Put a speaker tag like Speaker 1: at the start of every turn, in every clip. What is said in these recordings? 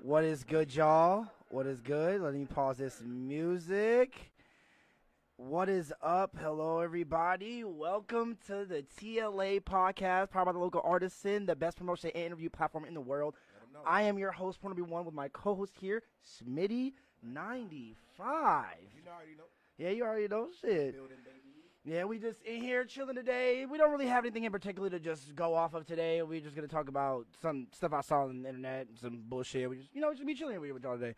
Speaker 1: What is good, y'all? What is good? Let me pause this music. What is up? Hello, everybody. Welcome to the TLA podcast, powered by the local artisan, the best promotion and interview platform in the world. I am your host, Porno B1, with my co host here, Smitty95.
Speaker 2: You know, already know.
Speaker 1: Yeah, you already know shit.
Speaker 2: Building baby.
Speaker 1: Yeah, we just in here chilling today. We don't really have anything in particular to just go off of today. We're just gonna talk about some stuff I saw on the internet, and some bullshit. We just, you know, just be chilling here with y'all today.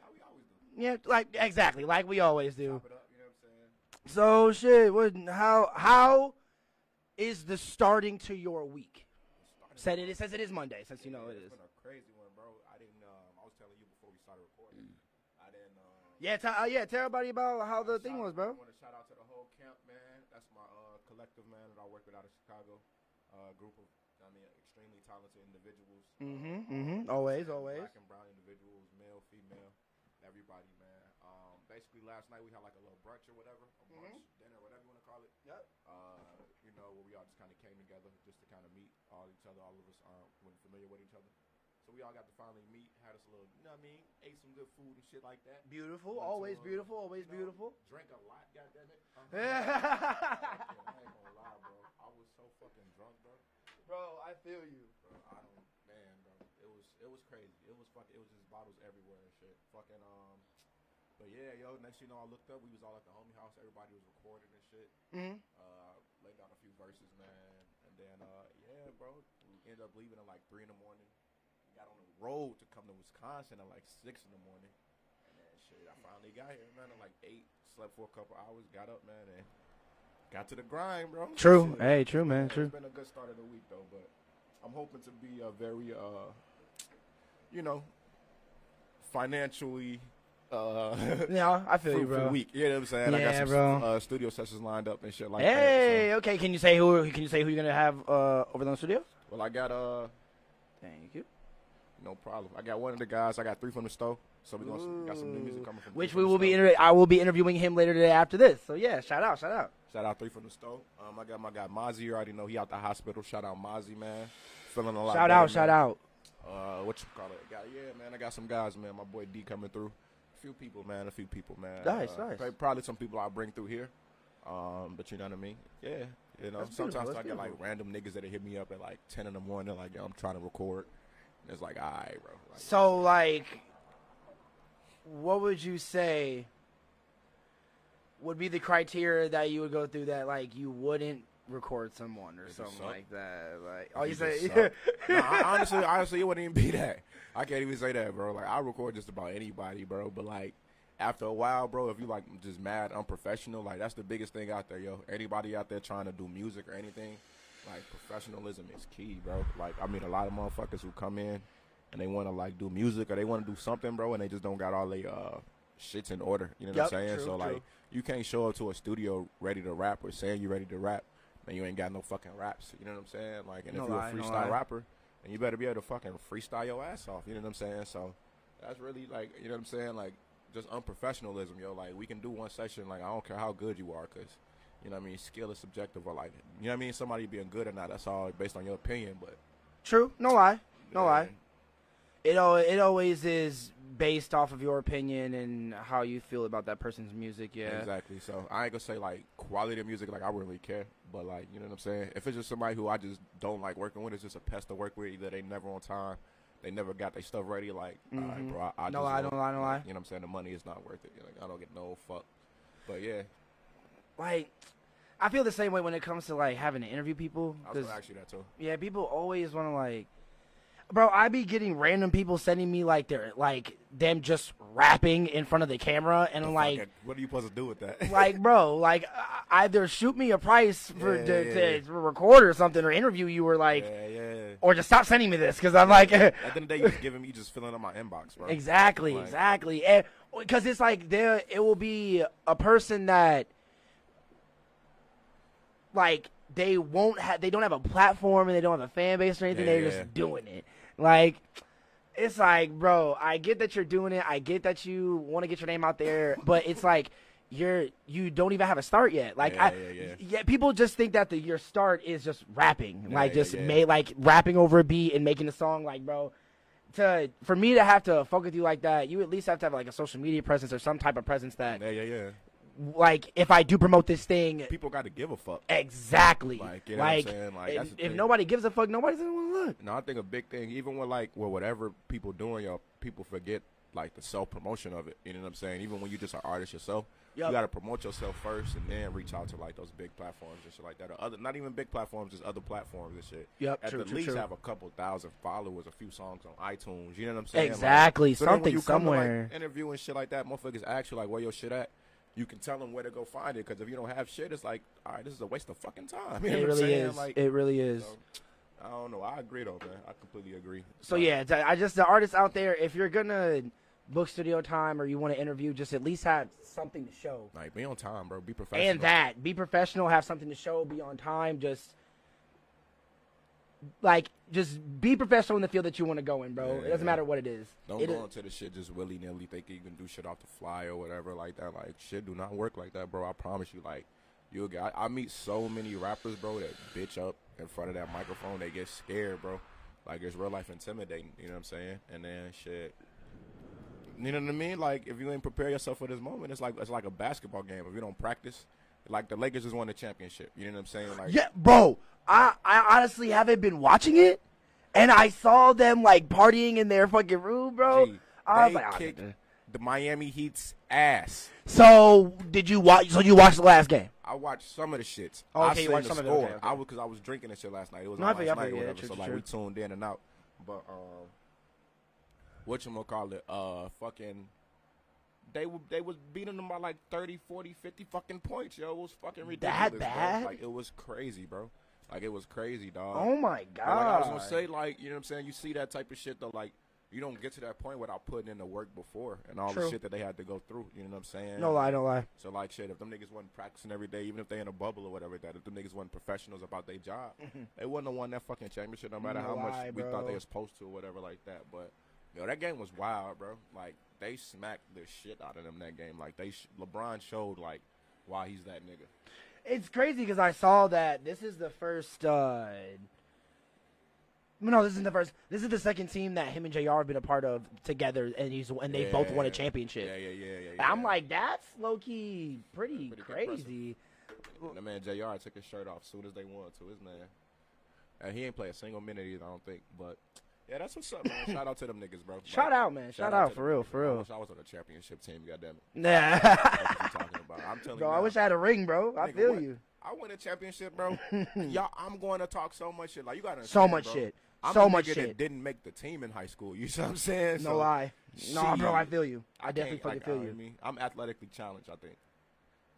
Speaker 2: How we always do.
Speaker 1: Yeah, like exactly, like we always do.
Speaker 2: Pop it up, you know what I'm
Speaker 1: So
Speaker 2: saying?
Speaker 1: shit, what? How how is the starting to your week?
Speaker 2: Started-
Speaker 1: Said it says it is Monday, since you know it
Speaker 2: Yeah,
Speaker 1: is.
Speaker 2: It's been a crazy one, bro. I didn't, um, I was telling you before we started recording.
Speaker 1: Mm.
Speaker 2: I didn't, um,
Speaker 1: Yeah, t- uh, yeah. Tell everybody about how the
Speaker 2: shout
Speaker 1: thing
Speaker 2: out-
Speaker 1: was, bro.
Speaker 2: I want to shout out to the whole camp, man. That's my uh, collective, man, that I work with out of Chicago. Uh, group of, I mean, extremely talented individuals. Uh,
Speaker 1: Mhm, mhm. Always, always.
Speaker 2: Black and brown individuals, male, female, everybody, man. Um, basically, last night we had like a little brunch or whatever, a
Speaker 1: Mhm.
Speaker 2: brunch, dinner, whatever you want to call it.
Speaker 1: Yep.
Speaker 2: Uh, you know, where we all just kind of came together just to kind of meet all each other. All of us um, weren't familiar with each other. So we all got to finally meet, had us a little, you know what I mean? Ate some good food and shit like that.
Speaker 1: Beautiful,
Speaker 2: Went to,
Speaker 1: always
Speaker 2: uh,
Speaker 1: beautiful, always
Speaker 2: you know,
Speaker 1: beautiful.
Speaker 2: Drank a lot, goddammit. Uh-huh. I ain't
Speaker 1: bro,
Speaker 2: gonna lie, bro. I was so fucking drunk, bro.
Speaker 1: I feel you.
Speaker 2: bro I don't, man, bro. It was, it was crazy. It was fucking, it was just bottles everywhere and shit. Fucking, um, but yeah, yo. Next, thing you know, I looked up. We was all at the homie house. Everybody was recording and shit.
Speaker 1: Mhm.
Speaker 2: Uh, laid down a few verses, man, and then, uh, yeah, bro. We ended up leaving at like three in the morning. We got on the road to come to Wisconsin at like six in the morning. And then shit, I finally got here, man. At like eight, slept for a couple hours, got up, man, and got to the grind, bro.
Speaker 1: True.
Speaker 2: Shit.
Speaker 1: Hey, true, man.
Speaker 2: Yeah,
Speaker 1: True.
Speaker 2: It's been a good start of the week though, but I'm hoping to be a very uh you know financially uh
Speaker 1: Yeah, I feel you, bro.
Speaker 2: fruitful week. You know what I'm saying? I
Speaker 1: Yeah,
Speaker 2: got some
Speaker 1: bro.
Speaker 2: uh, studio sessions lined up and shit like that.
Speaker 1: Hey, okay. Can you say who? Can you say who you're gonna have uh, over there in the studio?
Speaker 2: So. Well, I got uh
Speaker 1: Thank you.
Speaker 2: no problem. I got one of the guys. I got three from the store. So we gonna got some new music
Speaker 1: Ooh.
Speaker 2: coming from
Speaker 1: Which
Speaker 2: three
Speaker 1: we
Speaker 2: from the
Speaker 1: will be.
Speaker 2: Stove.
Speaker 1: Inter- I will be interviewing him later today after this. So yeah, shout out, shout out.
Speaker 2: Shout out three from the store. Um, I got my guy Mozzie. You already know he out the hospital. Shout out Mozzie, man. Feeling a lot.
Speaker 1: shout
Speaker 2: better,
Speaker 1: out,
Speaker 2: man.
Speaker 1: shout out.
Speaker 2: uh, what you call it? Got, yeah, man, I got some guys, man. My boy D coming through. A few people, man. A few people, man.
Speaker 1: Nice,
Speaker 2: uh,
Speaker 1: nice.
Speaker 2: prob- Probably some people I'll bring through here. Um, but you know what I mean? Yeah. You know,
Speaker 1: That's beautiful,
Speaker 2: sometimes
Speaker 1: that's
Speaker 2: I get like
Speaker 1: beautiful.
Speaker 2: random niggas that hit me up at like ten in the morning, like yo, I'm trying to record. And it's like, all right, bro. Like,
Speaker 1: So like, what would you say would be the criteria that you would go through that like you wouldn't record someone or
Speaker 2: If you
Speaker 1: something
Speaker 2: suck.
Speaker 1: like that? Like, oh,
Speaker 2: you
Speaker 1: you say,
Speaker 2: just suck. no, I, honestly, honestly, it wouldn't even be that. I can't even say that, bro. Like, I record just about anybody, bro. But like, after a while, bro, if you like just mad unprofessional, like that's the biggest thing out there, yo. Anybody out there trying to do music or anything, like professionalism is key, bro. Like, I mean, a lot of motherfuckers who come in and they want to like do music or they want to do something, bro, and they just don't got all their uh, shits in order. You know what I'm
Speaker 1: Yup,
Speaker 2: saying?
Speaker 1: true,
Speaker 2: so like,
Speaker 1: true.
Speaker 2: you can't show up to a studio ready to rap or saying you're ready to rap. And you ain't got no fucking raps, you know what I'm saying? Like, and
Speaker 1: No
Speaker 2: if you're
Speaker 1: lie,
Speaker 2: a
Speaker 1: no
Speaker 2: freestyle
Speaker 1: lie.
Speaker 2: rapper, and you better be able to fucking freestyle your ass off. You know what I'm saying? So that's really like, you know what I'm saying? Like, just unprofessionalism, yo. Like, we can do one session. Like, I don't care how good you are, cause you know what I mean. Skill is subjective, or like, you know what I mean. Somebody being good or not, that's all based on your opinion. But
Speaker 1: true, no lie, no
Speaker 2: yeah,
Speaker 1: lie. It al- it always is based off of your opinion and how you feel about that person's music. Yeah,
Speaker 2: Exactly. So I ain't gonna say like quality of music, like I wouldn't really care. But like, you know what I'm saying? If it's just somebody who I just don't like working with, it's just a pest to work with. Either they never on time, they never got their stuff ready. Like, all right,
Speaker 1: Mhm.
Speaker 2: bro, I, I
Speaker 1: No
Speaker 2: just
Speaker 1: lie,
Speaker 2: don't-
Speaker 1: no lie, no lie.
Speaker 2: You know what I'm saying? The money is not worth it. Like, I don't get no fuck. But yeah,
Speaker 1: like I feel the same way when it comes to like having to interview people.
Speaker 2: I was
Speaker 1: 'cause,
Speaker 2: gonna ask you that too.
Speaker 1: yeah, people always want to like, bro. I be getting random people sending me like they're like them just rapping in front of the camera, and I'm like,
Speaker 2: Fuck, what are you supposed to do with that?
Speaker 1: like bro, like uh, either shoot me a price for
Speaker 2: Yeah,
Speaker 1: to,
Speaker 2: yeah,
Speaker 1: to
Speaker 2: yeah.
Speaker 1: record or something or interview you or like,
Speaker 2: yeah, yeah.
Speaker 1: or just stop sending me this because I'm like,
Speaker 2: At the end of the day, you just giving me, you just filling up my inbox, bro.
Speaker 1: Exactly,
Speaker 2: Like-
Speaker 1: exactly. And because it's like there, it will be a person that like they won't have, they don't have a platform and they don't have a fan base or anything.
Speaker 2: Yeah,
Speaker 1: They're
Speaker 2: yeah.
Speaker 1: just doing it. Like it's like, bro, I get that you're doing it. I get that you want to get your name out there, but it's like. You're you don't even have a start yet. Like
Speaker 2: Yeah,
Speaker 1: I,
Speaker 2: yeah, yeah.
Speaker 1: people just think that the your start is just rapping,
Speaker 2: Yeah,
Speaker 1: like
Speaker 2: yeah,
Speaker 1: just
Speaker 2: yeah.
Speaker 1: made like rapping over a beat and making a song. Like bro, to for me to have to fuck with you like that, you at least have to have like a social media presence or some type of presence that,
Speaker 2: Yeah, yeah, yeah.
Speaker 1: like, if I do promote this thing,
Speaker 2: People got to give a fuck.
Speaker 1: exactly.
Speaker 2: Like, you know what I'm saying? Like,
Speaker 1: if-
Speaker 2: that's the
Speaker 1: if
Speaker 2: thing.
Speaker 1: nobody gives a fuck, nobody's gonna want to look.
Speaker 2: No, I think a big thing, even with like with whatever people doing, y'all people forget like the self promotion of it. You know what I'm saying? Even when you just an artist yourself,
Speaker 1: Yup.
Speaker 2: you got to promote yourself first, and then reach out to like those big platforms and shit like that. Or other, not even big platforms, just other platforms and shit.
Speaker 1: Yup,
Speaker 2: At
Speaker 1: true,
Speaker 2: the
Speaker 1: true,
Speaker 2: least
Speaker 1: true.
Speaker 2: have a couple thousand followers, a few songs on iTunes. You know what I'm saying? Like,
Speaker 1: Exactly,
Speaker 2: then when
Speaker 1: something
Speaker 2: you come to, like,
Speaker 1: somewhere.
Speaker 2: interview and shit like that, motherfuckers ask you like where your shit at. You can tell them where to go find it because if you don't have shit, it's like, all right, this is a waste of fucking time. You know
Speaker 1: It
Speaker 2: what I'm
Speaker 1: really
Speaker 2: saying?
Speaker 1: is.
Speaker 2: Like,
Speaker 1: it really is.
Speaker 2: so, I don't know. I agree though, man. I completely agree.
Speaker 1: So
Speaker 2: Like,
Speaker 1: yeah, it's- I just the artists out there, if you're gonna book studio time or you want to interview, just at least have something to show.
Speaker 2: like be on time, bro. Be professional.
Speaker 1: And that, be professional, have something to show, be on time, just like just be professional in the field that you want to go in, bro. It
Speaker 2: Yeah.
Speaker 1: doesn't matter what it is.
Speaker 2: Don't
Speaker 1: It
Speaker 2: go
Speaker 1: is-
Speaker 2: into the shit just willy nilly thinking you can do shit off the fly or whatever like that. Like shit, do not work like that, bro. I promise you. Like you'll get. I, I meet so many rappers, bro, that bitch up in front of that microphone. They get scared, bro. Like it's real life intimidating. You know what I'm saying? And then shit. You know what I mean? Like if you ain't prepare yourself for this moment, it's like it's like a basketball game. If you don't practice, like the Lakers just won the championship. You know what I'm saying? Like
Speaker 1: Yeah, bro. I, I honestly haven't been watching it, and I saw them like partying in their fucking room, bro.
Speaker 2: G,
Speaker 1: I was
Speaker 2: they
Speaker 1: like, "Ah,
Speaker 2: kicked
Speaker 1: nigga."
Speaker 2: the Miami Heat's ass.
Speaker 1: so did you watch? So you watched the last game?
Speaker 2: I watched some of the shits.
Speaker 1: Oh, okay,
Speaker 2: I
Speaker 1: you
Speaker 2: seen
Speaker 1: watched
Speaker 2: the
Speaker 1: some of it,
Speaker 2: score.
Speaker 1: okay, okay.
Speaker 2: I was because I was drinking and shit last night. It was
Speaker 1: No, I
Speaker 2: on last
Speaker 1: feel you, I
Speaker 2: night
Speaker 1: feel
Speaker 2: or
Speaker 1: you, yeah,
Speaker 2: whatever.
Speaker 1: true,
Speaker 2: so
Speaker 1: true,
Speaker 2: like
Speaker 1: true.
Speaker 2: we tuned in and out. But um, what you call it? Uh, fucking. They were they was beating them by like 30, 40, 50 fucking points, yo. It was fucking ridiculous.
Speaker 1: That
Speaker 2: bro.
Speaker 1: bad?
Speaker 2: Like it was crazy, bro. Like it was crazy, dog.
Speaker 1: Oh my
Speaker 2: But,
Speaker 1: god!
Speaker 2: Like I was gonna say, like you know what I'm saying. You see that type of shit though, like you don't get to that point without putting in the work before and all
Speaker 1: True.
Speaker 2: the shit that they had to go through. You know what I'm saying?
Speaker 1: no lie, no lie.
Speaker 2: So like shit, if them niggas wasn't practicing every day, even if they in a bubble or whatever, that if them niggas wasn't professionals about their job, they wouldn't have won that fucking championship no matter
Speaker 1: Mm-hmm. No
Speaker 2: how
Speaker 1: lie,
Speaker 2: much we thought
Speaker 1: bro.
Speaker 2: they was supposed to or whatever like that. But yo, that game was wild, bro. Like they smacked the shit out of them that game. Like they sh- LeBron showed like why he's that nigga.
Speaker 1: It's crazy because I saw that this is the first. uh no, this isn't the first. This is the second team that him and Jr. have been a part of together, and he's and they both won a
Speaker 2: Yeah.
Speaker 1: championship.
Speaker 2: Yeah, yeah, yeah, yeah.
Speaker 1: And I'm
Speaker 2: yeah.
Speaker 1: like, that's low key pretty,
Speaker 2: Pretty impressive.
Speaker 1: crazy.
Speaker 2: The man Jr. took his shirt off soon as they won to his man, and he ain't play a single minute either. I don't think, but yeah, that's what's up, man. Shout out to them niggas, bro.
Speaker 1: Shout
Speaker 2: Like,
Speaker 1: out, man. Shout, out,
Speaker 2: to
Speaker 1: for
Speaker 2: them
Speaker 1: real,
Speaker 2: niggas.
Speaker 1: for
Speaker 2: I
Speaker 1: real.
Speaker 2: wish I was on a championship team. Goddamn it.
Speaker 1: Nah.
Speaker 2: Fuck is you talking about? I'm telling
Speaker 1: Bro,
Speaker 2: you.
Speaker 1: I
Speaker 2: now.
Speaker 1: wish I had a ring, bro. I
Speaker 2: Nigga,
Speaker 1: feel
Speaker 2: what?
Speaker 1: you.
Speaker 2: I win a championship, bro. Y'all, I'm going to talk so much shit. Like you got
Speaker 1: So much shit.
Speaker 2: I'm
Speaker 1: So
Speaker 2: a
Speaker 1: much
Speaker 2: nigga
Speaker 1: shit.
Speaker 2: That didn't make the team in high school. You see what I'm saying?
Speaker 1: No
Speaker 2: So,
Speaker 1: lie. No, bro, I
Speaker 2: shit.
Speaker 1: feel you. I,
Speaker 2: can't,
Speaker 1: definitely fucking
Speaker 2: like,
Speaker 1: feel
Speaker 2: I
Speaker 1: you.
Speaker 2: mean, I'm athletically challenged. I think.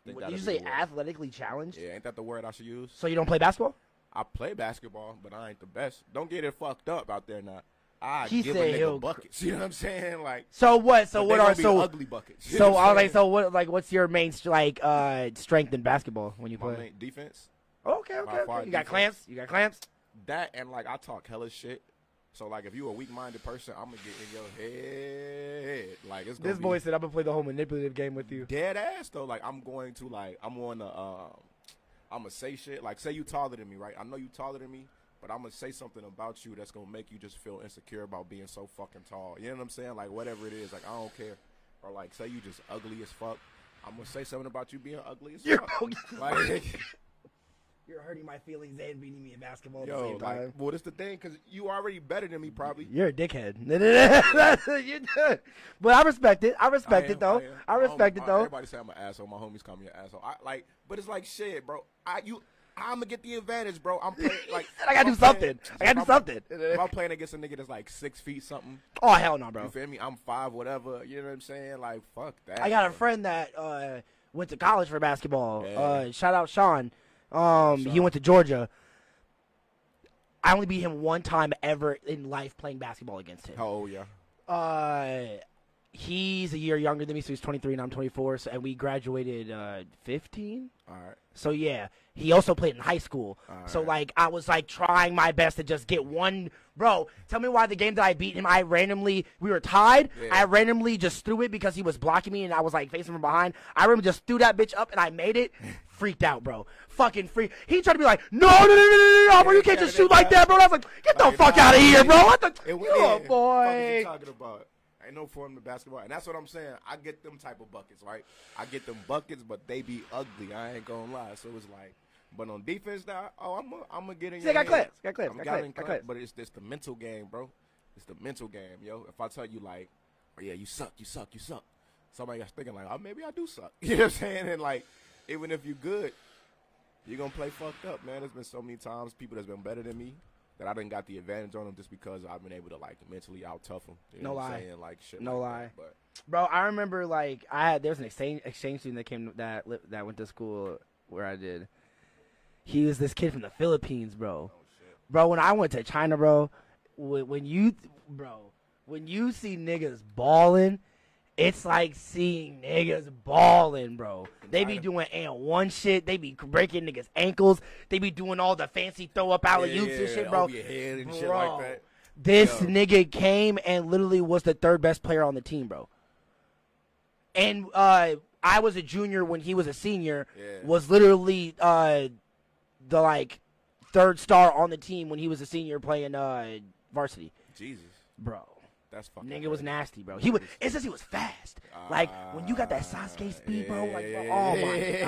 Speaker 2: think
Speaker 1: What,
Speaker 2: that'd
Speaker 1: did you
Speaker 2: be
Speaker 1: say
Speaker 2: the word.
Speaker 1: athletically challenged?
Speaker 2: Yeah, ain't that the word I should use?
Speaker 1: So you don't play basketball?
Speaker 2: I play basketball, but I ain't the best. Don't get it fucked up out there now. I
Speaker 1: He
Speaker 2: give
Speaker 1: said
Speaker 2: a
Speaker 1: he'll-
Speaker 2: nigga buckets. You know what I'm saying? Like,
Speaker 1: So what? So
Speaker 2: but
Speaker 1: what
Speaker 2: they
Speaker 1: are
Speaker 2: gonna be
Speaker 1: so
Speaker 2: ugly buckets? You know
Speaker 1: so
Speaker 2: what
Speaker 1: I
Speaker 2: I'm
Speaker 1: was like
Speaker 2: saying?
Speaker 1: so what like what's your main st- like uh strength in basketball when you
Speaker 2: my
Speaker 1: play?
Speaker 2: main defense.
Speaker 1: Okay,
Speaker 2: my
Speaker 1: okay, okay.
Speaker 2: far
Speaker 1: You got
Speaker 2: defense.
Speaker 1: clamps? You got clamps?
Speaker 2: that and like I talk hella shit. So like if you a weak minded person, I'm gonna get in your head. Like it's gonna
Speaker 1: This
Speaker 2: be
Speaker 1: boy said I'm gonna play the whole manipulative game with you.
Speaker 2: dead ass though. Like I'm going to like I'm on to um I'm gonna say shit. Like say you taller than me, right? I know you taller than me, but I'm gonna say something about you that's gonna make you just feel insecure about being so fucking tall. You know what I'm saying? Like whatever it is, like I don't care. Or like say you just ugly as fuck. I'm gonna say something about you being ugly as
Speaker 1: You're
Speaker 2: fuck. Like
Speaker 1: you're hurting my feelings and beating me in basketball at the
Speaker 2: yo,
Speaker 1: same time.
Speaker 2: like well, that's the thing because you already better than me probably.
Speaker 1: You're a dickhead. That's what you do. but I respect it. I respect
Speaker 2: am,
Speaker 1: it though.
Speaker 2: am.
Speaker 1: I
Speaker 2: My
Speaker 1: respect
Speaker 2: homie-
Speaker 1: it though.
Speaker 2: Everybody say I'm an asshole. My homies call me an asshole. I like, but it's like shit, bro. I you. I'm gonna get the advantage, bro. I'm playing like
Speaker 1: said, "I gotta
Speaker 2: if
Speaker 1: do
Speaker 2: I'm playing-
Speaker 1: something. I gotta
Speaker 2: if
Speaker 1: do
Speaker 2: I'm-
Speaker 1: something."
Speaker 2: If I'm playing against a nigga that's like six feet something,
Speaker 1: Oh hell no,
Speaker 2: you
Speaker 1: bro.
Speaker 2: feel me? I'm five, whatever. You know what I'm saying? Like fuck that.
Speaker 1: I got a
Speaker 2: bro.
Speaker 1: friend that uh, went to college for basketball.
Speaker 2: Yeah.
Speaker 1: Uh, shout out Sean. Um, He
Speaker 2: Sean.
Speaker 1: went to Georgia. I only beat him one time ever in life playing basketball against him.
Speaker 2: Oh yeah.
Speaker 1: Uh, he's a year younger than me, so he's 23 and I'm 24. So, and we graduated uh, 15.
Speaker 2: All right.
Speaker 1: So yeah, he also played in high school. So
Speaker 2: Alright.
Speaker 1: like I was like trying my best to just get one. Bro, tell me why the game that I beat him, I randomly we were tied.
Speaker 2: Yeah.
Speaker 1: I randomly just threw it because he was blocking me and I was like facing from behind. I remember just threw that bitch up and I made it. Freaked out, bro. Fucking freak. He tried to be like, no, no, no, no, no, no, no, bro, you can't just shoot like that, bro. And I was like, get the
Speaker 2: Like,
Speaker 1: fuck
Speaker 2: nah,
Speaker 1: out of here,
Speaker 2: it-
Speaker 1: bro. What the?
Speaker 2: It
Speaker 1: You
Speaker 2: went
Speaker 1: a
Speaker 2: in. Fuck is you
Speaker 1: boy.
Speaker 2: talking about? Ain't no form of basketball, and that's what I'm saying. I get them type of buckets, right? I get them buckets, but they be ugly. I ain't gonna lie. So it's like, but on defense now, oh, I'm gonna I'm get in.
Speaker 1: See,
Speaker 2: your
Speaker 1: I got
Speaker 2: head.
Speaker 1: clips, got clips,
Speaker 2: I'm
Speaker 1: got
Speaker 2: got
Speaker 1: clips,
Speaker 2: in
Speaker 1: got
Speaker 2: clips,
Speaker 1: clips.
Speaker 2: But it's just the mental game, bro. It's the mental game, yo. If I tell you like, oh yeah, you suck, you suck, you suck. Somebody got thinking like, oh maybe I do suck. You know what I'm saying? And like, even if you good, you're gonna play fucked up, man. There's been so many times people that's been better than me that I didn't got the advantage on them just because I've been able to like mentally out tough them. You know
Speaker 1: No
Speaker 2: what
Speaker 1: lie.
Speaker 2: I'm saying? Like shit.
Speaker 1: No
Speaker 2: like
Speaker 1: lie.
Speaker 2: That. But
Speaker 1: Bro, I remember like I had there's an exchange exchange student that came that li- that went to school where I did. He was this kid from the Philippines, bro.
Speaker 2: oh shit.
Speaker 1: Bro, when I went to China, bro, when, when you bro, when you see niggas balling, it's like seeing niggas balling, bro. They be
Speaker 2: China?
Speaker 1: doing and one shit. They be breaking niggas' ankles. They be doing all the fancy throw up alley oops and Oh, shit, bro.
Speaker 2: Over your head and shit like
Speaker 1: Bro.
Speaker 2: that.
Speaker 1: This
Speaker 2: Yo.
Speaker 1: nigga came and literally was the third best player on the team, bro. And uh, I was a junior when he was a senior.
Speaker 2: Yeah.
Speaker 1: Was literally uh, the like third star on the team when he was a senior playing uh, varsity,
Speaker 2: Jesus.
Speaker 1: bro.
Speaker 2: That's fucking.
Speaker 1: Nigga was
Speaker 2: crazy.
Speaker 1: nasty, bro. He was. It's just he was fast. Like when you got that Sasuke speed, bro. Like, bro, oh my
Speaker 2: Ah, Yeah.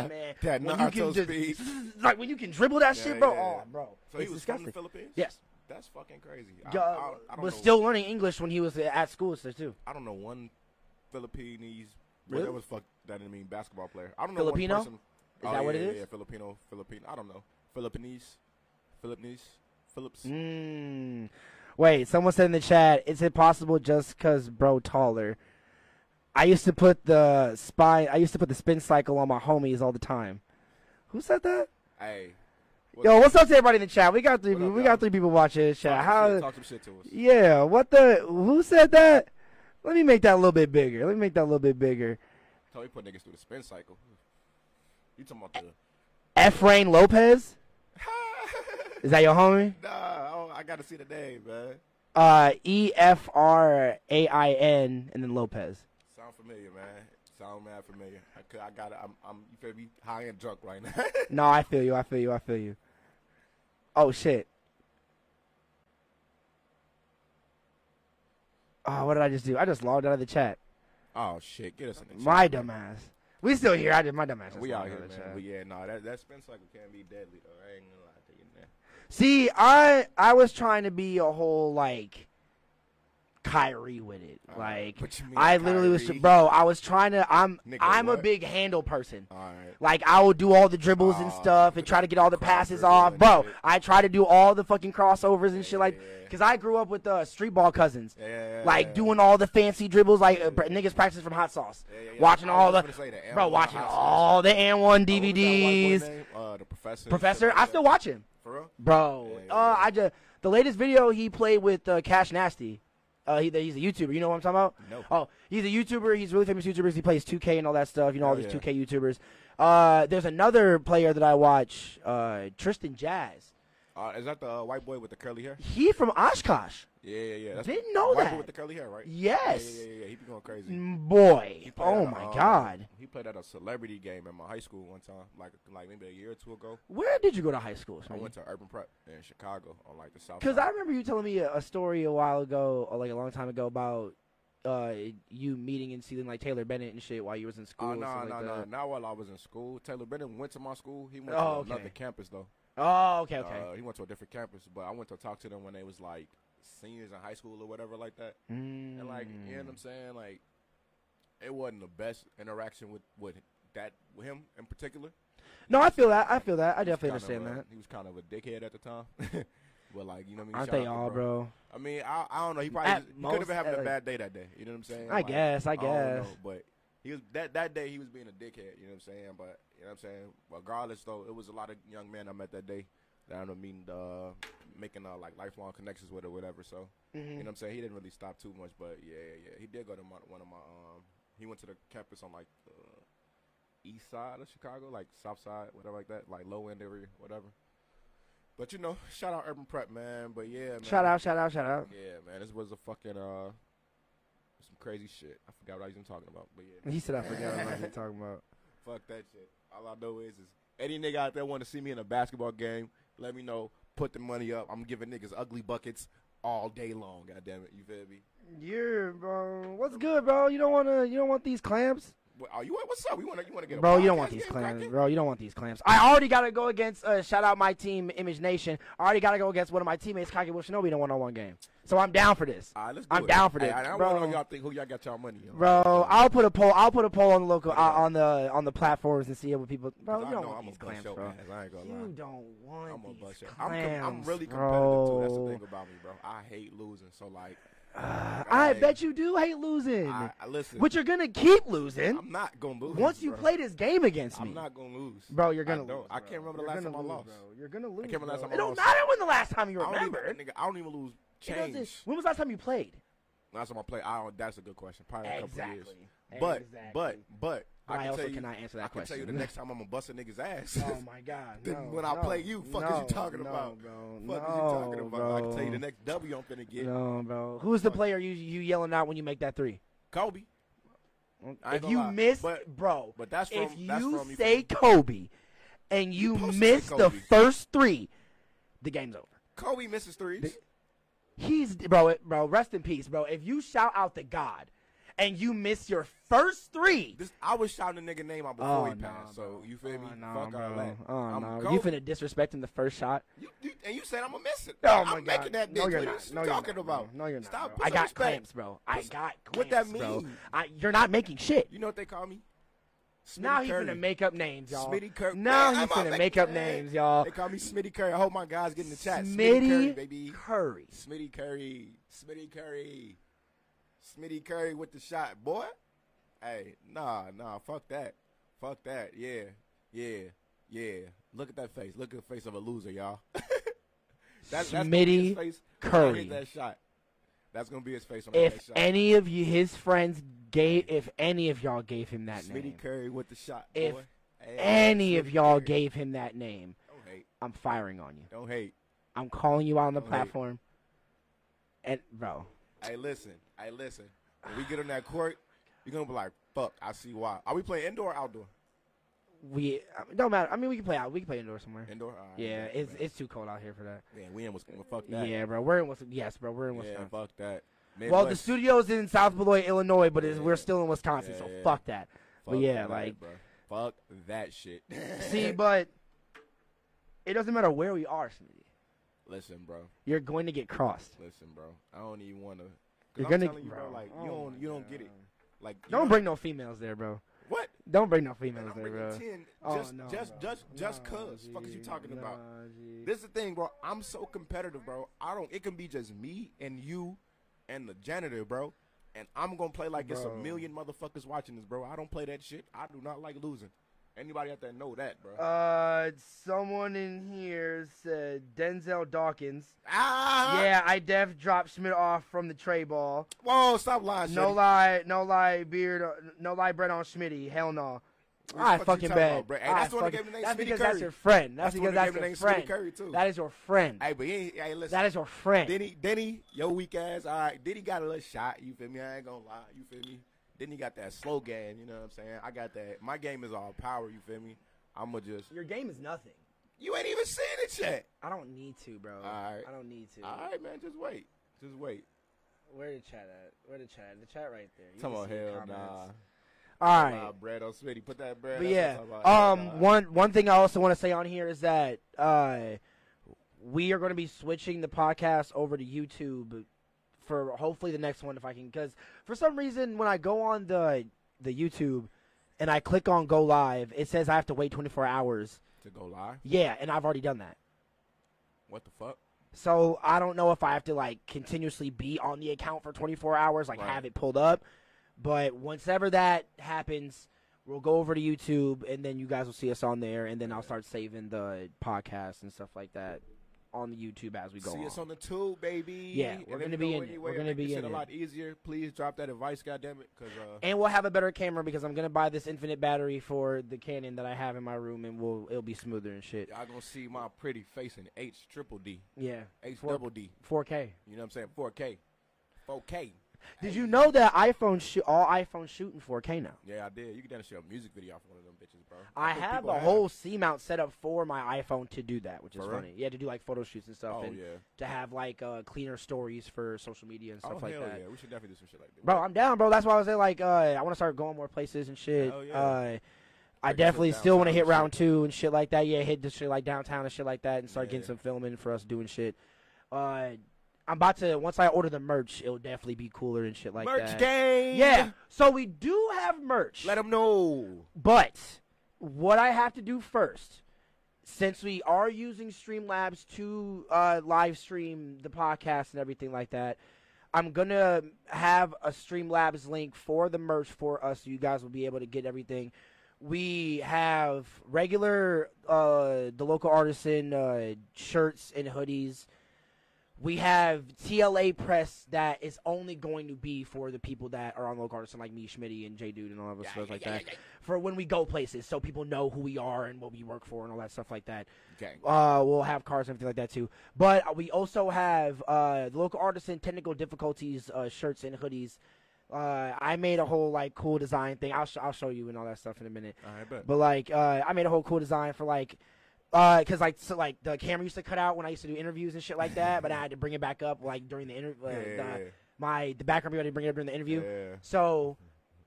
Speaker 1: god, man.
Speaker 2: That
Speaker 1: when you can
Speaker 2: Naruto
Speaker 1: just,
Speaker 2: speed.
Speaker 1: like when you can dribble that
Speaker 2: Yeah,
Speaker 1: shit, bro.
Speaker 2: yeah.
Speaker 1: Oh, bro.
Speaker 2: So
Speaker 1: it's
Speaker 2: he was from
Speaker 1: disgusting.
Speaker 2: the Philippines.
Speaker 1: Yes.
Speaker 2: That's fucking crazy. I,
Speaker 1: Yeah,
Speaker 2: I, I don't
Speaker 1: was
Speaker 2: know,
Speaker 1: still learning English when he was at school, so too.
Speaker 2: I don't know one Philippines.
Speaker 1: Really?
Speaker 2: Whatever the fuck that didn't mean basketball player. I don't know
Speaker 1: Filipino?
Speaker 2: one person. Oh,
Speaker 1: Is that what
Speaker 2: yeah,
Speaker 1: it
Speaker 2: yeah,
Speaker 1: is?
Speaker 2: Yeah, Filipino, Filipino. I don't know. Philippines, Philippines, Phillips.
Speaker 1: Mm. Wait, someone said in the chat, it's impossible just because bro taller. I used to put the spine. I used to put the spin cycle on my homies all the time. Who said that?
Speaker 2: Hey.
Speaker 1: Yo, what's up to everybody in the chat? We got three.
Speaker 2: What up,
Speaker 1: we
Speaker 2: y'all?
Speaker 1: got three people watching this
Speaker 2: Talk
Speaker 1: chat.
Speaker 2: some
Speaker 1: How?
Speaker 2: shit, talk some shit to us.
Speaker 1: Yeah, what the? Who said that? Let me make that a little bit bigger. Let me make that a little bit bigger.
Speaker 2: Tell me, put niggas through the spin cycle. You talking about the?
Speaker 1: Efrain Lopez is that your homie?
Speaker 2: nah, oh, I gotta see the name, man.
Speaker 1: Uh, E F R A I N and then Lopez.
Speaker 2: Sound familiar, man. Sound mad familiar. I could, I gotta. I'm, I'm. You feel me? High and drunk right now.
Speaker 1: No, I feel you. I feel you. I feel you. Oh shit. Oh, what did I just do? I just logged out of the chat.
Speaker 2: oh shit! Get us in the chat.
Speaker 1: My dumbass. We still here. I did my dumbass. just
Speaker 2: We out
Speaker 1: logged
Speaker 2: here,
Speaker 1: out of
Speaker 2: man.
Speaker 1: the chat.
Speaker 2: But yeah, no, that that spin cycle can be deadly though. I ain't gonna lie to you, man.
Speaker 1: See, I I was trying to be a whole like Kyrie with it.
Speaker 2: Uh,
Speaker 1: Like
Speaker 2: what you mean,
Speaker 1: I literally was,
Speaker 2: Kyrie?
Speaker 1: bro. I was trying to. I'm
Speaker 2: Nigga,
Speaker 1: I'm a
Speaker 2: what?
Speaker 1: big handle person.
Speaker 2: All right.
Speaker 1: Like I will do all the dribbles and
Speaker 2: Ah,
Speaker 1: stuff and try to get all the
Speaker 2: cross
Speaker 1: passes
Speaker 2: dribble
Speaker 1: off,
Speaker 2: and
Speaker 1: bro.
Speaker 2: shit.
Speaker 1: I try to do all the fucking crossovers and shit like,
Speaker 2: Yeah, yeah, yeah.
Speaker 1: cause I grew up with uh, street ball cousins,
Speaker 2: Yeah, yeah, yeah,
Speaker 1: like
Speaker 2: yeah.
Speaker 1: doing all the fancy dribbles, like uh, pra- niggas practice from hot sauce,
Speaker 2: Yeah, yeah, yeah.
Speaker 1: watching
Speaker 2: I
Speaker 1: all
Speaker 2: was
Speaker 1: the,
Speaker 2: just gonna say the
Speaker 1: bro,
Speaker 2: N1
Speaker 1: watching
Speaker 2: hot sauce.
Speaker 1: all the and one
Speaker 2: Oh, what was that white boy
Speaker 1: DVDs.
Speaker 2: name? Uh, the professor.
Speaker 1: Professor,
Speaker 2: Something
Speaker 1: I
Speaker 2: like
Speaker 1: still
Speaker 2: that.
Speaker 1: watch him,
Speaker 2: For real?
Speaker 1: bro.
Speaker 2: Yeah, yeah,
Speaker 1: Uh,
Speaker 2: yeah.
Speaker 1: I just the latest video he played with uh, Cash Nasty. Uh, he, he's a YouTuber. You know what I'm talking about?
Speaker 2: No.
Speaker 1: Oh, he's a YouTuber. He's a really famous YouTuber. He plays 2K and all that stuff. You know all
Speaker 2: Hell
Speaker 1: these
Speaker 2: yeah.
Speaker 1: 2K YouTubers. Uh, there's another player that I watch, uh, Tristan Jazz.
Speaker 2: Uh, is that the uh, white boy with the curly hair?
Speaker 1: He from Oshkosh.
Speaker 2: Yeah, yeah, yeah. That's
Speaker 1: Didn't
Speaker 2: the
Speaker 1: know
Speaker 2: white
Speaker 1: that.
Speaker 2: boy with the curly hair, right?
Speaker 1: Yes.
Speaker 2: Yeah, yeah, yeah. yeah. He be going crazy. He
Speaker 1: Mm, Boy,
Speaker 2: played
Speaker 1: oh
Speaker 2: at a,
Speaker 1: my
Speaker 2: um,
Speaker 1: God,
Speaker 2: He played at a celebrity game in my high school one time, like like maybe a year or two ago.
Speaker 1: where did you go to high school?
Speaker 2: I went to Urban Prep in Chicago on like the south.
Speaker 1: Because
Speaker 2: side.
Speaker 1: I remember you telling me a, a story a while ago, or like a long time ago, about uh, you meeting and seeing like Taylor Bennett and shit while you was in school.
Speaker 2: Oh
Speaker 1: and
Speaker 2: no
Speaker 1: stuff
Speaker 2: no
Speaker 1: like
Speaker 2: no!
Speaker 1: that.
Speaker 2: Not while I was in school. Taylor Brennan went to my school. He went
Speaker 1: Oh,
Speaker 2: to another
Speaker 1: okay.
Speaker 2: campus though.
Speaker 1: Oh, okay, okay.
Speaker 2: Uh, he went to a different campus, but I went to talk to them when they was like seniors in high school or whatever like that. And like you know what
Speaker 1: Mm.
Speaker 2: I'm saying, like it wasn't the best interaction with with that with him in particular.
Speaker 1: no, I feel that. I feel that. I
Speaker 2: He was
Speaker 1: definitely
Speaker 2: kind of
Speaker 1: understand
Speaker 2: a-
Speaker 1: that.
Speaker 2: He was kind of a dickhead at the time. But like you know, what I mean,
Speaker 1: Aren't
Speaker 2: Shout out
Speaker 1: they
Speaker 2: to
Speaker 1: all, bro?
Speaker 2: I mean, I, I don't know. He probably
Speaker 1: At
Speaker 2: just- he could have
Speaker 1: most,
Speaker 2: been having
Speaker 1: at,
Speaker 2: a
Speaker 1: like-
Speaker 2: bad day that day. You know what I'm saying?
Speaker 1: I guess, I
Speaker 2: don't
Speaker 1: guess.
Speaker 2: know, but he was that that day he was being a dickhead. You know what I'm saying? But you know what I'm saying. Regardless, though, it was a lot of young men I met that day that I ended up meeting, uh, making uh, like lifelong connections with or whatever. So
Speaker 1: Mm-hmm.
Speaker 2: you know what I'm saying? He didn't really stop too much, but yeah, yeah, yeah. He did go to my, one of my um he went to the campus on like the east side of Chicago, like south side, whatever like that, like low end area, whatever. But you know, shout out Urban Prep, man. But yeah, man.
Speaker 1: Shout out, shout out, shout out.
Speaker 2: Yeah, man. This was a fucking uh some crazy shit. I forgot what I was even talking about. But yeah.
Speaker 1: He said I forgot what you're talking about.
Speaker 2: Fuck that shit. All I know is, is any nigga out there want to see me in a basketball game, let me know. Put the money up. I'm giving niggas ugly buckets all day long. God damn it, you feel me?
Speaker 1: Yeah, bro. What's good, bro? You don't wanna you don't want these clamps?
Speaker 2: What, are you? What's up? We want to. You want to get a
Speaker 1: Bro, you don't want
Speaker 2: podcast
Speaker 1: these
Speaker 2: game
Speaker 1: clamps,
Speaker 2: cracking?
Speaker 1: bro. You don't want these clamps. I already gotta go against. Uh, shout out my team, Image Nation. I already gotta go against one of my teammates, Kaki Wilshinobi, in a one-on-one game. So I'm down for this,
Speaker 2: All right, let's do
Speaker 1: I'm
Speaker 2: it.
Speaker 1: down for
Speaker 2: Hey,
Speaker 1: this,
Speaker 2: I, I
Speaker 1: bro.
Speaker 2: want to know y'all think who y'all got y'all money on.
Speaker 1: bro. I'll put a poll. I'll put a poll on the local uh, on the on the platforms and see what people. Bro, you
Speaker 2: I
Speaker 1: don't
Speaker 2: know
Speaker 1: want
Speaker 2: I'm
Speaker 1: these
Speaker 2: a bust
Speaker 1: clamps,
Speaker 2: your
Speaker 1: bro.
Speaker 2: ass. I ain't gonna lie.
Speaker 1: You don't want
Speaker 2: I'm a
Speaker 1: these
Speaker 2: bust your. I'm,
Speaker 1: clamps,
Speaker 2: com- I'm really competitive
Speaker 1: bro. Ah,
Speaker 2: too. That's the thing about me, bro. I hate losing. So like,
Speaker 1: I
Speaker 2: Like,
Speaker 1: bet you do hate losing,
Speaker 2: I, I listen.
Speaker 1: but you're gonna keep losing
Speaker 2: I'm not gonna lose.
Speaker 1: once you
Speaker 2: bro.
Speaker 1: play this game against me,
Speaker 2: I'm not gonna lose,
Speaker 1: bro. You're
Speaker 2: I
Speaker 1: gonna
Speaker 2: don't-
Speaker 1: lose.
Speaker 2: I
Speaker 1: bro.
Speaker 2: can't remember the
Speaker 1: You're
Speaker 2: last
Speaker 1: gonna
Speaker 2: time I
Speaker 1: lose,
Speaker 2: lost.
Speaker 1: Bro. You're gonna lose.
Speaker 2: can't remember the last
Speaker 1: bro.
Speaker 2: time I
Speaker 1: It don't
Speaker 2: lost.
Speaker 1: matter when the last time you
Speaker 2: I don't,
Speaker 1: remember.
Speaker 2: even, nigga, I don't even lose
Speaker 1: It doesn't-
Speaker 2: change.
Speaker 1: When was the last time you played?
Speaker 2: Last time I played, I don't, that's a good question. Probably a couple of years.
Speaker 1: Exactly.
Speaker 2: But
Speaker 1: Exactly.
Speaker 2: but but
Speaker 1: But I,
Speaker 2: can
Speaker 1: also
Speaker 2: tell you,
Speaker 1: cannot answer that
Speaker 2: I can
Speaker 1: question.
Speaker 2: tell you the next time I'm gonna bust a nigga's ass.
Speaker 1: oh my god!
Speaker 2: Then
Speaker 1: No,
Speaker 2: when I
Speaker 1: no,
Speaker 2: play you, fuck is
Speaker 1: no,
Speaker 2: you talking
Speaker 1: no,
Speaker 2: about?
Speaker 1: Bro,
Speaker 2: Fuck
Speaker 1: no,
Speaker 2: is you talking about?
Speaker 1: Bro.
Speaker 2: I can tell you the next W I'm finna get.
Speaker 1: No, bro. Who's the player you you yelling out when you make that three?
Speaker 2: Kobe. I ain't
Speaker 1: If
Speaker 2: gonna
Speaker 1: you
Speaker 2: lie,
Speaker 1: miss,
Speaker 2: but-
Speaker 1: bro.
Speaker 2: but that's
Speaker 1: if
Speaker 2: from-
Speaker 1: you
Speaker 2: that's from- you
Speaker 1: say Kobe, and you,
Speaker 2: supposed to say
Speaker 1: miss the
Speaker 2: Kobe.
Speaker 1: first three, the game's over.
Speaker 2: Kobe misses threes.
Speaker 1: He's bro, it- bro. Rest in peace, bro. If you shout out to God, and you miss your first three,
Speaker 2: this I was shouting the nigga name out before
Speaker 1: Oh,
Speaker 2: he
Speaker 1: nah,
Speaker 2: passed.
Speaker 1: bro.
Speaker 2: So you feel me?
Speaker 1: Oh, no,
Speaker 2: Fuck all
Speaker 1: bro.
Speaker 2: that.
Speaker 1: Oh,
Speaker 2: I'm
Speaker 1: no.
Speaker 2: Kobe.
Speaker 1: You finna disrespect him the first shot?
Speaker 2: You- you- and you said I'm gonna miss it.
Speaker 1: Oh,
Speaker 2: I'm
Speaker 1: my God.
Speaker 2: making that
Speaker 1: No,
Speaker 2: bitch.
Speaker 1: you're
Speaker 2: What
Speaker 1: not.
Speaker 2: is you
Speaker 1: No, you're
Speaker 2: talking
Speaker 1: not,
Speaker 2: about?
Speaker 1: bro. No, you're not,
Speaker 2: Stop.
Speaker 1: bro.
Speaker 2: put
Speaker 1: I
Speaker 2: some
Speaker 1: got
Speaker 2: respect.
Speaker 1: clamps, bro. I
Speaker 2: Put-
Speaker 1: got clamps,
Speaker 2: What that
Speaker 1: bro.
Speaker 2: mean?
Speaker 1: I, you're not making shit.
Speaker 2: You know what they call me? Smitty
Speaker 1: now he's
Speaker 2: Curry.
Speaker 1: gonna make up names, y'all.
Speaker 2: Smitty Curry.
Speaker 1: Now
Speaker 2: Man,
Speaker 1: he's
Speaker 2: I'm a
Speaker 1: gonna make up
Speaker 2: man.
Speaker 1: names, y'all.
Speaker 2: They call me Smitty Curry. I hope my guys get in the chat.
Speaker 1: Smitty
Speaker 2: Curry, baby.
Speaker 1: Curry.
Speaker 2: Smitty Curry. Smitty Curry. Smitty Curry with the shot, boy. Hey, nah, nah, fuck that. Fuck that. Yeah. Yeah. Yeah. Look at that face. Look at the face of a loser, y'all. that, that's gonna be
Speaker 1: Smitty
Speaker 2: his face when I
Speaker 1: Curry.
Speaker 2: hit that shot. That's gonna be his face when I hit
Speaker 1: If
Speaker 2: that shot.
Speaker 1: any of you, his friends gave, if any of y'all gave him that
Speaker 2: Smitty
Speaker 1: name,
Speaker 2: Curry with the shot,
Speaker 1: If
Speaker 2: boy. Hey,
Speaker 1: any of
Speaker 2: Smitty
Speaker 1: y'all
Speaker 2: Curry.
Speaker 1: gave him that name,
Speaker 2: Don't hate.
Speaker 1: I'm firing on you.
Speaker 2: Don't hate.
Speaker 1: I'm calling you out on the
Speaker 2: Don't hate.
Speaker 1: platform. And bro,
Speaker 2: Hey, listen. Hey, listen. When we get on that court, you're gonna be like, "Fuck, I see why." Are we playing indoor, or outdoor?
Speaker 1: we don't matter. I mean, we can play out. We can play indoor somewhere.
Speaker 2: Indoor. All right,
Speaker 1: Yeah,
Speaker 2: man,
Speaker 1: it's
Speaker 2: man.
Speaker 1: it's too cold out here for that.
Speaker 2: man. We in Wisconsin. Fuck that.
Speaker 1: Yeah, bro. We're in Wisconsin. Yes, bro. We're in
Speaker 2: yeah
Speaker 1: Wisconsin.
Speaker 2: fuck that.
Speaker 1: well, the
Speaker 2: Midwest.
Speaker 1: studio's in South Beloit, Illinois, but it's,
Speaker 2: Yeah.
Speaker 1: we're still in Wisconsin, so
Speaker 2: Yeah.
Speaker 1: fuck that. but
Speaker 2: Fuck
Speaker 1: yeah,
Speaker 2: that,
Speaker 1: like,
Speaker 2: bro. fuck that shit.
Speaker 1: see, but it doesn't matter where we are, Smitty.
Speaker 2: listen, bro.
Speaker 1: You're going to get crossed.
Speaker 2: Listen, bro. I don't even want to.
Speaker 1: You're
Speaker 2: I'm
Speaker 1: gonna-
Speaker 2: telling you, bro.
Speaker 1: bro.
Speaker 2: Like, you
Speaker 1: Oh
Speaker 2: don't,
Speaker 1: my
Speaker 2: you don't get it.
Speaker 1: God.
Speaker 2: Like, you
Speaker 1: Don't
Speaker 2: know-
Speaker 1: bring no females there, bro.
Speaker 2: what?
Speaker 1: Don't bring no females
Speaker 2: Man, I'm
Speaker 1: there,
Speaker 2: bringing
Speaker 1: bro.
Speaker 2: ten.
Speaker 1: Oh,
Speaker 2: Just,
Speaker 1: no,
Speaker 2: just,
Speaker 1: bro.
Speaker 2: just, just,
Speaker 1: Nah,
Speaker 2: cause. Fuck is you
Speaker 1: G.
Speaker 2: talking about?
Speaker 1: Nah, G.
Speaker 2: This is the thing, bro. I'm so competitive, bro. I don't. It can be just me and you, and the janitor, bro. And I'm gonna play like it's a
Speaker 1: Bro.
Speaker 2: million motherfuckers watching this, bro. I don't play that shit. I do not like losing. Anybody out there know that, bro?
Speaker 1: Uh, someone in here said Denzel Dawkins.
Speaker 2: ah,
Speaker 1: Yeah, I def dropped Schmidt off from the tray ball.
Speaker 2: Whoa, stop lying.
Speaker 1: No
Speaker 2: Shitty.
Speaker 1: lie, no lie, beard, uh, no lie, bread on Schmitty. Hell no.
Speaker 2: What the
Speaker 1: I
Speaker 2: fuck you
Speaker 1: fucking
Speaker 2: talking
Speaker 1: bad.
Speaker 2: about, bro? Hey,
Speaker 1: All
Speaker 2: that's
Speaker 1: right,
Speaker 2: the one that
Speaker 1: fucking-
Speaker 2: gave the name
Speaker 1: that's
Speaker 2: Smitty
Speaker 1: because
Speaker 2: Curry.
Speaker 1: that's your friend. That's,
Speaker 2: That's the
Speaker 1: because
Speaker 2: one that
Speaker 1: that's
Speaker 2: gave
Speaker 1: your
Speaker 2: the name Smitty
Speaker 1: friend.
Speaker 2: Curry, too.
Speaker 1: That is your friend.
Speaker 2: Hey, but he ain't, hey, listen.
Speaker 1: that is your friend.
Speaker 2: Denny, Denny, your weak ass. All right, Denny got a little shot. You feel me? I ain't gonna lie. You feel me? Then he got that slow game. You know what I'm saying? I got that. My game is all power. You feel me? I'ma just.
Speaker 1: your game is nothing.
Speaker 2: You ain't even seen it yet.
Speaker 1: I don't need to, bro.
Speaker 2: right.
Speaker 1: I don't need to.
Speaker 2: All right, man. Just wait. Just wait.
Speaker 1: Where the chat at? Where the chat? The chat right there. You
Speaker 2: Come
Speaker 1: can
Speaker 2: on,
Speaker 1: see the
Speaker 2: hell nah.
Speaker 1: comments. All right.
Speaker 2: Nah, bread on Smitty. Put that bread.
Speaker 1: But yeah,
Speaker 2: that's what I'm talking about.
Speaker 1: um, one one thing I also want to say on here is that uh, we are going to be switching the podcast over to YouTube for hopefully the next one if I can, because for some reason when I go on the the YouTube and I click on go live, it says I have to wait 24 hours.
Speaker 2: to go live.
Speaker 1: Yeah, and I've already done that.
Speaker 2: What the fuck?
Speaker 1: So I don't know if I have to like continuously be on the account for 24 hours, like
Speaker 2: Right.
Speaker 1: have it pulled up. But once ever that happens, We'll go over to YouTube, and then you guys will see us on there, and then I'll start saving the podcast and stuff like that on the YouTube as we go
Speaker 2: See
Speaker 1: on.
Speaker 2: us on the tube, baby.
Speaker 1: Yeah,
Speaker 2: And
Speaker 1: we're
Speaker 2: if
Speaker 1: gonna
Speaker 2: you
Speaker 1: be
Speaker 2: know
Speaker 1: in it.
Speaker 2: any
Speaker 1: We're
Speaker 2: way to
Speaker 1: gonna
Speaker 2: make
Speaker 1: be
Speaker 2: this shit
Speaker 1: in
Speaker 2: a
Speaker 1: it.
Speaker 2: lot easier. Please drop that advice, goddamn it, because uh,
Speaker 1: and we'll have a better camera because I'm gonna buy this infinite battery for the Canon that I have in my room, and we'll it'll be smoother and shit.
Speaker 2: y'all gonna see my pretty face in H triple D,
Speaker 1: Yeah,
Speaker 2: H
Speaker 1: Four-
Speaker 2: double D.
Speaker 1: 4K.
Speaker 2: You know what I'm saying? 4K, 4K.
Speaker 1: Did you know that iPhone shoot all iPhones shoot in 4K now?
Speaker 2: Yeah, I did. You can damn show a music video off one of them bitches, bro.
Speaker 1: I
Speaker 2: think
Speaker 1: have
Speaker 2: people
Speaker 1: a whole C mount set up for my iPhone to do that, which is
Speaker 2: For real?
Speaker 1: funny. Yeah, to do like photo shoots and stuff,
Speaker 2: Oh
Speaker 1: and
Speaker 2: yeah.
Speaker 1: to have like uh, cleaner stories for social media and stuff
Speaker 2: oh
Speaker 1: like
Speaker 2: hell
Speaker 1: that.
Speaker 2: yeah. We should definitely do some shit like that.
Speaker 1: Bro, I'm down, bro. That's why I was there. Like, uh, I want to start going more places and shit.
Speaker 2: Hell yeah.
Speaker 1: Uh, I
Speaker 2: Like,
Speaker 1: definitely
Speaker 2: shit
Speaker 1: still want to
Speaker 2: downtown
Speaker 1: hit
Speaker 2: and
Speaker 1: round
Speaker 2: shit.
Speaker 1: two and shit like that. Yeah, hit the shit like downtown and shit like that, and start
Speaker 2: Yeah,
Speaker 1: getting
Speaker 2: yeah.
Speaker 1: some filming for us doing shit. Uh, I'm about to once I order the merch, it'll definitely be cooler and shit like
Speaker 2: merch
Speaker 1: that.
Speaker 2: game.
Speaker 1: Yeah. So we do have merch.
Speaker 2: Let them know.
Speaker 1: But what I have to do first, since we are using Streamlabs to uh, live stream the podcast and everything like that, I'm gonna have a Streamlabs link for the merch for us. So you guys will be able to get everything. We have regular uh, the local artisan uh, shirts and hoodies. We have TLA press that is only going to be for the people that are on local artisan like me, Schmitty, and J Dude, and all of us stuff like that for when we go places, so people know who we are and what we work for and all that stuff like that.
Speaker 2: Gang.
Speaker 1: Uh, we'll have cars and everything like that too. But we also have uh, the local artisan technical difficulties uh, shirts and hoodies. Uh, I made a whole like cool design thing. I'll sh- I'll show you and all that stuff in a minute.
Speaker 2: All right, bet.
Speaker 1: But like, uh, I made a whole cool design for like, uh, cause like, so like the camera used to cut out when I used to do interviews and shit like that. but I had to bring it back up like during the interview. Uh,
Speaker 2: yeah,
Speaker 1: the- my the background people had to bring it up during the interview.
Speaker 2: yeah.
Speaker 1: So,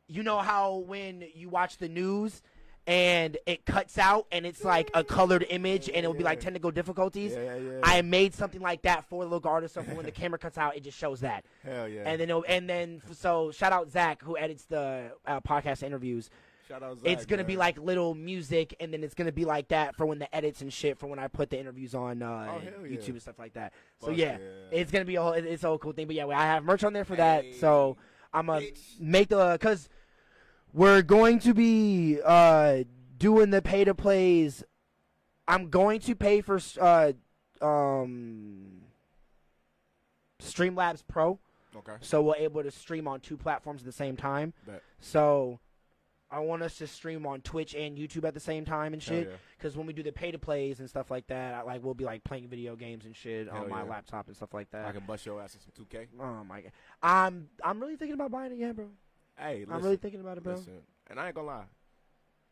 Speaker 1: you know how when you watch the news and it cuts out and it's like a colored image and it'll be like technical difficulties?
Speaker 2: Yeah, yeah.
Speaker 1: I made something like that for the local artist. So when the camera cuts out, it just shows that.
Speaker 2: hell yeah.
Speaker 1: And then, it'll- and then, so shout out Zach who edits the uh, podcast interviews.
Speaker 2: Shout out. Zach,
Speaker 1: it's gonna be
Speaker 2: man.
Speaker 1: like little music, and then it's gonna be like that for when the edits and shit for when I put the interviews on uh,
Speaker 2: Oh, hell yeah.
Speaker 1: YouTube and stuff like that. so
Speaker 2: Fuck
Speaker 1: yeah, it's gonna be a whole, it- it's a whole cool thing. But yeah, I have merch on there for that.
Speaker 2: Hey,
Speaker 1: So I'm gonna
Speaker 2: bitch.
Speaker 1: make the because we're going to be uh doing the pay to plays. I'm going to pay for uh um Streamlabs Pro,
Speaker 2: okay.
Speaker 1: so we're able to stream on two platforms at the same time.
Speaker 2: Bet.
Speaker 1: So I want us to stream on Twitch and YouTube at the same time and
Speaker 2: Hell
Speaker 1: shit.
Speaker 2: yeah.
Speaker 1: Because when we do the pay to plays and stuff like that, I, like we'll be like playing video games and shit
Speaker 2: Hell
Speaker 1: on my
Speaker 2: yeah.
Speaker 1: laptop and stuff like that.
Speaker 2: I can bust your ass in some 2K.
Speaker 1: Oh my god, I'm I'm really thinking about buying it, yeah, bro.
Speaker 2: Hey, listen.
Speaker 1: I'm really thinking about it, bro.
Speaker 2: listen. And I ain't gonna lie.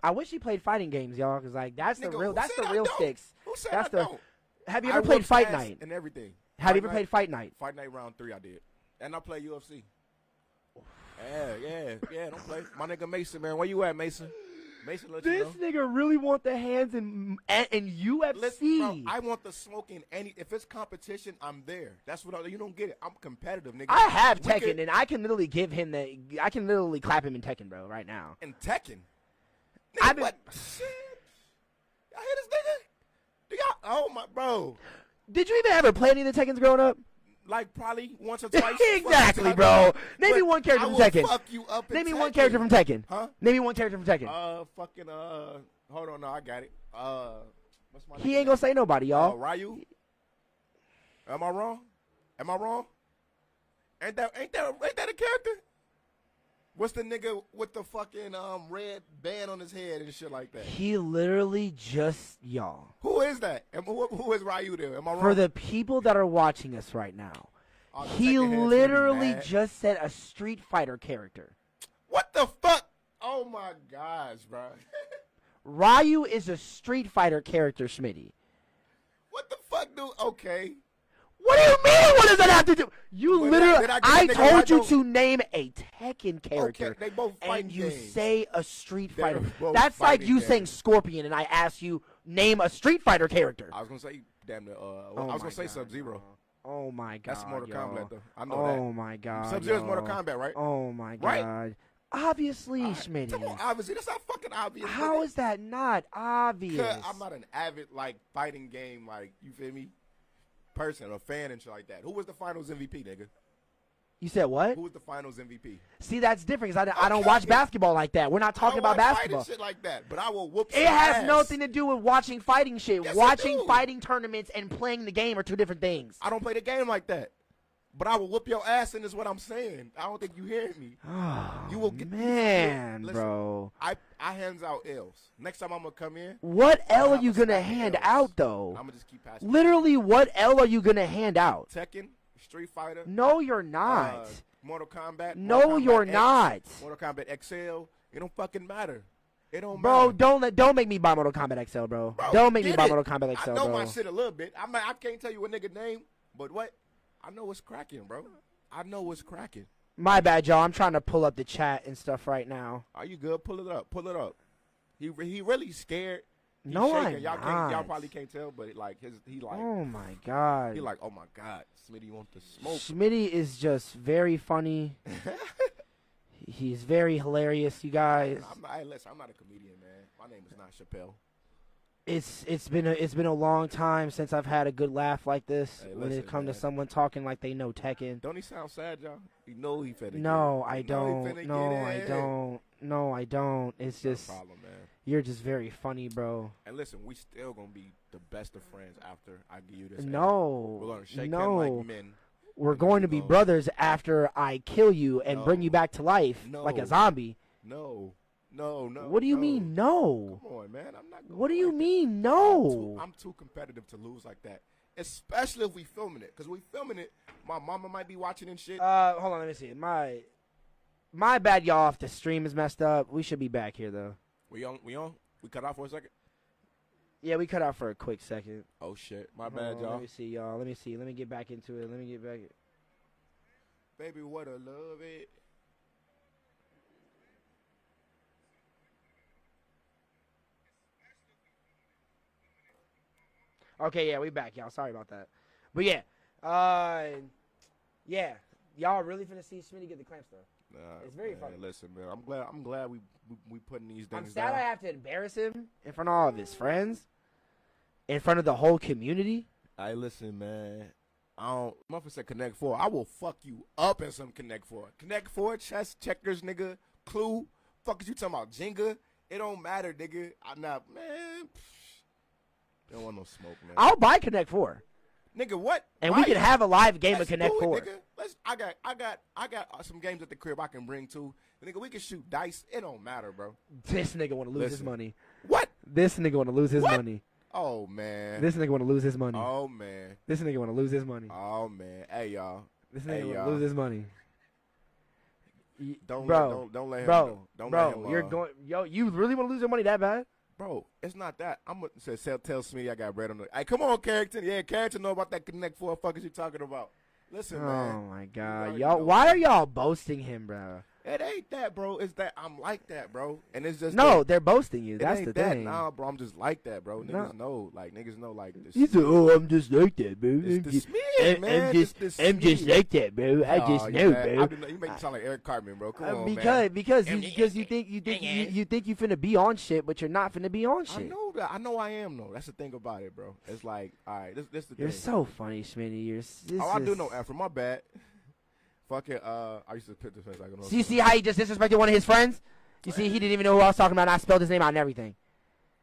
Speaker 1: I wish he played fighting games, y'all, because like that's the
Speaker 2: Nigga,
Speaker 1: real
Speaker 2: who
Speaker 1: that's
Speaker 2: said
Speaker 1: the
Speaker 2: I
Speaker 1: real
Speaker 2: don't?
Speaker 1: sticks.
Speaker 2: Who said
Speaker 1: That's
Speaker 2: I
Speaker 1: the-
Speaker 2: don't?
Speaker 1: Have you
Speaker 2: I
Speaker 1: ever played
Speaker 2: whooped
Speaker 1: Fight
Speaker 2: ass
Speaker 1: Night?
Speaker 2: and everything?
Speaker 1: Have you
Speaker 2: Fight
Speaker 1: ever played Fight Night?
Speaker 2: Fight Night round three, I did. And I play UFC. Yeah, yeah, yeah. Don't play. My nigga Mason, man. Where you at, Mason? Mason, let you
Speaker 1: This
Speaker 2: know.
Speaker 1: nigga really want the hands in and UFC.
Speaker 2: Listen, bro, I want the smoke in any. If it's competition, I'm there. That's what I, you don't get it. I'm competitive, nigga.
Speaker 1: I have
Speaker 2: We
Speaker 1: Tekken,
Speaker 2: could-
Speaker 1: and I can literally give him the. I can literally clap him in Tekken, bro, right now.
Speaker 2: and Tekken. Nigga,
Speaker 1: I've been-
Speaker 2: what? Shit. Y'all hear this nigga? Do y'all? Oh my, bro.
Speaker 1: Did you even ever play any of the Tekkens growing up?
Speaker 2: Like probably once or twice.
Speaker 1: exactly, bro. Name me
Speaker 2: But
Speaker 1: one character
Speaker 2: I
Speaker 1: from
Speaker 2: will
Speaker 1: Tekken.
Speaker 2: Fuck you up. in
Speaker 1: Name me one
Speaker 2: Tekken.
Speaker 1: character from Tekken.
Speaker 2: Huh?
Speaker 1: Name me one character from Tekken.
Speaker 2: Uh, fucking uh, hold on, no, I got it. Uh, what's my
Speaker 1: he ain't gonna say nobody,
Speaker 2: Uh,
Speaker 1: y'all.
Speaker 2: Ryu. Am I wrong? Am I wrong? Ain't that ain't that ain't that a character? What's the nigga with the fucking um red band on his head and shit like that?
Speaker 1: He literally just y'all.
Speaker 2: Who is that? Am, who, who is Ryu there? Am I wrong?
Speaker 1: For the people that are watching us right now,
Speaker 2: Oh, the
Speaker 1: he
Speaker 2: second head's gonna be
Speaker 1: literally
Speaker 2: mad.
Speaker 1: just said a Street Fighter character.
Speaker 2: what the fuck? Oh my gosh, bro.
Speaker 1: Ryu is a Street Fighter character, Schmitty.
Speaker 2: what the fuck, dude? Okay.
Speaker 1: What do you mean? What does that have to do? You
Speaker 2: But
Speaker 1: literally.
Speaker 2: did I-
Speaker 1: I,
Speaker 2: did I get it? I
Speaker 1: told you
Speaker 2: don't-
Speaker 1: to name a Tekken character.
Speaker 2: Okay, they both fighting
Speaker 1: and you
Speaker 2: games.
Speaker 1: say a Street
Speaker 2: They're
Speaker 1: Fighter.
Speaker 2: both
Speaker 1: That's like
Speaker 2: fighting
Speaker 1: you
Speaker 2: games.
Speaker 1: saying Scorpion, and I ask you name a Street Fighter character.
Speaker 2: I was gonna say damn near. Uh,
Speaker 1: Oh
Speaker 2: I was
Speaker 1: my
Speaker 2: gonna say
Speaker 1: God,
Speaker 2: Sub Zero.
Speaker 1: y'all. Oh my god.
Speaker 2: That's Mortal
Speaker 1: y'all.
Speaker 2: Kombat though. I know
Speaker 1: Oh my god.
Speaker 2: that. Sub Zero's
Speaker 1: y'all.
Speaker 2: Mortal Kombat, right?
Speaker 1: Oh my god.
Speaker 2: Right?
Speaker 1: Obviously,
Speaker 2: All right.
Speaker 1: Schmitty.
Speaker 2: Come on, obviously. That's not fucking obvious.
Speaker 1: How
Speaker 2: nigga.
Speaker 1: is that not obvious?
Speaker 2: Cause I'm not an avid like fighting game like you feel me person, a fan and shit like that. Who was the finals MVP, nigga?
Speaker 1: You said what?
Speaker 2: Who was the Finals MVP?
Speaker 1: See, that's different because I, I don't
Speaker 2: Okay.
Speaker 1: watch basketball like that. We're not talking
Speaker 2: I
Speaker 1: about
Speaker 2: watch fighting
Speaker 1: basketball.
Speaker 2: shit like that. But I will whoop.
Speaker 1: It
Speaker 2: some
Speaker 1: has
Speaker 2: ass.
Speaker 1: nothing to do with watching fighting shit.
Speaker 2: Yes, it
Speaker 1: watching
Speaker 2: do.
Speaker 1: fighting tournaments and playing the game are two different things.
Speaker 2: I don't play the game like that. But I will whoop your ass, and is what I'm saying. I don't think you hear me.
Speaker 1: Oh,
Speaker 2: You will get-
Speaker 1: man,
Speaker 2: Listen.
Speaker 1: bro.
Speaker 2: I I hands out L's. Next time I'm gonna come in,
Speaker 1: What L are
Speaker 2: have
Speaker 1: you
Speaker 2: a
Speaker 1: gonna
Speaker 2: stack of
Speaker 1: hand
Speaker 2: Ls.
Speaker 1: out
Speaker 2: I'm
Speaker 1: though?
Speaker 2: gonna just keep passing.
Speaker 1: Literally, what L are you gonna hand out?
Speaker 2: Tekken, Street Fighter,
Speaker 1: No, you're
Speaker 2: uh,
Speaker 1: not.
Speaker 2: Mortal Kombat.
Speaker 1: No,
Speaker 2: Mortal Kombat
Speaker 1: you're
Speaker 2: X,
Speaker 1: not.
Speaker 2: Mortal Kombat XL. It don't fucking matter. It don't
Speaker 1: Bro,
Speaker 2: matter.
Speaker 1: don't let don't make me buy Mortal Kombat XL, bro.
Speaker 2: Bro,
Speaker 1: don't make me
Speaker 2: get
Speaker 1: buy
Speaker 2: it.
Speaker 1: Mortal Kombat XL,
Speaker 2: I know
Speaker 1: bro.
Speaker 2: my shit a little bit. I'm not, I can't tell you a nigga name, but what? I know what's cracking, bro. I know what's cracking.
Speaker 1: My bad, y'all. I'm trying to pull up the chat and stuff right now.
Speaker 2: Are you good? Pull it up. Pull it up. He re- he really scared. He
Speaker 1: No,
Speaker 2: shaking.
Speaker 1: I'm
Speaker 2: y'all Can't, y'all
Speaker 1: not.
Speaker 2: probably can't tell, but like his he like
Speaker 1: oh my god.
Speaker 2: he like oh my god, Smitty want to smoke.
Speaker 1: Schmitty is just very funny. He's very hilarious, you guys.
Speaker 2: I'm not, hey, listen, I'm not a comedian, man. My name is not Chappelle.
Speaker 1: It's it's been a, it's been a long time since I've had a good laugh like this.
Speaker 2: Hey,
Speaker 1: when
Speaker 2: listen,
Speaker 1: it come
Speaker 2: man.
Speaker 1: to someone talking like they know Tekken.
Speaker 2: Don't he sound sad, y'all? You know he finna.
Speaker 1: No,
Speaker 2: get it.
Speaker 1: I
Speaker 2: You know he
Speaker 1: don't.
Speaker 2: finna
Speaker 1: No,
Speaker 2: get
Speaker 1: I
Speaker 2: it.
Speaker 1: don't. No, I don't. It's
Speaker 2: Not a
Speaker 1: just
Speaker 2: problem, man.
Speaker 1: you're just very funny, bro.
Speaker 2: And listen, we still gonna be the best of friends after I give you this. L. we're
Speaker 1: No,
Speaker 2: gonna shake
Speaker 1: no,
Speaker 2: him like men.
Speaker 1: we're
Speaker 2: and then
Speaker 1: going
Speaker 2: we
Speaker 1: to be
Speaker 2: go-
Speaker 1: brothers after I kill you and bring you
Speaker 2: No.
Speaker 1: back to life like a
Speaker 2: No.
Speaker 1: zombie.
Speaker 2: No, no, no.
Speaker 1: what do you
Speaker 2: no.
Speaker 1: mean no?
Speaker 2: Come on, man. I'm not. Going
Speaker 1: What do you
Speaker 2: like that.
Speaker 1: mean
Speaker 2: I'm too-
Speaker 1: no?
Speaker 2: I'm too competitive to lose like that, especially if we filming it. Cause we filming it, my mama might be watching and shit.
Speaker 1: Uh, hold on, let me see. My my bad, y'all. If the stream is messed up, we should be back here though.
Speaker 2: we on, we on. We cut off for a second.
Speaker 1: Yeah, we cut out for a quick second.
Speaker 2: Oh shit, my
Speaker 1: Hold
Speaker 2: bad,
Speaker 1: on,
Speaker 2: y'all.
Speaker 1: Let me see, y'all. Let me see. Let me get back into it. Let me get back.
Speaker 2: Baby, what a love it.
Speaker 1: Okay, yeah, we back, y'all. Sorry about that. But yeah, uh, yeah, y'all really finna see Smitty get the clamps though.
Speaker 2: Nah,
Speaker 1: It's very
Speaker 2: man,
Speaker 1: fucking-
Speaker 2: Listen, man, I'm glad. I'm glad we we, we putting these
Speaker 1: I'm
Speaker 2: things
Speaker 1: sad
Speaker 2: down.
Speaker 1: I have to embarrass him in front of all of his friends, in front of the whole community.
Speaker 2: Hey, listen, man. I don't. Muffin said Connect Four. I will fuck you up in some Connect Four. Connect Four, chess, checkers, nigga. Clue. Fuck is you talking about Jenga? It don't matter, nigga. I'm not, man. psh. Don't want no smoke, man.
Speaker 1: I'll buy Connect Four,
Speaker 2: nigga, what?
Speaker 1: and
Speaker 2: Why
Speaker 1: we can
Speaker 2: you-
Speaker 1: have a live game of
Speaker 2: Let's
Speaker 1: Connect
Speaker 2: do it,
Speaker 1: Four.
Speaker 2: Nigga. Let's. I got. I got. I got uh, some games at the crib I can bring to. Nigga, we can shoot dice. It don't matter, bro.
Speaker 1: This nigga want to lose his
Speaker 2: Listen.
Speaker 1: money.
Speaker 2: What?
Speaker 1: This nigga want to lose his
Speaker 2: What?
Speaker 1: money.
Speaker 2: Oh man.
Speaker 1: This nigga want to lose his money.
Speaker 2: oh man.
Speaker 1: This nigga want to lose his money.
Speaker 2: Oh man. Hey y'all.
Speaker 1: This nigga
Speaker 2: hey,
Speaker 1: want to
Speaker 2: y'all.
Speaker 1: lose his money. Y-
Speaker 2: Don't
Speaker 1: bro,
Speaker 2: let, don't don't let him
Speaker 1: bro,
Speaker 2: don't
Speaker 1: bro,
Speaker 2: let him,
Speaker 1: you're
Speaker 2: uh,
Speaker 1: going, yo, you really want to lose your money that bad?
Speaker 2: bro. It's not that I'm gonna say tell, tell Smitty I got bread on the. Hey, come on, Carrington. Yeah, Carrington know about that Connect Four. Fuck is you talking about? Listen,
Speaker 1: Oh
Speaker 2: man,
Speaker 1: my god,
Speaker 2: already
Speaker 1: y'all,
Speaker 2: know.
Speaker 1: why are y'all boasting him, bro?
Speaker 2: it ain't that, bro. It's that I'm like that, bro. And it's just
Speaker 1: No,
Speaker 2: that-
Speaker 1: they're boasting you.
Speaker 2: it
Speaker 1: That's
Speaker 2: ain't
Speaker 1: the
Speaker 2: that.
Speaker 1: thing.
Speaker 2: Nah, bro, I'm just like that, bro.
Speaker 1: No.
Speaker 2: Niggas know, like niggas know, like this.
Speaker 1: He's like, oh, I'm just like that, bro. I'm
Speaker 2: It's the
Speaker 1: just,
Speaker 2: Smitty,
Speaker 1: I'm-
Speaker 2: man.
Speaker 1: I'm
Speaker 2: It's
Speaker 1: just,
Speaker 2: the
Speaker 1: I'm just
Speaker 2: Smitty.
Speaker 1: like that, bro. I
Speaker 2: Aw,
Speaker 1: just
Speaker 2: you
Speaker 1: know,
Speaker 2: mad. I
Speaker 1: bro.
Speaker 2: do not- you make me sound like Eric Cartman, bro. Come
Speaker 1: Uh,
Speaker 2: on,
Speaker 1: because
Speaker 2: man.
Speaker 1: because you
Speaker 2: I'm the-
Speaker 1: because you think you think you, you think you finna be on shit, but you're not finna be on
Speaker 2: I
Speaker 1: shit.
Speaker 2: know that. I know I am though. That's the thing about it, bro. It's like, all right, this this the
Speaker 1: You're
Speaker 2: thing.
Speaker 1: so funny, Schmitty. You're. s- This
Speaker 2: Oh, I do
Speaker 1: is-
Speaker 2: know Afro. My bad. Fucking, uh, I used to pit this face. I can
Speaker 1: So you see how he just disrespected one of his friends? You see, he didn't even know who I was talking about. And I spelled his name out and everything.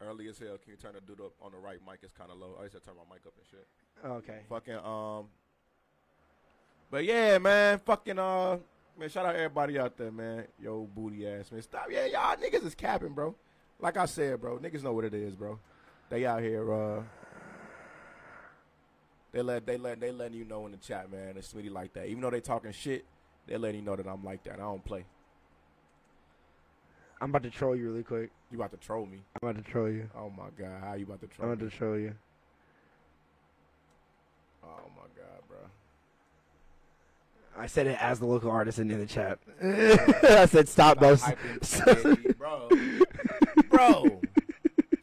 Speaker 2: early as hell. Can you turn the dude up on the right mic? It's kind of low. I used to turn my mic up and shit.
Speaker 1: Okay.
Speaker 2: Fucking, um, but yeah, man. Fucking, uh, man. Shout out everybody out there, man. Yo, booty ass, man. Stop, yeah, y'all niggas is capping, bro. Like I said, bro, niggas know what it is, bro. They out here, uh. They let they let they letting you know in the chat, man. It's Smitty like that. Even though they talking shit, they letting you know that I'm like that. I don't play.
Speaker 1: I'm about to troll you really quick.
Speaker 2: You about to troll me.
Speaker 1: I'm about to troll you.
Speaker 2: Oh my god, how you about to troll? me?
Speaker 1: troll you.
Speaker 2: Oh my god, bro.
Speaker 1: I said it as the local artist in the chat. I said stop those.
Speaker 2: Stop hyping, baby, bro. Bro,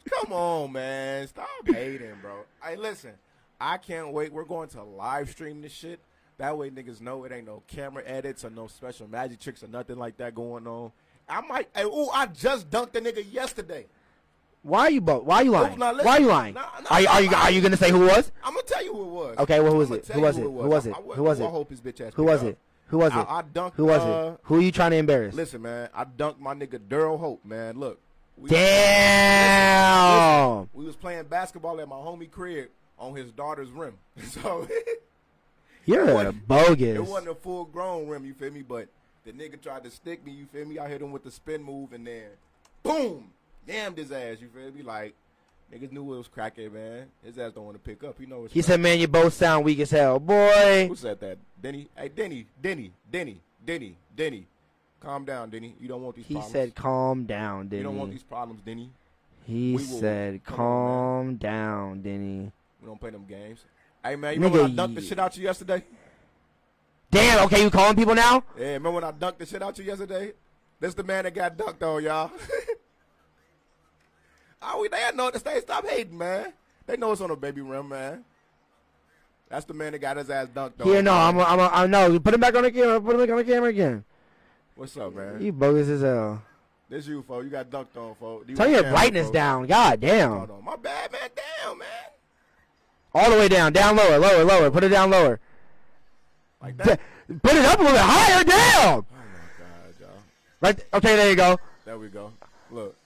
Speaker 2: come on, man. Stop hating, bro. Hey, listen, I can't wait. We're going to live stream this shit. That way, niggas know it ain't no camera edits or no special magic tricks or nothing like that going on. I might. Hey, ooh, I just dunked a nigga yesterday.
Speaker 1: Why are you bo- Why are you lying?
Speaker 2: nah, listen.
Speaker 1: Why are you lying?
Speaker 2: Nah, nah,
Speaker 1: are, you, are you
Speaker 2: nah.
Speaker 1: are you gonna say who it was?
Speaker 2: I'm gonna tell you who it was.
Speaker 1: Okay, well who
Speaker 2: I'm
Speaker 1: was
Speaker 2: gonna
Speaker 1: it?
Speaker 2: tell
Speaker 1: Who
Speaker 2: you
Speaker 1: was it? Who was
Speaker 2: I-
Speaker 1: it?
Speaker 2: I-
Speaker 1: Who was
Speaker 2: I
Speaker 1: it?
Speaker 2: hope his bitch ass.
Speaker 1: Who
Speaker 2: pick
Speaker 1: was
Speaker 2: up.
Speaker 1: it? Who was it?
Speaker 2: I, I dunked.
Speaker 1: Who was
Speaker 2: uh,
Speaker 1: it? Who are you trying to embarrass?
Speaker 2: Listen, man, I dunked my nigga Daryl Hope, man. Look, we,
Speaker 1: Damn.
Speaker 2: we was playing basketball at my homie crib on his daughter's rim, so
Speaker 1: You're
Speaker 2: it
Speaker 1: a
Speaker 2: wasn't-
Speaker 1: bogus.
Speaker 2: it wasn't a full grown rim. You feel me? But the nigga tried to stick me. You feel me? I hit him with the spin move, and then boom, damned his ass. You feel me? Like niggas knew it was cracking, man. His ass don't want to pick up. You know it's
Speaker 1: he said, "Man, you both sound weak as hell, boy."
Speaker 2: Who said that? Denny. Hey, Denny. Denny. Denny. Denny. Denny. Calm down, Denny. You don't want these
Speaker 1: He
Speaker 2: problems.
Speaker 1: said, "Calm down,
Speaker 2: you don't want
Speaker 1: Denny."
Speaker 2: these problems, Denny.
Speaker 1: He
Speaker 2: we will-
Speaker 1: said,
Speaker 2: come on,
Speaker 1: "Calm down, Denny."
Speaker 2: We don't play them games. Hey, man, you remember when I
Speaker 1: Nigga,
Speaker 2: dunked the
Speaker 1: ye-
Speaker 2: shit out you yesterday?
Speaker 1: Damn. Okay, you calling people now?
Speaker 2: Yeah, remember when I dunked the shit out you yesterday? This the man that got dunked on, y'all. oh, we, they know this. They stop hating, man. They know it's on a baby rim, man. That's the man that got his ass dunked on.
Speaker 1: Yeah, no, I'm, a, I'm, a, I know. Put him back on the camera. Put him back on the camera again.
Speaker 2: What's up, man?
Speaker 1: You bogus as hell.
Speaker 2: this you, fo. You got dunked on, fo. You
Speaker 1: Turn
Speaker 2: on
Speaker 1: your
Speaker 2: camera,
Speaker 1: brightness
Speaker 2: fo.
Speaker 1: down. God
Speaker 2: Hold
Speaker 1: damn.
Speaker 2: on, my bad, man. Damn, man.
Speaker 1: All the way down. Down lower. Lower. Lower. Put it down lower.
Speaker 2: Like
Speaker 1: Th-
Speaker 2: that.
Speaker 1: Put it up a little bit higher. Down.
Speaker 2: Oh my god, y'all.
Speaker 1: Right. th- Okay. There you go.
Speaker 2: There we go. Look.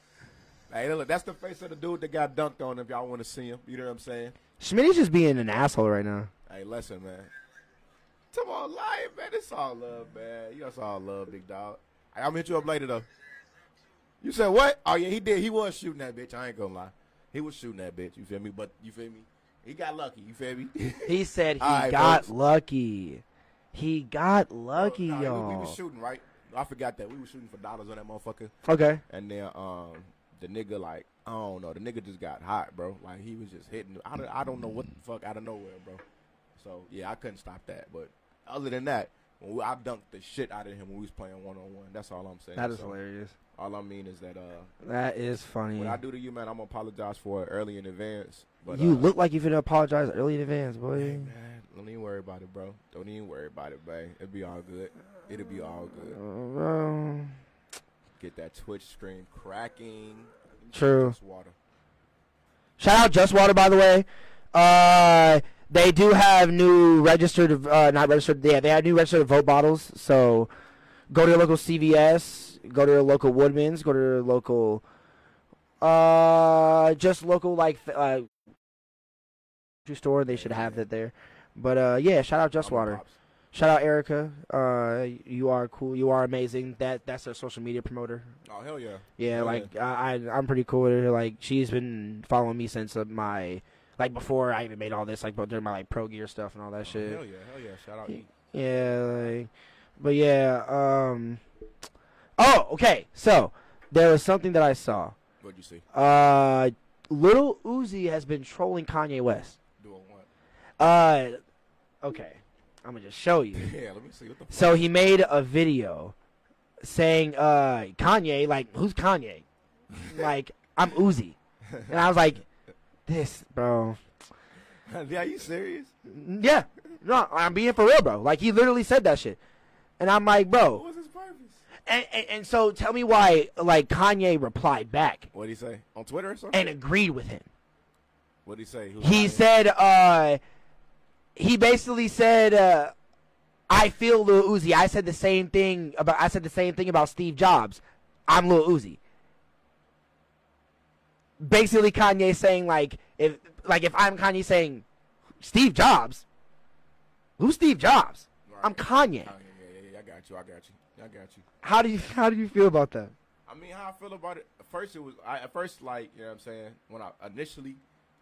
Speaker 2: Hey, look, that's the face of the dude that got dunked on if y'all want to see him. You know what I'm saying?
Speaker 1: Schmitty's just being an asshole right now.
Speaker 2: Hey, listen, man. Come on, life, man. It's all love, man. You know, it's all love, big dog. Hey, I'm gonna hit you up later, though. You said what? Oh yeah, he did. He was shooting that bitch. I ain't gonna lie. He was shooting that bitch. You feel me? But you feel me? He got lucky. You feel me?
Speaker 1: He said he
Speaker 2: All right,
Speaker 1: got
Speaker 2: folks. Oh,
Speaker 1: lucky. He got lucky,
Speaker 2: Nah,
Speaker 1: y'all.
Speaker 2: We, we was shooting, right? I forgot that we was shooting for dollars on that motherfucker.
Speaker 1: okay.
Speaker 2: And then um, the nigga like I don't know, the nigga just got hot, bro. Like he was just hitting. I don't, I don't know what the fuck out of nowhere, bro. So yeah, I couldn't stop that. But other than that, when we, I dunked the shit out of him when we was playing one on one. That's all I'm saying.
Speaker 1: That is
Speaker 2: So,
Speaker 1: hilarious. Mm-hmm.
Speaker 2: All I mean is that uh,
Speaker 1: That is funny.
Speaker 2: what I do to you, man, I'm gonna apologize for it early in advance. But
Speaker 1: you
Speaker 2: uh,
Speaker 1: look like you finna apologize early in advance, boy.
Speaker 2: Hey, man, don't even worry about it, bro. Don't even worry about it, babe. It'll be all good. It'll be all
Speaker 1: Uh,
Speaker 2: good.
Speaker 1: bro.
Speaker 2: Get that Twitch screen cracking.
Speaker 1: True.
Speaker 2: Just water.
Speaker 1: Shout out Just Water, by the way. Uh, they do have new registered, uh, not registered. Yeah, they have new registered vote bottles. So go to your local CVS, go to your local Woodman's, go to your local, uh, just local like th- uh, grocery store. They should have that there. But uh, yeah, shout out Just
Speaker 2: I'm a
Speaker 1: Water.
Speaker 2: pops.
Speaker 1: Shout out Erica. Uh, you are cool. You are amazing. That that's their social media promoter.
Speaker 2: Oh hell yeah.
Speaker 1: Yeah,
Speaker 2: Hell
Speaker 1: like I, I, I'm pretty cool with her. Like she's been following me since uh, my, like before I even made all this, like but during my like pro gear stuff and all that
Speaker 2: Oh,
Speaker 1: shit.
Speaker 2: Hell yeah, hell yeah. Shout out
Speaker 1: Yeah.
Speaker 2: E.
Speaker 1: Yeah, like, but yeah. Um. Oh, okay. So there was something that I saw.
Speaker 2: What'd you see?
Speaker 1: Uh, little Uzi has been trolling Kanye West.
Speaker 2: Doing what?
Speaker 1: Uh, okay. I'm gonna just show you.
Speaker 2: Yeah, let me see what the
Speaker 1: So he made a video saying, uh, Kanye, like, who's Kanye? like, I'm Uzi. And I was like, this, bro.
Speaker 2: fuck. yeah, you serious?
Speaker 1: Yeah. No, I'm being for real, bro. Like, he literally said that shit. And I'm like,
Speaker 2: What
Speaker 1: bro.
Speaker 2: was his purpose?
Speaker 1: And, and, and so tell me why, like, Kanye replied back
Speaker 2: What'd he say? On Twitter or something?
Speaker 1: and agreed with him.
Speaker 2: What'd he say? Who's
Speaker 1: He
Speaker 2: Kanye?
Speaker 1: said, uh, he basically said, uh, I feel Lil Uzi. I said the same thing about, I said the same thing about Steve Jobs. I'm Lil Uzi. Basically, Kanye saying like, if like if I'm Kanye saying, Steve Jobs, who's Steve Jobs?
Speaker 2: Right.
Speaker 1: I'm Kanye.
Speaker 2: Kanye, Oh, yeah, yeah, yeah, I got you, I got you. I got you.
Speaker 1: How do you how do you feel about that?
Speaker 2: I mean, how I feel about it. At first, it was I, at first like you know what I'm saying. When I initially,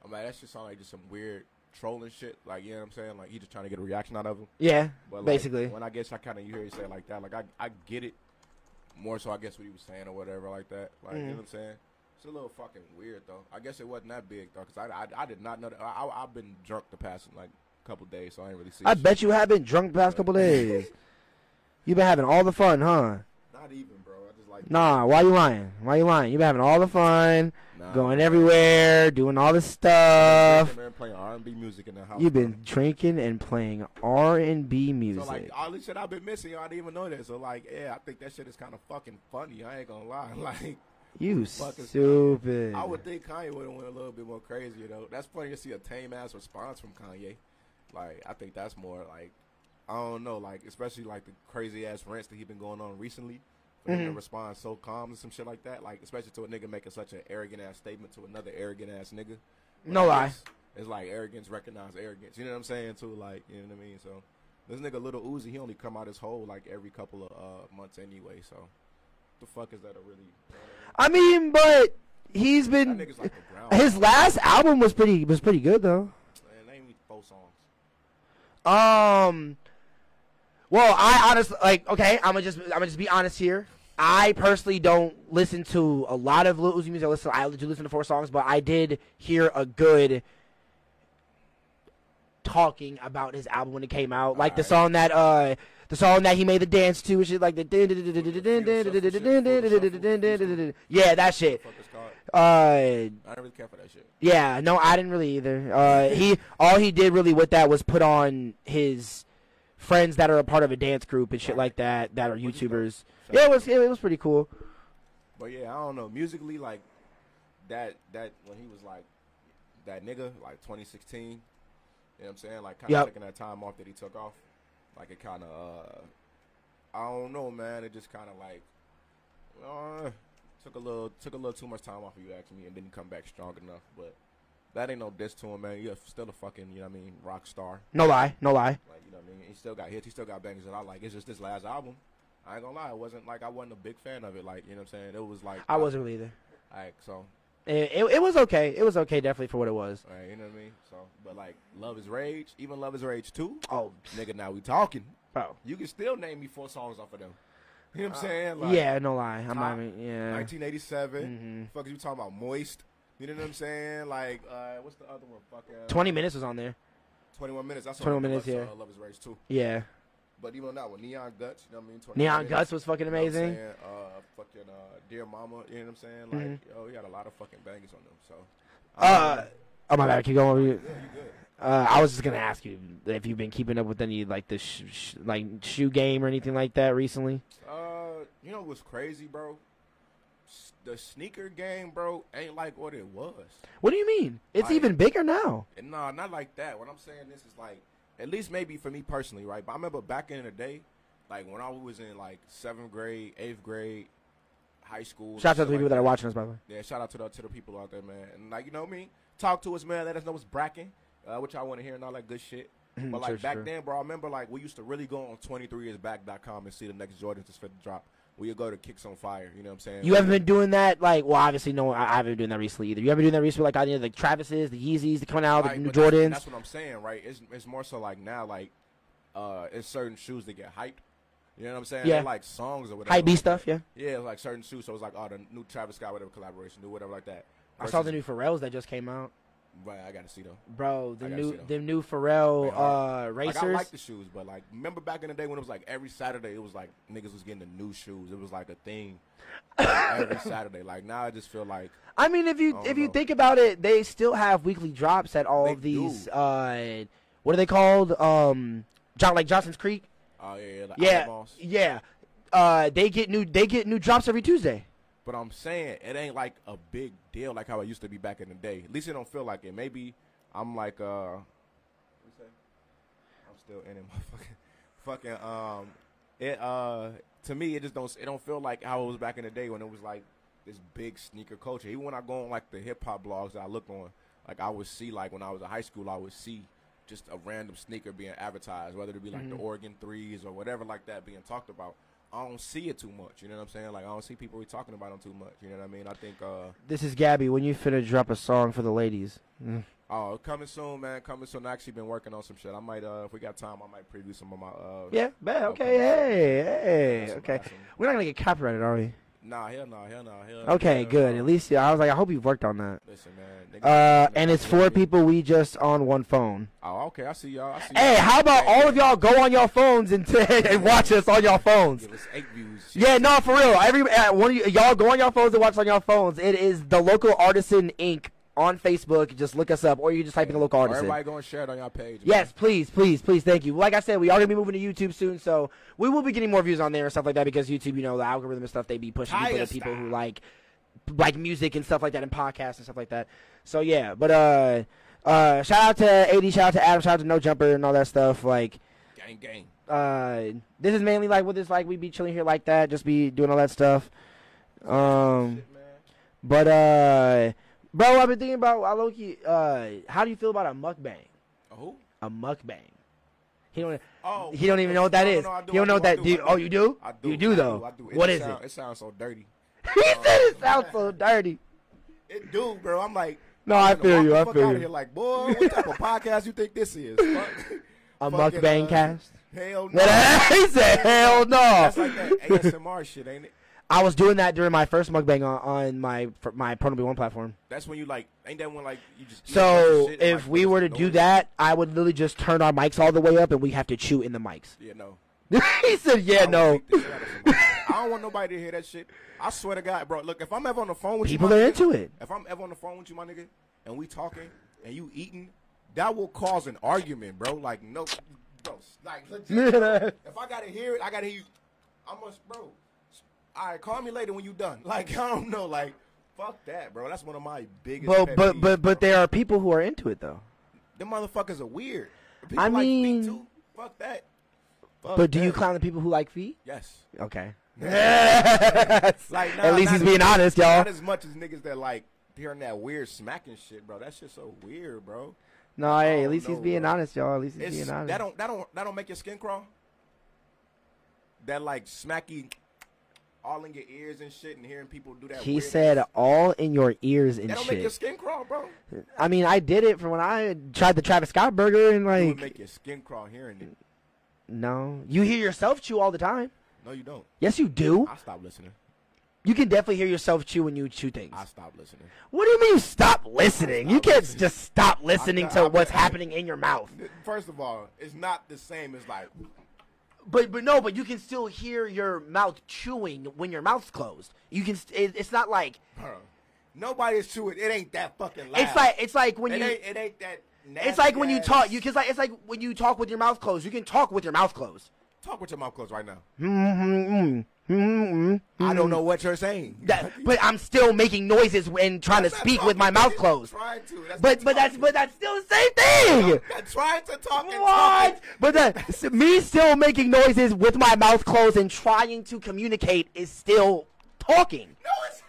Speaker 2: I'm like that shit sound like just some weird trolling shit. Like you know what I'm saying. Like he just trying to get a reaction out of him.
Speaker 1: Yeah,
Speaker 2: But like,
Speaker 1: basically.
Speaker 2: when I guess I kind of you hear you say it like that, like I I get it more so I guess what he was saying or whatever like that. Like you know
Speaker 1: Mhm.
Speaker 2: what I'm saying? It's a little fucking weird though. I guess it wasn't that big though, cause I, I, I did not know that. I, I have been drunk the past like couple days, so I ain't really see.
Speaker 1: I
Speaker 2: shit.
Speaker 1: bet you have been drunk the past couple days. You've been having all the fun, huh?
Speaker 2: Not even, bro. I just like
Speaker 1: Nah, why you lying? Why you lying? You've been having all the fun,
Speaker 2: nah.
Speaker 1: going everywhere, doing all this
Speaker 2: I've been
Speaker 1: stuff.
Speaker 2: sitting there and playing R and B music in the house.
Speaker 1: You've
Speaker 2: bro.
Speaker 1: been drinking and playing R and B
Speaker 2: So
Speaker 1: music.
Speaker 2: like all this shit I've been missing, y'all didn't even know that. So like, yeah, I think that shit is kind of fucking funny. I ain't gonna lie. Like,
Speaker 1: you
Speaker 2: fucking-
Speaker 1: stupid.
Speaker 2: I would think Kanye would have went a little bit more crazy, though. That's funny to see a tame ass response from Kanye. Like, I think that's more like I don't know, like especially like the crazy ass rants that he been going on recently. For him to
Speaker 1: Mm-hmm.
Speaker 2: respond so calm and some shit like that, like especially to a nigga making such an arrogant ass statement to another arrogant ass nigga.
Speaker 1: No
Speaker 2: Like,
Speaker 1: lie.
Speaker 2: It's, it's like arrogance recognize arrogance. You know what I'm saying too? Like you know what I mean. So this nigga little Uzi, he only come out his hole like every couple of uh, months anyway. So the fuck is that a really?
Speaker 1: I mean, but he's
Speaker 2: That
Speaker 1: been
Speaker 2: nigga's like oh. a ground.
Speaker 1: his last album was pretty was pretty good though.
Speaker 2: man, name me four songs.
Speaker 1: Um. Well, I honestly like. Okay, I'm gonna just I'm gonna just be honest here. I personally don't listen to a lot of Lil Uzi music. I listen. I do listen to four songs, but I did hear a good talking about his album when it came out. Like the
Speaker 2: Alright.
Speaker 1: song that uh. The song that he made the dance to, which is like the yeah, that shit.
Speaker 2: Fuck it's called.
Speaker 1: Uh,
Speaker 2: I don't really care for that shit.
Speaker 1: yeah, no, I didn't really either. Uh, he all he did really with that was put on his friends that are a part of a dance group and shit
Speaker 2: Right.
Speaker 1: like that that are
Speaker 2: Which is dope.
Speaker 1: YouTubers.
Speaker 2: So-
Speaker 1: Yeah, it was yeah, it was pretty cool.
Speaker 2: But yeah, I don't know. Musically, like that that when he was like that nigga, like 2016. You know what I'm saying? Like kind of
Speaker 1: Yep.
Speaker 2: taking that time off that he took off. Like it kind of, uh I don't know, man. It just kind of like uh, took a little took a little too much time off of you, asking me, and didn't come back strong enough. But that ain't no diss to him, man. You're still a fucking, you know what I mean, rock star.
Speaker 1: No lie, no lie.
Speaker 2: Like, you know what I mean? He still got hits. He still got bangers that I like. It's just this last album. I ain't gonna lie. It wasn't like I wasn't a big fan of it. Like, you know what I'm saying? It was like.
Speaker 1: I wasn't really either.
Speaker 2: Like, so.
Speaker 1: It, it, it was okay. It was okay, definitely for what it was.
Speaker 2: Alright, you know what I mean? So. But, like, Love is Rage. Even Love is Rage 2.
Speaker 1: Oh,
Speaker 2: Nigga, now we talking.
Speaker 1: bro.
Speaker 2: You can still name me four songs off of them. You know what I'm saying? Like,
Speaker 1: Uh, yeah, no lie. I'm
Speaker 2: Top
Speaker 1: not even, yeah.
Speaker 2: 1987.
Speaker 1: Mhm.
Speaker 2: Fuck, you talking about Moist. You know what I'm saying? Like, uh, what's the other one? Fuck, uh,
Speaker 1: 20 minutes was on there.
Speaker 2: 21 minutes. That's
Speaker 1: 21
Speaker 2: what
Speaker 1: minutes,
Speaker 2: I uh,
Speaker 1: yeah.
Speaker 2: Love is Rage 2.
Speaker 1: Yeah.
Speaker 2: But even on that one, Neon Guts. You know what I mean? 21
Speaker 1: Neon
Speaker 2: minutes.
Speaker 1: Guts was fucking
Speaker 2: You
Speaker 1: amazing.
Speaker 2: know what I'm saying? Uh, fucking uh, dear mama. You know what I'm saying? Like,
Speaker 1: Mm-hmm.
Speaker 2: yo, he got a lot of fucking bangers on them. So,
Speaker 1: Uh, oh my bad, keep going.
Speaker 2: yeah, you good?
Speaker 1: Uh, I was just gonna ask you if you've been keeping up with any like the sh- sh- like shoe game or anything like that recently.
Speaker 2: Uh, you know what's crazy, bro? S- The sneaker game, bro, ain't like what it was.
Speaker 1: What do you mean? It's
Speaker 2: Like-
Speaker 1: even bigger now.
Speaker 2: And nah, not like that. What I'm saying this is like, at least maybe for me personally, right? But I remember back in the day, like when I was in like seventh grade, eighth grade, high school.
Speaker 1: Shout out to the
Speaker 2: shit like
Speaker 1: people that are watching us, by the way.
Speaker 2: Yeah, shout out to the to the people out there, man. And like you know me, talk to us, man. Let us know what's bracking, uh, what y'all want to hear, and all that good shit. But like
Speaker 1: Sure, Mm,
Speaker 2: back
Speaker 1: sure.
Speaker 2: then, bro, I remember like we used to really go on 23yearsback.com and see the next Jordans that's fit to drop. We would go to Kicks on Fire. You know what I'm saying?
Speaker 1: You haven't been doing that, like, well, obviously, no, I, I haven't been doing that recently either. You haven't been doing that recently, like, I did, the Travis's, the Yeezys, the coming out,
Speaker 2: Right,
Speaker 1: the new
Speaker 2: but that's-
Speaker 1: Jordans.
Speaker 2: That's, what I'm saying, right? It's it's more so like now, like uh, it's certain shoes that get hyped. You know what I'm saying?
Speaker 1: Yeah.
Speaker 2: They're like songs or whatever.
Speaker 1: Hype B stuff, yeah.
Speaker 2: Yeah, like certain shoes. So it's like oh, the new Travis Scott whatever collaboration, new whatever like that.
Speaker 1: I saw the
Speaker 2: Versus-
Speaker 1: new Pharrell's that just came out,
Speaker 2: Right, I gotta see though.
Speaker 1: bro. The
Speaker 2: I gotta see
Speaker 1: new,
Speaker 2: them.
Speaker 1: the new
Speaker 2: They
Speaker 1: Pharrell
Speaker 2: hard.
Speaker 1: uh,
Speaker 2: Like,
Speaker 1: racers.
Speaker 2: I like the shoes, but like, remember back in the day when it was like every Saturday, it was like niggas was getting the new shoes. It was like a thing like, every Saturday. Like now, I just feel like
Speaker 1: I mean, if you
Speaker 2: I don't
Speaker 1: if you
Speaker 2: know.
Speaker 1: think about it, they still have weekly drops at all
Speaker 2: Oh, They
Speaker 1: of these.
Speaker 2: do.
Speaker 1: Uh, what are they called? Um, John like Johnson's Creek.
Speaker 2: oh yeah, yeah, like
Speaker 1: Yeah,
Speaker 2: eyeballs.
Speaker 1: yeah. Uh, they get new they get new drops every Tuesday.
Speaker 2: But I'm saying it ain't like a big deal like how it used to be back in the day. At least it don't feel like it. Maybe I'm like uh, what you say? I'm still in it, motherfucking, fucking um, it uh, to me it just don't it don't feel like how it was back in the day when it was like this big sneaker culture. Even when I go on like the hip hop blogs that I look on, like I would see like when I was in high school, I would see just a random sneaker being advertised, whether it be like
Speaker 1: Mm-hmm.
Speaker 2: the Oregon threes or whatever like that being talked about. I don't see it too much. You know what I'm saying? Like I don't see people really talking about them too much. You know what I mean? I think uh
Speaker 1: This is Gabby. When you finna drop a song for the ladies?
Speaker 2: oh coming soon, man, coming soon. I actually been working on some shit. I might uh if we got time, I might preview some of my uh
Speaker 1: Yeah, bet.
Speaker 2: Okay.
Speaker 1: Okay, hey, hey,
Speaker 2: Awesome,
Speaker 1: okay.
Speaker 2: awesome.
Speaker 1: We're not gonna get copyrighted, are we?
Speaker 2: Nah, hell no, hell no, hell.
Speaker 1: Okay,
Speaker 2: hell
Speaker 1: good.
Speaker 2: no.
Speaker 1: At least yeah, I was like, I hope you've worked on that.
Speaker 2: Listen, man. nigga-
Speaker 1: Uh,
Speaker 2: nigga,
Speaker 1: and it's
Speaker 2: nigga,
Speaker 1: four
Speaker 2: nigga.
Speaker 1: people. We just on one phone.
Speaker 2: Oh, okay. I see y'all. I see
Speaker 1: Hey,
Speaker 2: y'all.
Speaker 1: how about
Speaker 2: Hey,
Speaker 1: all of y'all go on your phones and t- and watch us on your phones?
Speaker 2: Give us eight views. Shit.
Speaker 1: Yeah, no, for real. Every uh, one of you, y'all go on your phones and watch on your phones. It is the local artisan Inc. on Facebook. Just look us up, or you just type in the local
Speaker 2: Or
Speaker 1: artisan.
Speaker 2: Everybody go and share it on y'all page. man.
Speaker 1: Yes, please, please, please. Thank you. Like I said, we are gonna be moving to YouTube soon, so we will be getting more views on there and stuff like that because YouTube, you know, the algorithm and stuff, they be pushing people
Speaker 2: Tire
Speaker 1: to people who
Speaker 2: style.
Speaker 1: like like music and stuff like that and podcasts and stuff like that. So yeah, but uh, uh, shout out to AD, shout out to Adam, shout out to No Jumper and all that stuff. Like,
Speaker 2: Gang, gang.
Speaker 1: uh, this is mainly like what it's like. We be chilling here like that, just be doing all that stuff. Um,
Speaker 2: Shit, man.
Speaker 1: but uh, bro, I've been thinking about uh, Loki. Uh, how do you feel about a mukbang?
Speaker 2: A Who?
Speaker 1: A mukbang. He don't.
Speaker 2: Oh,
Speaker 1: He don't even know what that
Speaker 2: no, no,
Speaker 1: is.
Speaker 2: no, I do,
Speaker 1: He don't
Speaker 2: I
Speaker 1: know
Speaker 2: do,
Speaker 1: what
Speaker 2: I
Speaker 1: that- do you-
Speaker 2: I
Speaker 1: oh, you do?
Speaker 2: I do.
Speaker 1: You do,
Speaker 2: I
Speaker 1: though.
Speaker 2: I do.
Speaker 1: What
Speaker 2: It
Speaker 1: is
Speaker 2: sound-
Speaker 1: it?
Speaker 2: It sounds so dirty.
Speaker 1: he said it sounds so dirty.
Speaker 2: It do, bro. I'm like,
Speaker 1: No,
Speaker 2: I'm
Speaker 1: Oh, I
Speaker 2: gonna
Speaker 1: feel
Speaker 2: walk
Speaker 1: you,
Speaker 2: the
Speaker 1: I
Speaker 2: fuck
Speaker 1: feel
Speaker 2: outta
Speaker 1: you.
Speaker 2: Here, like, boy, what type of podcast you think this is? Fuck.
Speaker 1: A
Speaker 2: Fucking,
Speaker 1: mukbang
Speaker 2: uh,
Speaker 1: cast.
Speaker 2: Hell no.
Speaker 1: he said, "Hell no."
Speaker 2: That's like that ASMR shit, ain't it?
Speaker 1: I was doing that during my first mukbang on, on my for my Pornhub One platform.
Speaker 2: That's when you like, ain't that when like you just eat a bunch of
Speaker 1: So
Speaker 2: shit and,
Speaker 1: if
Speaker 2: like,
Speaker 1: we
Speaker 2: there's
Speaker 1: were to
Speaker 2: no
Speaker 1: do
Speaker 2: noise?
Speaker 1: that, I would literally just turn our mics all the way up, and we have to chew in the mics.
Speaker 2: yeah, no.
Speaker 1: he said, "Yeah,
Speaker 2: I would
Speaker 1: no."
Speaker 2: beat the shit out of somebody. I don't want nobody to hear that shit. I swear to God, bro. Look, if I'm ever on the phone with
Speaker 1: People
Speaker 2: you, my
Speaker 1: are
Speaker 2: nigga,
Speaker 1: into it.
Speaker 2: If I'm ever on the phone with you, my nigga, and we talking and you eating, that will cause an argument, bro. Like no, bro. Like legit. If I gotta hear it, I gotta hear you. I must, bro. All right, call me later when you done. Like I don't know, like fuck that, bro. That's one of my biggest.
Speaker 1: but
Speaker 2: pet
Speaker 1: but
Speaker 2: peeves,
Speaker 1: but but
Speaker 2: bro.
Speaker 1: there are people who are into it though.
Speaker 2: them motherfuckers are weird. People
Speaker 1: I
Speaker 2: like feet,
Speaker 1: mean-
Speaker 2: too. fuck that. Fuck
Speaker 1: But do you
Speaker 2: that.
Speaker 1: clown the people who like feet?
Speaker 2: Yes.
Speaker 1: Okay.
Speaker 2: Like nah,
Speaker 1: At least
Speaker 2: not
Speaker 1: he's
Speaker 2: as-
Speaker 1: being honest, y'all.
Speaker 2: Not as much as niggas that like hearing that weird smacking shit, bro. That shit's so weird, bro.
Speaker 1: No, hey, at
Speaker 2: Oh,
Speaker 1: least he's
Speaker 2: no,
Speaker 1: being
Speaker 2: bro.
Speaker 1: honest, y'all. At least he's
Speaker 2: It's
Speaker 1: being honest.
Speaker 2: that don't that don't that don't make your skin crawl. That like smacky, all in your ears and shit, and hearing people do that.
Speaker 1: He
Speaker 2: weird-
Speaker 1: said all in your ears and
Speaker 2: that don't make your
Speaker 1: shit.
Speaker 2: skin crawl, bro.
Speaker 1: I mean, I did it for when I tried the Travis Scott burger and
Speaker 2: It would
Speaker 1: like
Speaker 2: make your skin crawl hearing it.
Speaker 1: no, you hear yourself chew all the time.
Speaker 2: No, you don't.
Speaker 1: Yes, you do.
Speaker 2: I stop listening.
Speaker 1: You can definitely hear yourself chew when you chew things.
Speaker 2: I stop listening.
Speaker 1: What do you mean you stop listening?
Speaker 2: I
Speaker 1: You
Speaker 2: stop
Speaker 1: can't
Speaker 2: listening.
Speaker 1: just stop listening
Speaker 2: I-
Speaker 1: to
Speaker 2: I-
Speaker 1: what's
Speaker 2: I-
Speaker 1: happening in your mouth.
Speaker 2: First of all, it's not the same as like
Speaker 1: But but no, but you can still hear your mouth chewing when your mouth's closed. You can. st- It, it's not like
Speaker 2: Bruh, Nobody's chewing. It ain't that fucking loud.
Speaker 1: it's like it's like when
Speaker 2: it
Speaker 1: you.
Speaker 2: ain't it ain't that.
Speaker 1: It's like when you
Speaker 2: nasty
Speaker 1: talk.
Speaker 2: ass-
Speaker 1: You cause like it's like when you talk with your mouth closed. You can talk with your mouth closed.
Speaker 2: talk with your mouth closed right now.
Speaker 1: Mm-hmm.
Speaker 2: I don't know what you're saying.
Speaker 1: That, but I'm still making noises and trying to
Speaker 2: That's not
Speaker 1: speak with
Speaker 2: talking,
Speaker 1: my mouth
Speaker 2: that's
Speaker 1: closed.
Speaker 2: Trying to. That's
Speaker 1: But
Speaker 2: not
Speaker 1: but that's
Speaker 2: talking.
Speaker 1: but that's still the same thing.
Speaker 2: That's trying to talk. and
Speaker 1: What?
Speaker 2: talk.
Speaker 1: But that s- me still making noises with my mouth closed and trying to communicate is still talking.
Speaker 2: No, it's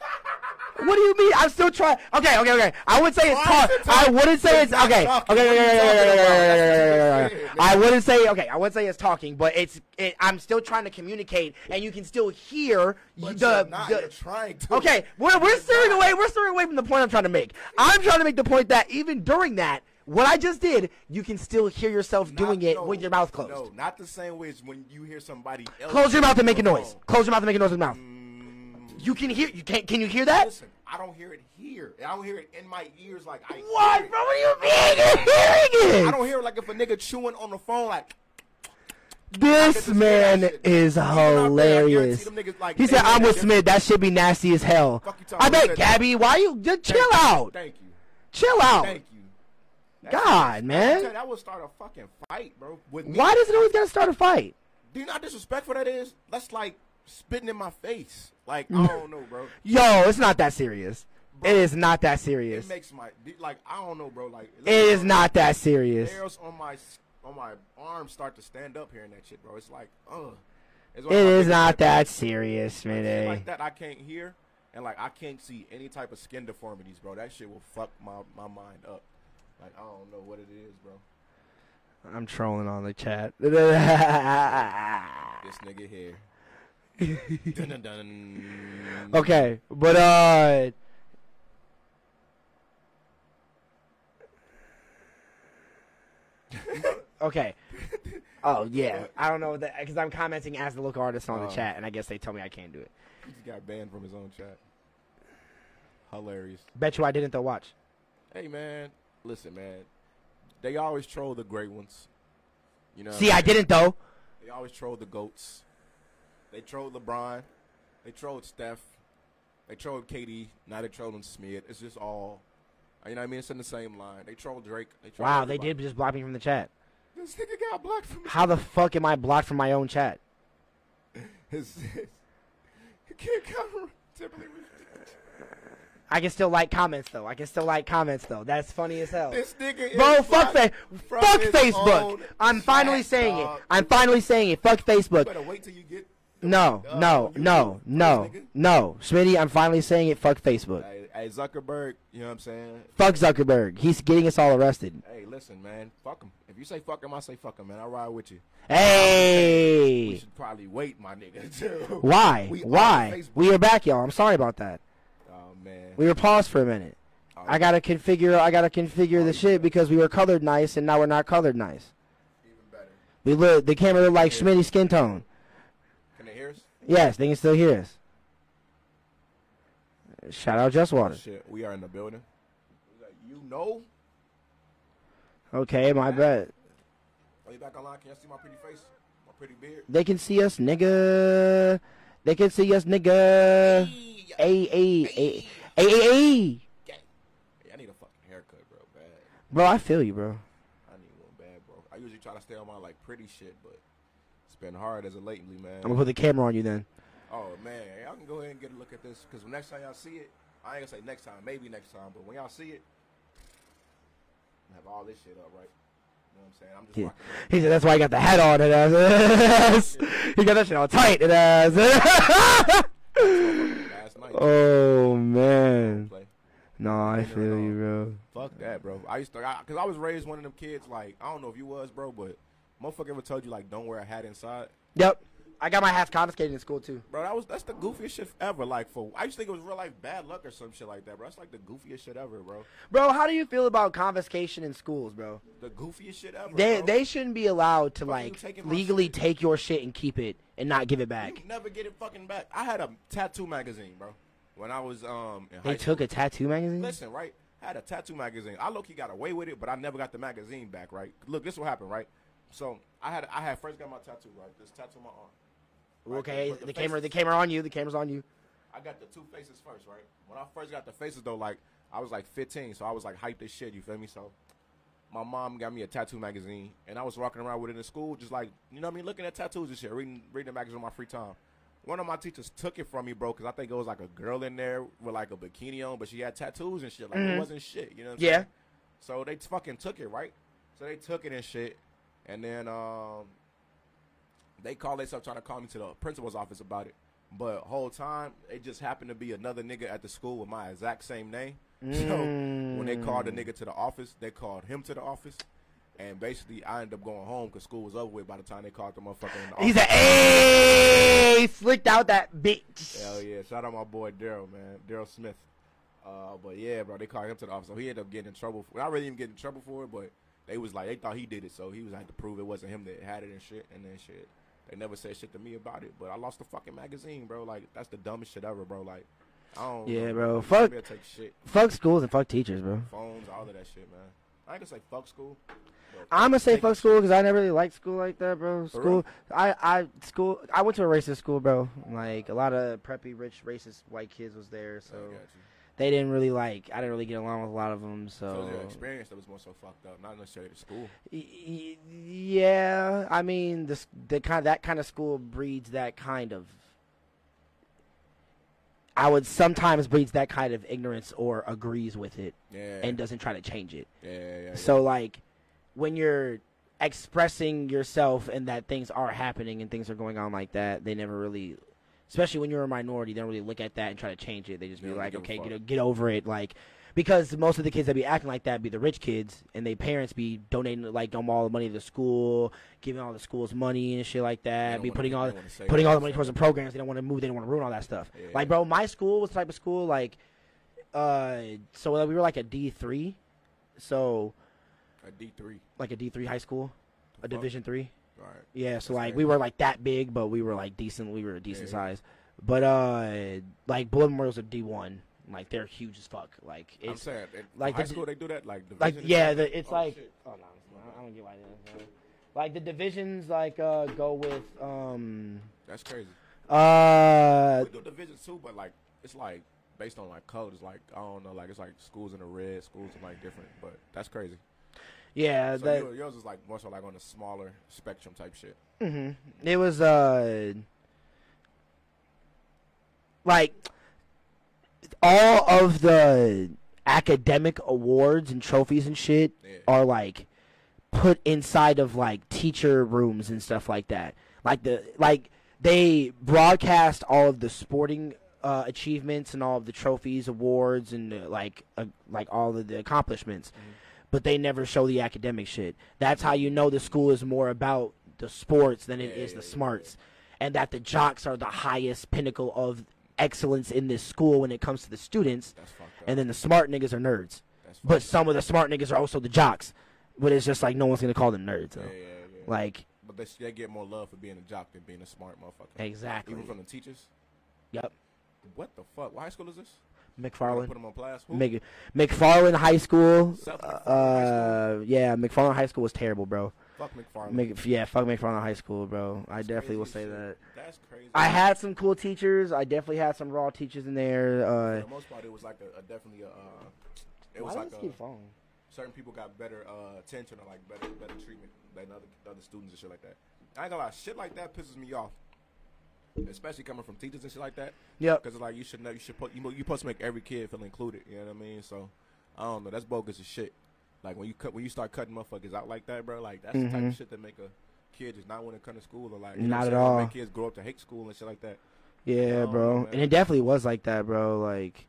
Speaker 1: What do you mean? I'm still trying. Okay, okay, okay. I would say it's
Speaker 2: Why
Speaker 1: talk.
Speaker 2: is it
Speaker 1: I
Speaker 2: talking?
Speaker 1: wouldn't say it's
Speaker 2: It's not
Speaker 1: okay. Okay,
Speaker 2: talking.
Speaker 1: okay, okay,
Speaker 2: What are you
Speaker 1: okay, okay,
Speaker 2: talking
Speaker 1: okay, okay,
Speaker 2: about? That's
Speaker 1: okay,
Speaker 2: what
Speaker 1: okay.
Speaker 2: you said,
Speaker 1: I wouldn't say okay. I wouldn't say it's talking, but it's. It, I'm still trying to communicate, and you can still hear y-
Speaker 2: But
Speaker 1: the.
Speaker 2: you're not.
Speaker 1: the-
Speaker 2: You're trying to.
Speaker 1: Okay, we're, we're steering away. We're steering away from the point I'm trying to make. I'm trying to make the point that even during that, what I just did, you can still hear yourself
Speaker 2: Not-
Speaker 1: doing it
Speaker 2: no,
Speaker 1: with your mouth closed.
Speaker 2: No, not the same way as when you hear somebody else.
Speaker 1: Close your mouth and make a
Speaker 2: on the
Speaker 1: noise.
Speaker 2: phone.
Speaker 1: Close your mouth and make a noise with your mouth.
Speaker 2: Mm,
Speaker 1: You can hear. You can. Can you hear that?
Speaker 2: Listen, I don't hear it here. I don't hear it in my ears like I.
Speaker 1: What,
Speaker 2: hear it.
Speaker 1: bro? What do you mean? You're hearing it?
Speaker 2: I don't hear it like if a nigga chewing on the phone like.
Speaker 1: This
Speaker 2: I could just hear that
Speaker 1: man
Speaker 2: shit.
Speaker 1: is
Speaker 2: Even out there, I guarantee
Speaker 1: hilarious.
Speaker 2: them niggas like-
Speaker 1: He
Speaker 2: they
Speaker 1: said, "I'm
Speaker 2: hear
Speaker 1: with
Speaker 2: that
Speaker 1: Smith. That should be nasty as hell."
Speaker 2: Fuck you talking
Speaker 1: I
Speaker 2: about
Speaker 1: bet
Speaker 2: that-
Speaker 1: Gabby. Why you just chill
Speaker 2: Thank you.
Speaker 1: out?
Speaker 2: Thank you.
Speaker 1: Chill out.
Speaker 2: Thank you.
Speaker 1: God,
Speaker 2: Tell you,
Speaker 1: man.
Speaker 2: That would start a fucking fight, bro. With me.
Speaker 1: Why does it always gotta start a fight?
Speaker 2: Do you know how disrespectful that is? That's like spitting in my face. Like I don't know, bro.
Speaker 1: Yo, it's not that serious.
Speaker 2: Bro.
Speaker 1: It is not that
Speaker 2: It
Speaker 1: serious.
Speaker 2: makes my like I don't know, bro. Like
Speaker 1: It is not that serious.
Speaker 2: Hairs on my on my arms start to stand up hearing that shit, bro. It's like, ugh.
Speaker 1: It
Speaker 2: It's one of my
Speaker 1: is
Speaker 2: biggest
Speaker 1: not
Speaker 2: pet peeves.
Speaker 1: that serious,
Speaker 2: Shit
Speaker 1: man.
Speaker 2: like that I can't hear, and like I can't see any type of skin deformities, bro. That shit will fuck my my mind up. Like I don't know what it is, bro.
Speaker 1: I'm trolling on the chat.
Speaker 2: This nigga here. dun, dun, dun.
Speaker 1: Okay, but uh, okay. Oh yeah, I don't know that because I'm commenting as the local artist on the
Speaker 2: Oh.
Speaker 1: chat, and I guess they tell me I can't do it.
Speaker 2: He just got banned from his own chat. Hilarious.
Speaker 1: Bet you I didn't though. Watch.
Speaker 2: Hey man, listen man. They always troll the great ones. You know. what
Speaker 1: See, I didn't though.
Speaker 2: They always troll the goats. They trolled LeBron. They trolled Steph. They trolled KD. Now they trolling Smith. It's just all. You know what I mean? It's in the same line. They trolled Drake. They trolled
Speaker 1: Wow, they did
Speaker 2: everybody.
Speaker 1: just block me from the chat.
Speaker 2: This nigga got blocked from
Speaker 1: How the fuck am I blocked from my own chat?
Speaker 2: his. his he can't cover. Timberlake was-
Speaker 1: I can still like comments though. I can still like comments though. That's funny as hell.
Speaker 2: This nigga is
Speaker 1: Bro, fuck
Speaker 2: from-
Speaker 1: fa-
Speaker 2: from
Speaker 1: fuck
Speaker 2: his
Speaker 1: Facebook.
Speaker 2: own
Speaker 1: I'm finally
Speaker 2: chat,
Speaker 1: saying
Speaker 2: dog.
Speaker 1: it. I'm finally saying it. Fuck Facebook.
Speaker 2: Better wait till you get.
Speaker 1: No,
Speaker 2: Uh,
Speaker 1: no,
Speaker 2: you
Speaker 1: no,
Speaker 2: do,
Speaker 1: no,
Speaker 2: nigga.
Speaker 1: no. Smitty, I'm finally saying it. Fuck Facebook.
Speaker 2: Hey, hey, Zuckerberg, you know what I'm saying?
Speaker 1: Fuck Zuckerberg. He's getting us all arrested.
Speaker 2: Hey, listen, man, fuck him. If you say fuck him, I say fuck him, man. I ride with you. We
Speaker 1: Hey.
Speaker 2: should probably wait, my nigga. Too.
Speaker 1: Why?
Speaker 2: We on
Speaker 1: Why?
Speaker 2: Facebook.
Speaker 1: We are back, y'all. I'm sorry about that.
Speaker 2: Oh man.
Speaker 1: We were paused for a minute.
Speaker 2: Oh,
Speaker 1: I gotta configure. I gotta configure the shit because we were colored nice and now we're not colored nice.
Speaker 2: even better.
Speaker 1: We look. The camera looked like Smitty skin tone.
Speaker 2: Can they hear us?
Speaker 1: Yes, they can still hear us. Shout out Just Water.
Speaker 2: Shit, we are in the building. We got- You know?
Speaker 1: Okay, my bad.
Speaker 2: Are you back online? Can you see my pretty face? My pretty beard?
Speaker 1: They can see us, nigga. They can see us, nigga.
Speaker 2: Hey,
Speaker 1: Ay, ay, ay, ay, ay, ay.
Speaker 2: Hey, I need a fucking haircut, bro. Bad.
Speaker 1: Bro, I feel you, bro.
Speaker 2: I need one bad, bro. I usually try to stay on my like pretty shit, but it's been hard as of lately, man.
Speaker 1: I'm gonna put the camera on you then.
Speaker 2: Oh man, y'all can go ahead and get a look at this because next time y'all see it, I ain't gonna say next time, maybe next time, but when y'all see it, I have all this shit up, right? You know what I'm saying? I'm just
Speaker 1: Yeah.
Speaker 2: rocking it.
Speaker 1: He said that's why he got the hat on and ass. he got that shit all tight and ass.
Speaker 2: last night.
Speaker 1: oh man.
Speaker 2: play.
Speaker 1: No, I feel you, bro.
Speaker 2: Fuck that, bro. I used to, I, cause I was raised one of them kids. Like I don't know if you was, bro, but motherfucker ever told you like don't wear a hat inside,
Speaker 1: Yep. I got my hats confiscated in school too.
Speaker 2: bro? That was that's the goofiest shit ever. Like for I used to think it was real life bad luck or some shit like that, bro. That's like the goofiest shit ever, bro.
Speaker 1: Bro, how do you feel about confiscation in schools, bro?
Speaker 2: The goofiest shit ever.
Speaker 1: They
Speaker 2: bro.
Speaker 1: they shouldn't be allowed to
Speaker 2: Why you
Speaker 1: like
Speaker 2: taking my
Speaker 1: legally
Speaker 2: shit?
Speaker 1: take your shit and keep it and not give it back.
Speaker 2: You never get it fucking back. I had a tattoo magazine, bro. When I was um in high
Speaker 1: They took a tattoo magazine.
Speaker 2: Listen, right? I had a tattoo magazine. I low key got away with it, but I never got the magazine back, right? Look, this what happened, right? So I had I had first got my tattoo, right? This tattoo on my arm. Right,
Speaker 1: okay,
Speaker 2: with
Speaker 1: the,
Speaker 2: the
Speaker 1: camera the
Speaker 2: faces.
Speaker 1: camera on you. The camera's on you.
Speaker 2: I got the two faces first, right? When I first got the faces though, like I was like 15, so I was like hyped as shit. You feel me? So my mom got me a tattoo magazine, and I was walking around with it in school, just like you know what I mean, looking at tattoos and shit, reading reading the magazine on my free time. One of my teachers took it from me, bro, because I think it was like a girl in there with like a bikini on, but she had tattoos and shit. Like it wasn't shit, you know? What I'm
Speaker 1: Yeah.
Speaker 2: saying? So they fucking took it, right? So they took it and shit, and then um, they called themselves trying to call me to the principal's office about it. But whole time it just happened to be another nigga at the school with my exact same name. So when they called the nigga to the office, they called him to the office, and basically I ended up going home because school was over with by the time they called the motherfucker in the
Speaker 1: He's
Speaker 2: office.
Speaker 1: a hey slicked out that bitch.
Speaker 2: Hell yeah! Shout out my boy Daryl, man, Daryl Smith. Uh, but yeah, bro, they called him to the office, so he ended up getting in trouble. For, not really even getting in trouble for it, but they was like they thought he did it, so he was like to prove it wasn't him that had it and shit, and then shit. They never said shit to me about it, but I lost the fucking magazine, bro. Like that's the dumbest shit ever, bro. Like I don't.
Speaker 1: Yeah, bro. Fuck
Speaker 2: Better take shit,
Speaker 1: fuck schools and fuck teachers, bro.
Speaker 2: phones, all of that shit, man. I ain't gonna say fuck school. but
Speaker 1: I'm gonna say
Speaker 2: take your
Speaker 1: fuck
Speaker 2: shit.
Speaker 1: school because I never really liked school like that, bro.
Speaker 2: For
Speaker 1: School, I, I school, I went to a racist school, bro. Like a lot of preppy, rich, racist white kids was there,
Speaker 2: I
Speaker 1: so
Speaker 2: got you.
Speaker 1: they didn't really like. I didn't really get along with a lot of them,
Speaker 2: So, it was
Speaker 1: so.
Speaker 2: your experience that was more so fucked up, not necessarily the school.
Speaker 1: Y- y- yeah, I mean, this the kind that kind of school breeds that kind of. I would sometimes breeds that kind of ignorance or agrees with it
Speaker 2: Yeah.
Speaker 1: and doesn't try to change it.
Speaker 2: yeah, yeah, yeah.
Speaker 1: So like when you're expressing yourself and that things are happening and things are going on like that, they never really especially when you're a minority, they don't really look at that and try to change it. They just
Speaker 2: They
Speaker 1: be
Speaker 2: don't
Speaker 1: like,
Speaker 2: give a
Speaker 1: "Okay,
Speaker 2: fuck."
Speaker 1: get o- get over it." Like because most of the kids that be acting like that be the rich kids and they parents be donating like them all the money to the school, giving all the schools money and shit like
Speaker 2: They
Speaker 1: that,
Speaker 2: don't
Speaker 1: be
Speaker 2: wanna-
Speaker 1: putting
Speaker 2: they
Speaker 1: all
Speaker 2: don't wanna say
Speaker 1: putting
Speaker 2: what
Speaker 1: all
Speaker 2: they
Speaker 1: the money
Speaker 2: say.
Speaker 1: towards the programs. They don't want to move. They don't want to ruin all that stuff.
Speaker 2: Yeah.
Speaker 1: Like, bro, my school was the type of school like, uh, so we were like a D three, so
Speaker 2: a D three.
Speaker 1: like a D three high school, a
Speaker 2: Fuck.
Speaker 1: Division three.
Speaker 2: All right.
Speaker 1: Yeah, so
Speaker 2: That's
Speaker 1: like
Speaker 2: crazy.
Speaker 1: we were like that big, but we were like decent. We were a decent
Speaker 2: Yeah.
Speaker 1: size, but uh, like Bullet Memorial's a D one. Like they're huge as fuck. Like
Speaker 2: I'm
Speaker 1: it's
Speaker 2: saying, in
Speaker 1: like
Speaker 2: high
Speaker 1: the-
Speaker 2: school they do that, like
Speaker 1: like
Speaker 2: division and
Speaker 1: yeah,
Speaker 2: shit?
Speaker 1: the, it's
Speaker 2: Oh,
Speaker 1: like
Speaker 2: shit.
Speaker 1: oh no, I- I don't get why they don't- Like the divisions like uh go with um
Speaker 2: that's crazy.
Speaker 1: uh
Speaker 2: We do division too, but like it's like based on like colors, like I don't know, like it's like schools in the red, schools in like different, but that's crazy.
Speaker 1: yeah
Speaker 2: So
Speaker 1: Uh, that
Speaker 2: your- yours is like more so like on the smaller spectrum type shit.
Speaker 1: hmm It was uh like all of the academic awards and trophies and shit
Speaker 2: Yeah.
Speaker 1: are like put inside of like teacher rooms and stuff like that. Like the like they broadcast all of the sporting uh, achievements and all of the trophies, awards, and uh, like uh, like all of the accomplishments,
Speaker 2: Mm-hmm.
Speaker 1: but they never show the academic shit. That's how you know the school is more about the sports than it is
Speaker 2: Yeah, yeah,
Speaker 1: the
Speaker 2: yeah.
Speaker 1: smarts, and that the jocks are the highest pinnacle of excellence in this school when it comes to the students,
Speaker 2: That's fucked up.
Speaker 1: and then the smart niggas are nerds.
Speaker 2: That's fucked
Speaker 1: But some of the smart niggas are also the jocks. But it's just like no one's gonna call them nerds. Though.
Speaker 2: up. yeah, yeah, yeah.
Speaker 1: Like
Speaker 2: but they, they get more love for being a jock than being a smart motherfucker.
Speaker 1: exactly.
Speaker 2: Even from the teachers.
Speaker 1: Yep.
Speaker 2: What the fuck? What high school is this? You wanna
Speaker 1: McFarland.
Speaker 2: Put them on blast. Who?
Speaker 1: Mc, McFarland High School.
Speaker 2: South McFarland High
Speaker 1: Uh, yeah, McFarland High School was terrible, bro.
Speaker 2: Fuck McFarland.
Speaker 1: Mc, yeah, fuck McFarland High School, bro. I
Speaker 2: That's
Speaker 1: definitely
Speaker 2: crazy
Speaker 1: will say
Speaker 2: shit.
Speaker 1: that.
Speaker 2: That's crazy.
Speaker 1: I had some cool teachers. I definitely had some raw teachers in there.
Speaker 2: For
Speaker 1: Uh,
Speaker 2: the most part, it was like a, a definitely a. Uh, it
Speaker 1: why
Speaker 2: was
Speaker 1: does
Speaker 2: like
Speaker 1: this
Speaker 2: a,
Speaker 1: keep falling?
Speaker 2: certain people got better uh, attention or like better better treatment than other other students and shit like that. I ain't gonna lie, shit like that pisses me off, especially coming from teachers and shit like that.
Speaker 1: Yep.
Speaker 2: Because like you should know, you should put you mo- you supposed to make every kid feel included. You know what I mean? So I don't know. That's bogus as shit. Like when you cut when you start cutting motherfuckers out like that, bro. Like that's the type of
Speaker 1: Mhm.
Speaker 2: shit that make a kid just not want to come to school or like you know
Speaker 1: Not at
Speaker 2: what I'm saying? Like,
Speaker 1: all.
Speaker 2: Make kids grow up to hate school and shit like that.
Speaker 1: Yeah,
Speaker 2: Oh,
Speaker 1: bro.
Speaker 2: man.
Speaker 1: And it definitely was like that, bro. Like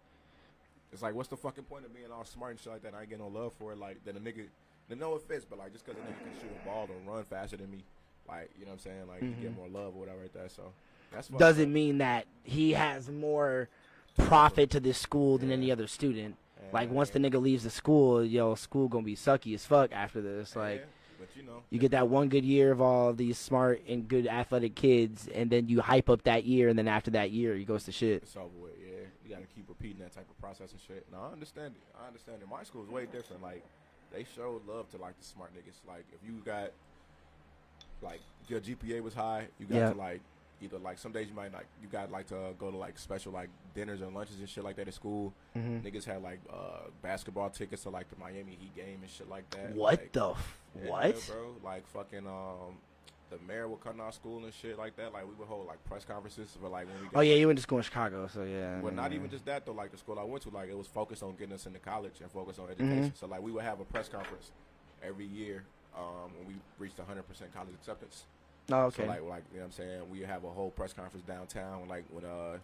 Speaker 2: It's like, what's the fucking point of being all smart and shit like that? I ain't getting no love for it. Like, then a nigga, then no offense, but like, just because a nigga can shoot a ball or run faster than me, like, you know what I'm saying? Like, you
Speaker 1: Mhm.
Speaker 2: get more love or whatever like that. So, that's fucked
Speaker 1: doesn't
Speaker 2: up.
Speaker 1: mean that he has more profit to this school than any
Speaker 2: Yeah.
Speaker 1: other student.
Speaker 2: And,
Speaker 1: Like once the nigga leaves the school, yo, school gonna be sucky as fuck after this.
Speaker 2: yeah,
Speaker 1: Like
Speaker 2: but you know,
Speaker 1: you get that one good year of all these smart and good athletic kids, and then you hype up that year, and then after that year, he goes to shit.
Speaker 2: it's over with. Yeah, you gotta keep repeating that type of process and shit. No, I understand it. I understand it. My school is way different. Like, they showed love to like the smart niggas. Like, if you got, like, your GPA was high, you got
Speaker 1: Yeah.
Speaker 2: to like. Either like some days you might like you got like to uh, go to like special like dinners and lunches and shit like that at school.
Speaker 1: Mhm.
Speaker 2: Niggas had like uh, basketball tickets to like the Miami Heat game and shit like that.
Speaker 1: What
Speaker 2: Like,
Speaker 1: the f-
Speaker 2: yeah,
Speaker 1: what?
Speaker 2: bro? Like fucking um, the mayor would come to our school and shit like that. Like we would hold like press conferences for like when we. Got,
Speaker 1: Oh yeah, you went to school in Chicago, so yeah.
Speaker 2: Well, not
Speaker 1: yeah.
Speaker 2: even just that though. Like the school I went to, like it was focused on getting us into college and focused on education. So like we would have a press conference every year um, when we reached 100 percent college acceptance.
Speaker 1: Oh, okay.
Speaker 2: So like, like you know what I'm saying, we have a whole press conference downtown. Like when uh,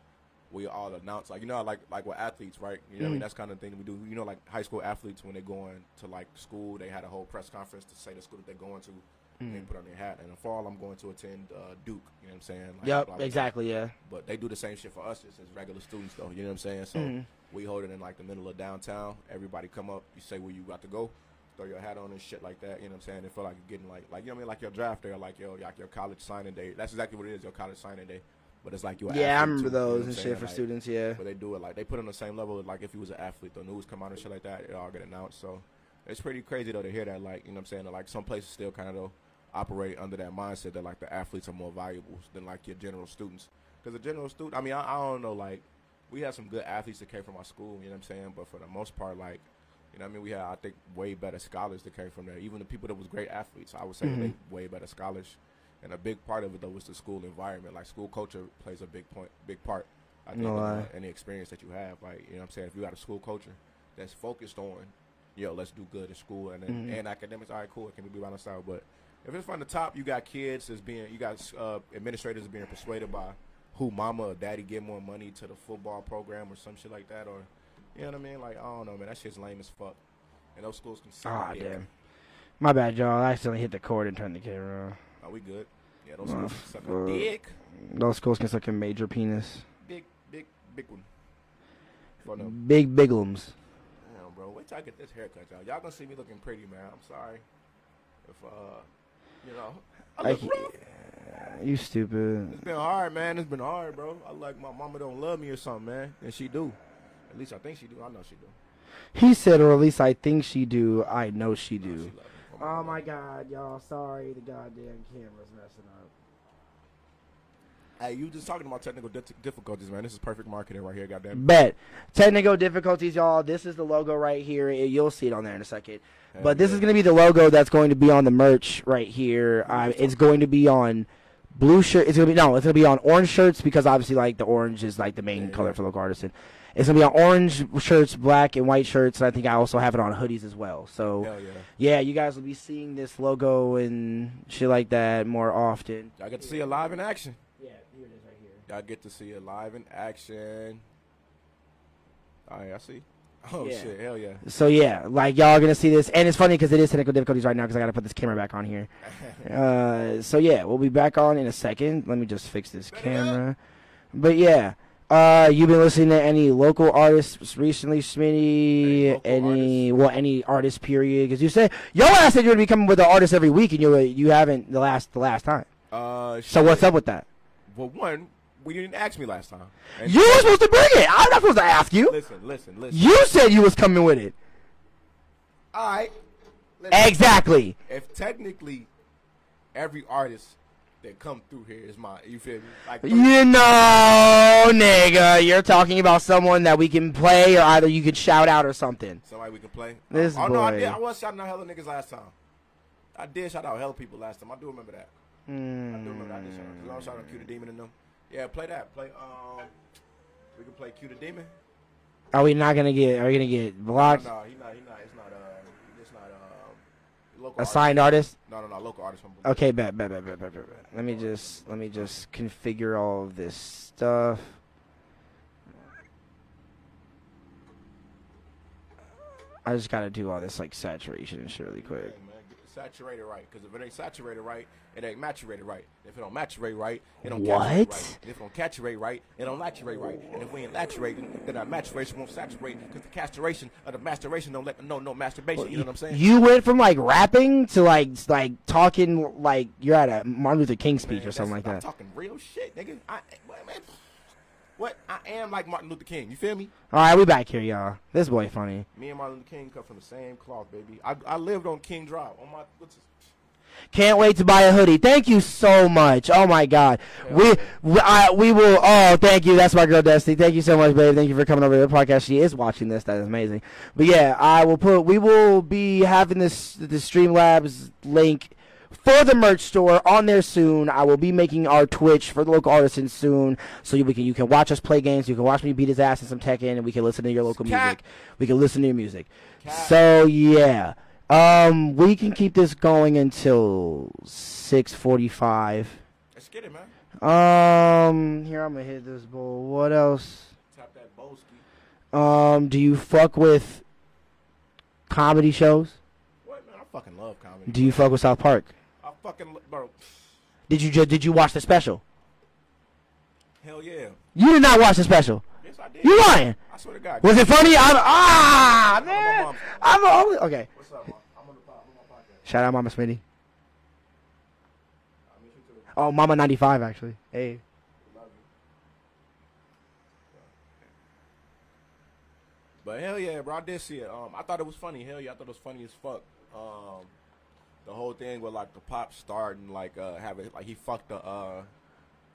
Speaker 2: we all announce, like you know, like like with athletes, right? You know, what I mean,
Speaker 1: Mhm.
Speaker 2: that's kind of thing we do. You know, like high school athletes when they're going to like school, they had a whole press conference to say the school that they're going to. And they
Speaker 1: Mm.
Speaker 2: put on their hat. And in the fall, I'm going to attend uh, Duke. You know what I'm saying? Like,
Speaker 1: yep,
Speaker 2: blah, blah, blah.
Speaker 1: exactly. Yeah.
Speaker 2: But they do the same shit for us just as regular students, though. You know what I'm saying? So
Speaker 1: Mhm.
Speaker 2: we hold it in like the middle of downtown. Everybody come up. You say where you got to go. Throw your hat on and shit like that. You know what I'm saying? It feel like you're getting like like you know what I mean like your draft day or like your like your college signing day. That's exactly what it is. Your college signing day. But it's like you. a
Speaker 1: Yeah, I
Speaker 2: athlete,
Speaker 1: remember
Speaker 2: too, you know what
Speaker 1: those
Speaker 2: I'm
Speaker 1: and
Speaker 2: saying?
Speaker 1: shit for
Speaker 2: Like,
Speaker 1: students. Yeah.
Speaker 2: But they do it like they put it on the same level. Like if you was an athlete, the news come out and shit like that. It all get announced. So it's pretty crazy though to hear that. Like you know what I'm saying? Like some places still kind of though operate under that mindset that like the athletes are more valuable than like your general students. Because the general student, I mean, I, I don't know. Like we had some good athletes that came from our school. You know what I'm saying? But for the most part, like. You know what I mean? We had, I think, way better scholars that came from there. Even the people that was great athletes, I would say that they
Speaker 1: Mhm.
Speaker 2: way better scholars. And a big part of it though was the school environment. Like school culture plays a big point, big part. I think
Speaker 1: No
Speaker 2: of,
Speaker 1: lie.
Speaker 2: uh, any experience that you have, like you know, what I'm saying if you got a school culture that's focused on, yo, let's do good in school and then,
Speaker 1: Mhm.
Speaker 2: and academics. All right, cool, it can be balanced out. But if it's from the top, you got kids that's being, you got uh, administrators being persuaded by who mama or daddy get more money to the football program or some shit like that, or you know what I mean? Like I don't know, man, that shit's lame as fuck. And those schools can
Speaker 1: Ah,
Speaker 2: suck. dick.
Speaker 1: damn. My bad, y'all. I accidentally hit the cord and turned the camera. off.
Speaker 2: Are we good? Yeah, those
Speaker 1: Nah,
Speaker 2: schools can suck
Speaker 1: fuck.
Speaker 2: a dick,
Speaker 1: Those schools can suck a major penis.
Speaker 2: big, big, big one. For them.
Speaker 1: Big biglums.
Speaker 2: Damn, bro. Wait till I get this haircut, y'all. Y'all gonna see me looking pretty, man. I'm sorry. If uh, you know, I
Speaker 1: Like,
Speaker 2: look rough.
Speaker 1: you stupid.
Speaker 2: It's been hard, man. It's been hard, bro. I like my mama don't love me or something, man. And she do. At least I think she do. I know she do.
Speaker 1: He said, or at least I think she do. I know she
Speaker 2: I know she
Speaker 1: do.
Speaker 2: love me.
Speaker 1: Oh
Speaker 2: mama
Speaker 1: my
Speaker 2: love me.
Speaker 1: god, y'all. Sorry, the goddamn camera's messing up.
Speaker 2: Hey, you just talking about technical di- difficulties, man. This is perfect marketing right here, goddamn.
Speaker 1: Bet. Technical difficulties, y'all. This is the logo right here. It- You'll see it on there in a second. But this is going to be the logo that's going to be on the merch right here. Um, it's going to be on blue shirt. It's gonna be no. It's gonna be on orange shirts because obviously like the orange is like the main color for local artisan. It's gonna be on orange shirts, black and white shirts, and I think I also have it on hoodies as well. So
Speaker 2: Hell yeah.
Speaker 1: yeah, you guys will be seeing this logo and shit like that more often.
Speaker 2: Y'all get to see it live in action.
Speaker 1: Yeah, here it is right here.
Speaker 2: Y'all get to see it live in action. All right, I see. Oh
Speaker 1: Yeah.
Speaker 2: shit! Hell yeah!
Speaker 1: So yeah, like y'all are gonna see this, and it's funny because it is technical difficulties right now because I gotta put this camera back on here. Uh, so yeah, we'll be back on in a second. Let me just fix this camera. But yeah, uh, you've been listening to any local artists recently,
Speaker 2: Any
Speaker 1: Smitty?
Speaker 2: local
Speaker 1: Any, well, any artist period? Because you said yo ass said you're gonna be coming with an artist every week, and you you haven't the last the last time.
Speaker 2: Uh,
Speaker 1: So
Speaker 2: shit.
Speaker 1: what's up with that?
Speaker 2: Well, one, we didn't ask me last time. And
Speaker 1: You were supposed to bring it. I'm not supposed to ask you.
Speaker 2: listen, listen, listen.
Speaker 1: You said you was coming with it.
Speaker 2: All right.
Speaker 1: Exactly.
Speaker 2: If technically every artist that come through here is mine, you feel me? Like
Speaker 1: You know, nigga, you're talking about someone that we can play, or either you could shout out or something.
Speaker 2: somebody we can play.
Speaker 1: This
Speaker 2: oh no, I did.
Speaker 1: boy.
Speaker 2: I was shouting out hella niggas last time. I did shout out hella people last time. I do remember that.
Speaker 1: Hmm.
Speaker 2: I do remember that. I did shout out. 'cause I was shouting out Q the Demon and them. Yeah, play that. Play um. We can play Q the Demon.
Speaker 1: Are we not gonna get? Are we gonna get blocked?
Speaker 2: No, he not. He not. It's not. Uh, it's not. Um, local
Speaker 1: Assigned artist?
Speaker 2: Artist. No, no, no. Local artist. From
Speaker 1: Okay, bet, bet, bet, bet, bet, bet, bet. Let me just let me just configure all of this stuff. I just gotta do all this like saturation and shit really
Speaker 2: Yeah,
Speaker 1: quick.
Speaker 2: man, get it saturated right. Because if it ain't saturated right, it ain't maturated right. If it don't maturate right, it don't
Speaker 1: What?
Speaker 2: Saturate right. And If it don't saturate right, it don't laturate right. And if we ain't laturating, then our maturation won't saturate. Because the castration or the masturbation don't let no no masturbation. you know what I'm saying?
Speaker 1: You went from like rapping to like s- like talking like you're at a Martin Luther King speech
Speaker 2: Man,
Speaker 1: or something like
Speaker 2: that's-
Speaker 1: that.
Speaker 2: I'm talking real shit, nigga. I, what, man, what? I am like Martin Luther King. You feel me?
Speaker 1: all right, we back here, y'all. This boy funny.
Speaker 2: Me and Martin Luther King cut from the same cloth, baby. I, I lived on King Drive. On my what's his,
Speaker 1: Can't wait to buy a hoodie. Thank you so much. Oh my God, we we, I, we will. Oh, thank you. That's my girl Destiny. Thank you so much, babe. Thank you for coming over to the podcast. She is watching this. That is amazing. But yeah, I will put. We will be having this the Streamlabs link for the merch store on there soon. I will be making our Twitch for the local artisans soon, so you we can you can watch us play games. You can watch me beat his ass in some Tekken, and we can listen to your local
Speaker 2: Cat.
Speaker 1: music. We can listen to your music.
Speaker 2: Cat.
Speaker 1: So yeah, um, we can keep this going until six forty-five.
Speaker 2: let's get it, man.
Speaker 1: Um, here I'm gonna hit this bowl. What else?
Speaker 2: Tap that Bowski.
Speaker 1: Um, do you fuck with comedy shows?
Speaker 2: What man? I fucking love comedy.
Speaker 1: Do you fuck with South Park?
Speaker 2: I fucking lo- bro.
Speaker 1: Did you ju- did you watch the special?
Speaker 2: Hell yeah.
Speaker 1: You did not watch the special.
Speaker 2: Yes, I did.
Speaker 1: You lying?
Speaker 2: I swear to God.
Speaker 1: Was it funny? I'm ah man.
Speaker 2: mom's-
Speaker 1: I'm the only okay.
Speaker 2: What's up? Mom? I'm on the pod. I'm on my podcast.
Speaker 1: Shout out Mama Smitty.
Speaker 2: I miss you too.
Speaker 1: Oh, Mama ninety five actually. Hey.
Speaker 2: Love you. But hell yeah, bro. I did see it. Um, I thought it was funny. Hell yeah, I thought it was funny as fuck. Um, the whole thing with like the pop starting like uh having like he fucked the uh.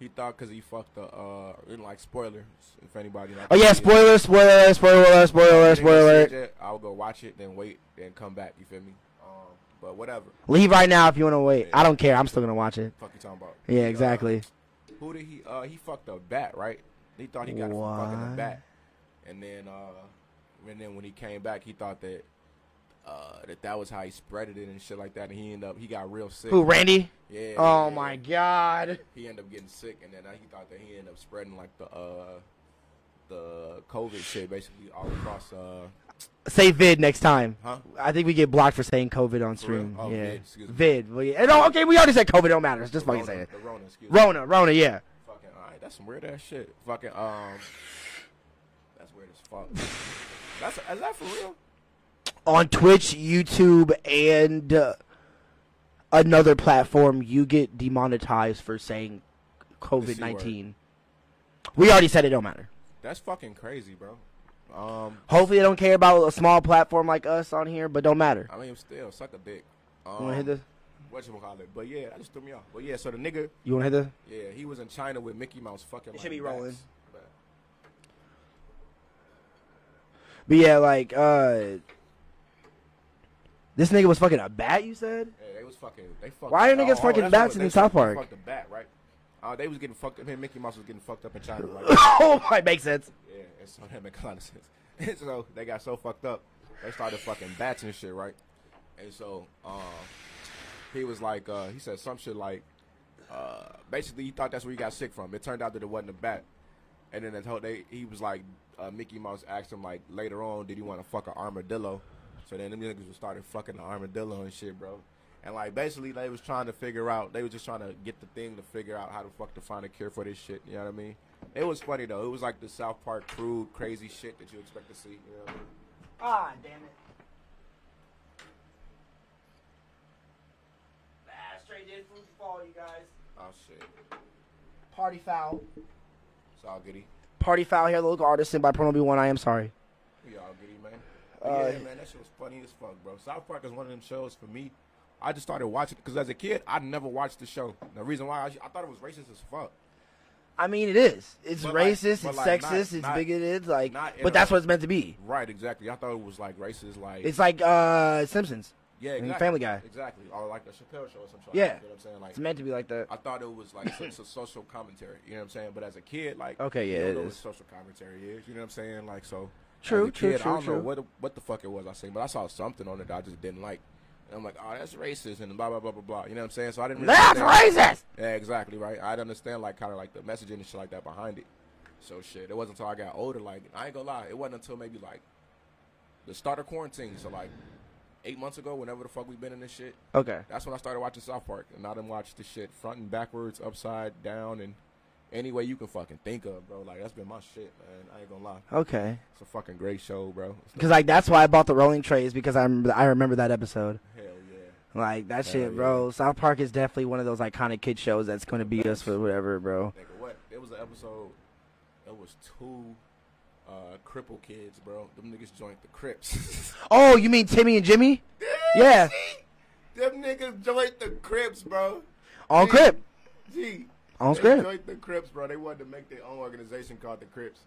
Speaker 2: He thought because he fucked the uh, like spoilers. If anybody,
Speaker 1: Oh yeah, spoiler, spoiler, spoiler, spoiler, spoiler.
Speaker 2: I'll go watch it, then wait, then come back. You feel me? Um, but whatever.
Speaker 1: Leave right now if you want to wait. I don't care. I'm still gonna watch it.
Speaker 2: Fuck you talking about?
Speaker 1: Yeah,
Speaker 2: Uh,
Speaker 1: exactly.
Speaker 2: who did he? Uh, he fucked a bat, right? He thought he got it from fucking a
Speaker 1: What?
Speaker 2: bat, and then, uh, and then when he came back, he thought that uh, that that was how he spread it and shit like that. And he ended up he got real sick.
Speaker 1: Who, Randy?
Speaker 2: Yeah.
Speaker 1: Oh
Speaker 2: yeah.
Speaker 1: my God.
Speaker 2: He ended up getting sick, and then uh, he thought that he ended up spreading like the uh, the COVID shit, basically all across. Uh,
Speaker 1: Say vid next time.
Speaker 2: huh?
Speaker 1: I think we get blocked for saying COVID on
Speaker 2: For real?
Speaker 1: stream.
Speaker 2: Oh,
Speaker 1: yeah.
Speaker 2: vid, excuse me.
Speaker 1: Vid. Well, yeah. No, okay, we already said COVID don't matter. Just
Speaker 2: The
Speaker 1: fucking
Speaker 2: Rona,
Speaker 1: say it.
Speaker 2: The Rona, excuse me.
Speaker 1: Rona, Rona, yeah.
Speaker 2: Fucking, all right, that's some weird ass shit. Fucking, um, that's weird as fuck. that's is that for real?
Speaker 1: On Twitch, YouTube, and uh, another platform, you get demonetized for saying COVID 19. We already said it don't matter.
Speaker 2: That's fucking crazy, bro. Um,
Speaker 1: Hopefully, they don't care about a small platform like us on here, but don't matter.
Speaker 2: I mean, still suck a dick.
Speaker 1: You
Speaker 2: Um,
Speaker 1: want to hit this?
Speaker 2: What you call it? But yeah, that just threw me off. But yeah, so the nigga,
Speaker 1: You want to hit this?
Speaker 2: yeah, he was in China with Mickey Mouse. Fucking,
Speaker 1: It should
Speaker 2: like,
Speaker 1: be rolling.
Speaker 2: bats. But
Speaker 1: But yeah, like uh this nigga was fucking a bat, you said?
Speaker 2: yeah, they was fucking. They fucking.
Speaker 1: Why are niggas
Speaker 2: oh, oh,
Speaker 1: fucking
Speaker 2: that's
Speaker 1: bats
Speaker 2: what-
Speaker 1: in
Speaker 2: they
Speaker 1: South
Speaker 2: fucking
Speaker 1: Park?
Speaker 2: Fucked the bat, right? Uh, they was getting fucked up. Him, and Mickey Mouse was getting fucked up in China. Like,
Speaker 1: oh, my, makes sense.
Speaker 2: yeah, and so that makes a lot of sense. And so they got so fucked up, they started fucking bats and shit, right? And so uh, he was like, uh, he said some shit like, uh, basically he thought that's where he got sick from. It turned out that it wasn't a bat. And then they told they he was like, uh, Mickey Mouse asked him like later on, did he want to fuck an armadillo? So then them niggas was started fucking the armadillo and shit, bro. And like basically they was trying to figure out, they was just trying to get the thing to figure out how the fuck to find a cure for this shit. You know what I mean? It was funny though. It was like the South Park crude, crazy shit that you expect to see. You know what I mean?
Speaker 1: Ah, damn it. The ashtray did food fall, you guys.
Speaker 2: Oh shit,
Speaker 1: Party foul.
Speaker 2: it's all goody.
Speaker 1: Party foul here, local artisan by Prono B1. I am sorry.
Speaker 2: We all goody, man.
Speaker 1: Uh,
Speaker 2: yeah, man, that shit was funny as fuck, bro. South Park is one of them shows for me. I just started watching because as a kid, I never watched the show. The reason why I, I thought it was racist as fuck.
Speaker 1: I mean, it is. It's
Speaker 2: But like-
Speaker 1: racist.
Speaker 2: but
Speaker 1: it's
Speaker 2: like not-
Speaker 1: sexist. it's
Speaker 2: not-
Speaker 1: bigoted. Like,
Speaker 2: not in
Speaker 1: but
Speaker 2: a-
Speaker 1: that's what it's meant to be.
Speaker 2: Right, exactly. I thought it was like racist, like
Speaker 1: It's like uh Simpsons.
Speaker 2: yeah,
Speaker 1: and
Speaker 2: exactly.
Speaker 1: Family Guy.
Speaker 2: exactly. Or like the Chappelle show or some shit.
Speaker 1: Yeah.
Speaker 2: you know what I'm saying, like
Speaker 1: It's meant to be like that.
Speaker 2: I thought it was like it's a social commentary. You know what I'm saying? But as a kid, like
Speaker 1: Okay, yeah,
Speaker 2: you
Speaker 1: it
Speaker 2: don't know what
Speaker 1: is.
Speaker 2: social commentary is. You know what I'm saying? Like so.
Speaker 1: True,
Speaker 2: as a
Speaker 1: true,
Speaker 2: kid,
Speaker 1: true,
Speaker 2: I don't know
Speaker 1: true.
Speaker 2: what the, what the fuck it was I seen, but I saw something on it that I just didn't like. And I'm like, oh, that's racist and blah blah blah blah blah. You know what I'm saying? So I didn't. Really
Speaker 1: That's
Speaker 2: understand-
Speaker 1: racist.
Speaker 2: Yeah, exactly right. I'd understand like kind of like the messaging and shit like that behind it. So shit, it wasn't until I got older. Like I ain't gonna lie, it wasn't until maybe like the start of quarantine. So like eight months ago, whenever the fuck we been in this shit,
Speaker 1: Okay.
Speaker 2: that's when I started watching South Park, and I done watched the shit front and backwards, upside down, and any way you can fucking think of, bro. Like that's been my shit, man. I ain't gonna lie,
Speaker 1: Okay.
Speaker 2: it's a fucking great show, bro. It's the-
Speaker 1: Because like that's why I bought the rolling trays because I remember, I remember that episode.
Speaker 2: hell yeah.
Speaker 1: Like that
Speaker 2: Hell
Speaker 1: shit,
Speaker 2: yeah.
Speaker 1: bro. South Park is definitely one of those iconic kid shows that's going to be us for whatever, bro.
Speaker 2: Nigga, what? It was an episode. It was two uh, cripple kids, bro. Them niggas joined the Crips.
Speaker 1: Oh, you mean Timmy and Jimmy? Yeah.
Speaker 2: Them niggas joined the Crips, bro.
Speaker 1: On
Speaker 2: Gee,
Speaker 1: Crip.
Speaker 2: Gee.
Speaker 1: On
Speaker 2: They
Speaker 1: Crip.
Speaker 2: joined the Crips, bro. They wanted to make their own organization called the Crips.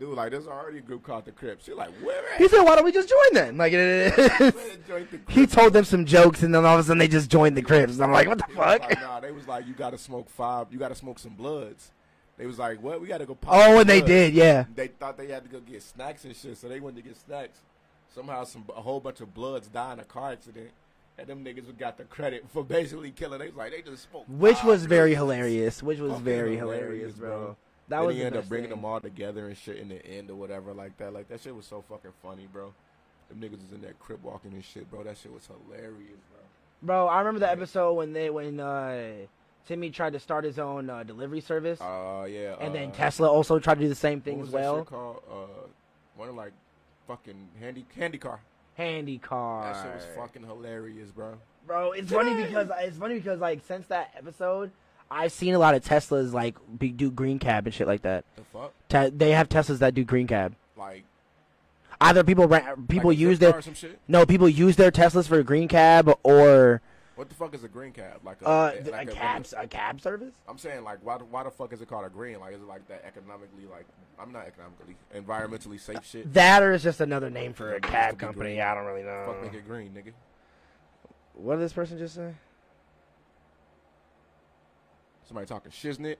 Speaker 2: Dude, like, there's already a group called the Crips. You're like, where at?
Speaker 1: He said, "Why don't we just join them?" Like
Speaker 2: Man,
Speaker 1: it,
Speaker 2: joined the Crips.
Speaker 1: he told them some jokes, and then all of a sudden they just joined the Crips. I'm like, "What the
Speaker 2: They was
Speaker 1: fuck?"
Speaker 2: Like, nah, they was like, you gotta smoke five, you gotta smoke some bloods. They was like, what? We gotta go pop.
Speaker 1: Oh,
Speaker 2: some
Speaker 1: and they
Speaker 2: Bloods.
Speaker 1: did, yeah.
Speaker 2: They thought they had to go get snacks and shit, so they went to get snacks. Somehow, some a whole bunch of bloods died in a car accident, and them niggas got the credit for basically killing. They was like, they just smoked.
Speaker 1: Which
Speaker 2: five
Speaker 1: was very
Speaker 2: bloods.
Speaker 1: hilarious. Which was
Speaker 2: Fucking
Speaker 1: very hilarious, bro. That
Speaker 2: then
Speaker 1: was
Speaker 2: he
Speaker 1: the
Speaker 2: ended
Speaker 1: best
Speaker 2: up bringing
Speaker 1: thing.
Speaker 2: them all together and shit in the end or whatever like that. Like that shit was so fucking funny, bro. Them niggas was in that crib walking and shit, bro. That shit was hilarious, bro.
Speaker 1: Bro, I remember the episode when they when uh, Timmy tried to start his own uh, delivery service,
Speaker 2: Oh yeah.
Speaker 1: and then
Speaker 2: uh,
Speaker 1: Tesla also tried to do the same
Speaker 2: What
Speaker 1: thing as
Speaker 2: was that shit
Speaker 1: well.
Speaker 2: called? Uh, one of like fucking handy candy car.
Speaker 1: Handy car.
Speaker 2: That shit was fucking hilarious, bro.
Speaker 1: Bro, it's funny
Speaker 2: Yay!
Speaker 1: because it's funny because like since that episode, I've seen a lot of Teslas like be, do green cab and shit like that.
Speaker 2: The fuck,
Speaker 1: Te- they have Teslas that do green cab.
Speaker 2: like
Speaker 1: Either people ra- people
Speaker 2: like a
Speaker 1: use
Speaker 2: zip car
Speaker 1: their
Speaker 2: or some shit.
Speaker 1: no people use their Teslas for green cab or
Speaker 2: What the fuck is a green cab? Like a,
Speaker 1: uh,
Speaker 2: like
Speaker 1: th- a cab a cab service.
Speaker 2: I'm saying like why the- why the fuck is it called a green? Like is it like that economically like I'm not economically environmentally
Speaker 1: Uh,
Speaker 2: safe shit.
Speaker 1: That or it's just another name for
Speaker 2: Yeah,
Speaker 1: a
Speaker 2: it used to
Speaker 1: cab
Speaker 2: be
Speaker 1: company.
Speaker 2: green.
Speaker 1: I don't really
Speaker 2: Fuck make
Speaker 1: know.
Speaker 2: it green, nigga.
Speaker 1: What did this person just say?
Speaker 2: Somebody talking shiznit.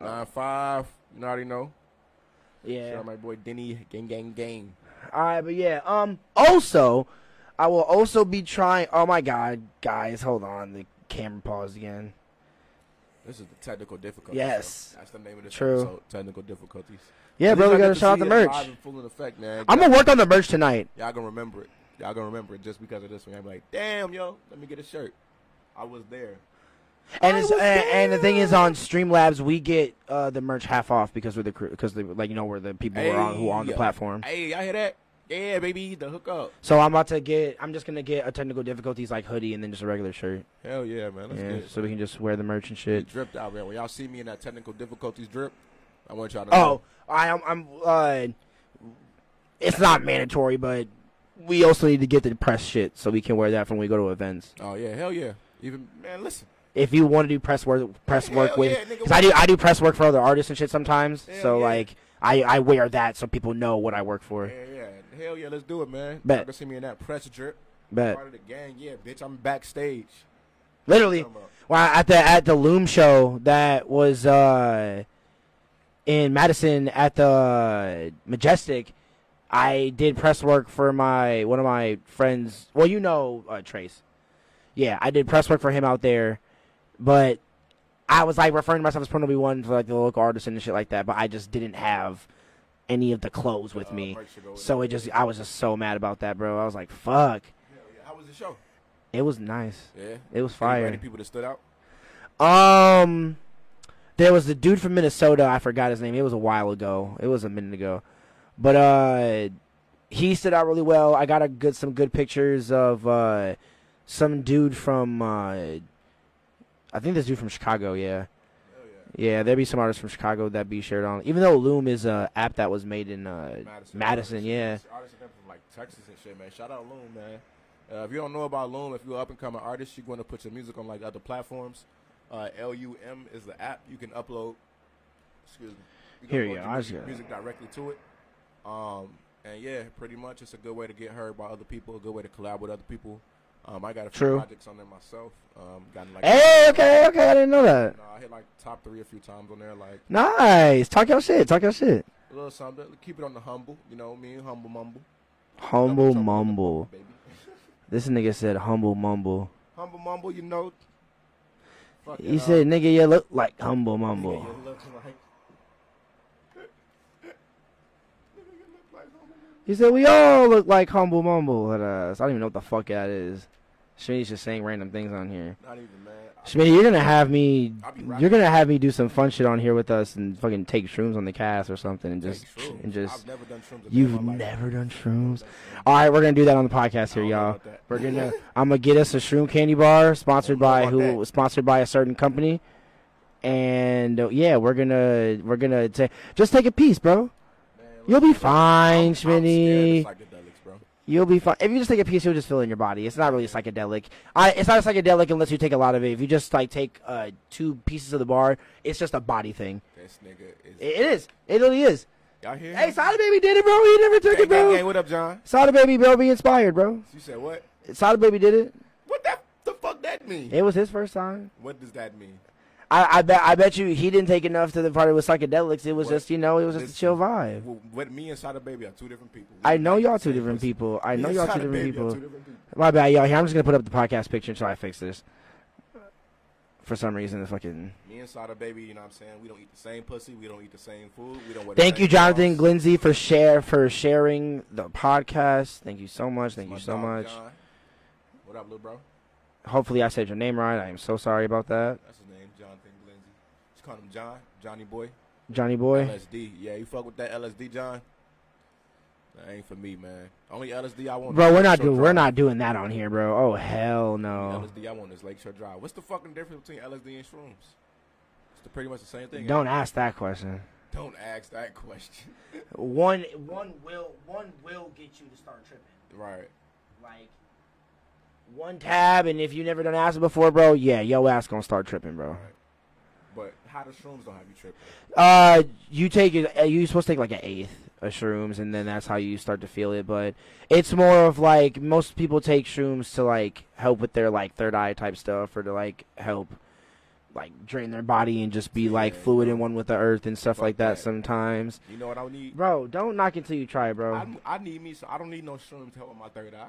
Speaker 2: Nine five, you already know.
Speaker 1: Uh. Yeah.
Speaker 2: Shout out my boy Denny, gang gang gang.
Speaker 1: All right, but yeah. Um. Also, I will also be trying. Oh my God, guys, hold on. The camera paused again.
Speaker 2: This is the technical difficulties.
Speaker 1: Yes.
Speaker 2: so that's the name of this
Speaker 1: True.
Speaker 2: episode. Technical difficulties.
Speaker 1: Yeah,
Speaker 2: At
Speaker 1: bro,
Speaker 2: least
Speaker 1: we
Speaker 2: I
Speaker 1: gotta
Speaker 2: get to
Speaker 1: shout out
Speaker 2: see
Speaker 1: the
Speaker 2: it
Speaker 1: merch.
Speaker 2: live in full in effect, man.
Speaker 1: I'm gonna work on the merch tonight.
Speaker 2: Y'all gonna remember it. Y'all gonna remember it just because of this one. Y'all be like, damn, yo, let me get a shirt. I was there.
Speaker 1: And
Speaker 2: I
Speaker 1: it's,
Speaker 2: was
Speaker 1: and, and the thing is, on
Speaker 2: there.
Speaker 1: Streamlabs, we get uh, the merch half off because we're the crew, because like you know we're the people who are on, who are on the
Speaker 2: Hey,
Speaker 1: platform.
Speaker 2: Hey, y'all hear that? Yeah, baby, the hookup.
Speaker 1: So I'm about to get. I'm just gonna get a technical difficulties like hoodie and then just a regular shirt.
Speaker 2: Hell yeah, man. That's
Speaker 1: yeah,
Speaker 2: good.
Speaker 1: so we can just wear the merch and
Speaker 2: It
Speaker 1: shit.
Speaker 2: dripped out, man. When y'all see me in that technical difficulties drip, I want y'all to
Speaker 1: Oh, I am. I'm. Uh, it's not mandatory, but we also need to get the press shit so we can wear that for when we go to events.
Speaker 2: know. Oh yeah, hell yeah. Even man, listen.
Speaker 1: If you want to do press work, press
Speaker 2: Hell
Speaker 1: work
Speaker 2: yeah,
Speaker 1: with,
Speaker 2: nigga,
Speaker 1: because I do, I do press work for other artists and shit sometimes.
Speaker 2: Hell
Speaker 1: so
Speaker 2: yeah.
Speaker 1: like, I I wear that so people know what I work for.
Speaker 2: Yeah, yeah. Hell yeah, let's do it, man.
Speaker 1: Bet.
Speaker 2: Y'all can see me in that press drip.
Speaker 1: But
Speaker 2: Part of the gang, yeah, bitch. I'm backstage.
Speaker 1: Literally. Well, at the at the Loom show that was uh, in Madison at the Majestic, I did press work for my one of my friends. Well, you know uh, Trace. Yeah, I did press work for him out there, but I was like referring to myself as Pronobi One for like the local artist and shit like that. But I just didn't have any of the clothes
Speaker 2: Uh,
Speaker 1: with me, so it just I was just so mad about that, bro. I was like, fuck.
Speaker 2: How was the show?
Speaker 1: It was nice.
Speaker 2: Yeah.
Speaker 1: It was
Speaker 2: Any
Speaker 1: fire.
Speaker 2: people that stood out?
Speaker 1: Um, there was the dude from Minnesota. I forgot his name. It was a while ago. It was a minute ago, but uh, he stood out really well. I got a good some good pictures of uh, some dude from uh, I think this dude from Chicago. Yeah, yeah. There'd be some artists from Chicago that be shared on. Even though Loom is a app that was made in uh,
Speaker 2: Madison.
Speaker 1: Madison. Yeah,
Speaker 2: Artists that come from like Texas and shit, man. Shout out Loom, man. Uh, if you don't know about Loom, if you're an up and coming artist, you're going to put your music on like other platforms. Uh, LUM is the app you can upload. Excuse me. You can
Speaker 1: Here
Speaker 2: upload
Speaker 1: you
Speaker 2: your
Speaker 1: go. I was
Speaker 2: music,
Speaker 1: gonna-
Speaker 2: music directly to it. Um, and yeah, pretty much it's a good way to get heard by other people. A good way to collab with other people. Um, I got a few
Speaker 1: True.
Speaker 2: projects on there myself. Um, gotten like
Speaker 1: Hey, okay, okay. I didn't know that.
Speaker 2: No, I hit like top three a few times on there. Like
Speaker 1: Nice. Talk your shit. Talk your shit.
Speaker 2: a little something. Keep it on the humble. You know me, humble mumble.
Speaker 1: Humble
Speaker 2: Double trouble in the
Speaker 1: mumble.
Speaker 2: baby.
Speaker 1: This nigga said humble mumble.
Speaker 2: Humble mumble, you know. Fuck
Speaker 1: He
Speaker 2: it up.
Speaker 1: said, nigga, you look like humble
Speaker 2: uh, Nigga,
Speaker 1: mumble.
Speaker 2: you look like- Nigga, you look like humble mumble.
Speaker 1: He said, we all look like humble mumble. But, uh, so I don't even know what the fuck that is. Schmitty's just saying random things on here.
Speaker 2: Not even, man. I-
Speaker 1: Schmitty, you're gonna have me.
Speaker 2: I'll be rapping.
Speaker 1: You're gonna have me do some fun shit on here with us and fucking take shrooms on the cast or something and
Speaker 2: take
Speaker 1: just
Speaker 2: shrooms.
Speaker 1: and just.
Speaker 2: I've never done shrooms. a day in
Speaker 1: You've
Speaker 2: my life.
Speaker 1: never done
Speaker 2: I've
Speaker 1: shrooms.
Speaker 2: never done
Speaker 1: All right, we're gonna do that on the podcast here,
Speaker 2: I don't know
Speaker 1: y'all.
Speaker 2: about that.
Speaker 1: We're gonna. I'm gonna get us a shroom candy bar sponsored
Speaker 2: Don't know
Speaker 1: by
Speaker 2: about
Speaker 1: who? Sponsored by a certain company. And uh, yeah, we're gonna we're gonna take just take a piece, bro.
Speaker 2: shrooms. Man,
Speaker 1: You'll
Speaker 2: look,
Speaker 1: be
Speaker 2: I'm-
Speaker 1: fine,
Speaker 2: I'm scared of
Speaker 1: Schmitty.
Speaker 2: psychedelics, bro.
Speaker 1: You'll be fine. If you just take a piece, you'll just feel it in your body. It's not really psychedelic. I, it's not a psychedelic unless you take a lot of it. If you just like take uh, two pieces of the bar, it's just a body thing.
Speaker 2: This nigga is.
Speaker 1: It, it is. It really is.
Speaker 2: y'all hear?
Speaker 1: Eh, Hey,
Speaker 2: him?
Speaker 1: Sada Baby did it, bro. He never took
Speaker 2: Gang,
Speaker 1: it,
Speaker 2: gang, gang,
Speaker 1: bro.
Speaker 2: what up, John?
Speaker 1: Sada Baby, bro, be inspired, bro.
Speaker 2: You said what?
Speaker 1: Sada Baby did it.
Speaker 2: What that, the fuck that mean?
Speaker 1: It was his first time.
Speaker 2: What does that mean?
Speaker 1: I, I bet. I bet you he didn't take enough to the part it was psychedelics. It was
Speaker 2: What?
Speaker 1: just, you know, it was just a
Speaker 2: Listen.
Speaker 1: chill vibe.
Speaker 2: Well, What me and Sada Baby are two different people. We
Speaker 1: I know
Speaker 2: not
Speaker 1: y'all
Speaker 2: the
Speaker 1: two
Speaker 2: same
Speaker 1: different
Speaker 2: person.
Speaker 1: people. I
Speaker 2: Me
Speaker 1: know
Speaker 2: and
Speaker 1: y'all
Speaker 2: Sada
Speaker 1: two different
Speaker 2: Baby are
Speaker 1: people.
Speaker 2: two different people.
Speaker 1: My bad, y'all. Here, I'm just gonna put up the podcast picture until I fix this. For some reason, the fucking.
Speaker 2: Me and Sada Baby, you know what I'm saying? We don't eat the same pussy. We don't eat the same food. We don't wear the
Speaker 1: Thank
Speaker 2: same
Speaker 1: you, Jonathan
Speaker 2: clothes.
Speaker 1: Glindsey, for share for sharing the podcast. Thank you so much. Thank
Speaker 2: My
Speaker 1: you so
Speaker 2: dog,
Speaker 1: much.
Speaker 2: John. What up, little bro?
Speaker 1: Hopefully, I said your name right. I am so sorry about that,
Speaker 2: That's his name, Jonathan Glindsey. Just call him John, Johnny Boy.
Speaker 1: Johnny boy.
Speaker 2: LSD. Yeah, you fuck with that LSD, John? That ain't for me, man. Only LSD I want.
Speaker 1: Bro,
Speaker 2: is
Speaker 1: we're not
Speaker 2: Lakeshore
Speaker 1: doing we're
Speaker 2: Drive.
Speaker 1: not doing that on here, bro. Oh hell no!
Speaker 2: LSD I want is Lakeshore Drive. What's the fucking difference between LSD and shrooms? It's the- pretty much the same thing.
Speaker 1: Don't ask that question.
Speaker 2: Don't ask that question.
Speaker 1: One one will one will get you to start tripping.
Speaker 2: right.
Speaker 1: Like one tab, and if you never done acid before, bro, yeah, yo ass gonna start tripping, bro.
Speaker 2: Right. But how the shrooms don't have you tripping?
Speaker 1: Uh, you take it. uh, You're supposed to take like an eighth of shrooms, and then that's how you start to feel it. But it's more of like most people take shrooms to like help with their like third eye type stuff, or to like help like drain their body and just be like
Speaker 2: Yeah,
Speaker 1: fluid
Speaker 2: bro.
Speaker 1: and one with the earth and stuff
Speaker 2: Fuck
Speaker 1: like that.
Speaker 2: that.
Speaker 1: Sometimes,
Speaker 2: You know what I need?
Speaker 1: bro, don't knock until you try, it, bro.
Speaker 2: I, I need me. So I don't need no shrooms to help with my third eye.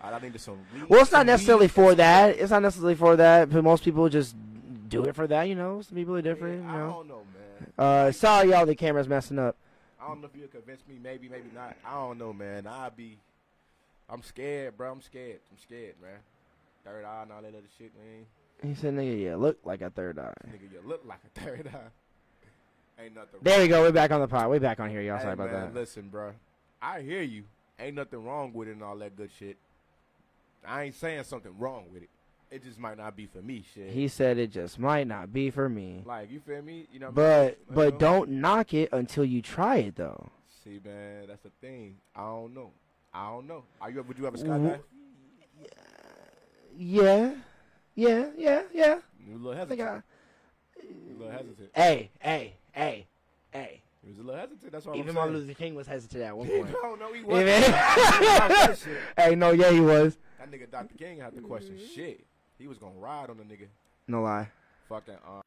Speaker 2: I, I need some. weed,
Speaker 1: well, it's
Speaker 2: some
Speaker 1: not
Speaker 2: weed,
Speaker 1: necessarily
Speaker 2: and
Speaker 1: for
Speaker 2: some-
Speaker 1: that. It's not necessarily for that. But most people just do it for that. You know, some people are different.
Speaker 2: Yeah,
Speaker 1: You
Speaker 2: I
Speaker 1: know.
Speaker 2: don't know, man.
Speaker 1: Uh, sorry, y'all. The camera's messing up.
Speaker 2: I don't know if you convince me. Maybe, maybe not. I don't know, man. I be. I'm scared, bro. I'm scared. I'm scared, man. Third eye and all that other shit, man.
Speaker 1: He said, "Nigga, yeah, look like a third eye."
Speaker 2: Nigga, you look like a third eye. Ain't nothing.
Speaker 1: There we go. We're back on the pod. We're back on here, y'all. Sorry
Speaker 2: Hey,
Speaker 1: about that.
Speaker 2: man, Listen, bro. I hear you. Ain't nothing wrong with it and all that good shit. I ain't saying something wrong with it. It just might not be for me, shit.
Speaker 1: He said it just might not be for me,
Speaker 2: like you feel me? You know. What I mean?
Speaker 1: but
Speaker 2: Like, you know?
Speaker 1: but don't knock it until you try it though.
Speaker 2: See, man, that's the thing. I don't know. I don't know. Are you? Would you ever
Speaker 1: Wh-
Speaker 2: skydive?
Speaker 1: Yeah, yeah, yeah, yeah.
Speaker 2: You was a little
Speaker 1: I think
Speaker 2: hesitant.
Speaker 1: I,
Speaker 2: You was a little hesitant.
Speaker 1: hey, hey, hey, hey.
Speaker 2: He was a little hesitant. That's all
Speaker 1: Even
Speaker 2: I'm
Speaker 1: Martin
Speaker 2: saying.
Speaker 1: Luther King was hesitant at one
Speaker 2: He
Speaker 1: point.
Speaker 2: don't know he
Speaker 1: Yeah,
Speaker 2: wasn't.
Speaker 1: man.
Speaker 2: that
Speaker 1: hey, no, yeah, he was. Mm-hmm.
Speaker 2: nigga Dr. King had to question shit. He was gonna ride on the nigga.
Speaker 1: No lie.
Speaker 2: Fucking um,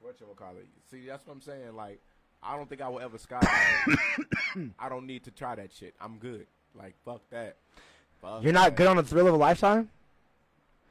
Speaker 2: what you call it? See, that's what I'm saying. Like, I don't think I will ever skydive. I don't need to try that shit. I'm good. Like, fuck that. Fuck
Speaker 1: You're not
Speaker 2: that.
Speaker 1: good on the thrill of a lifetime?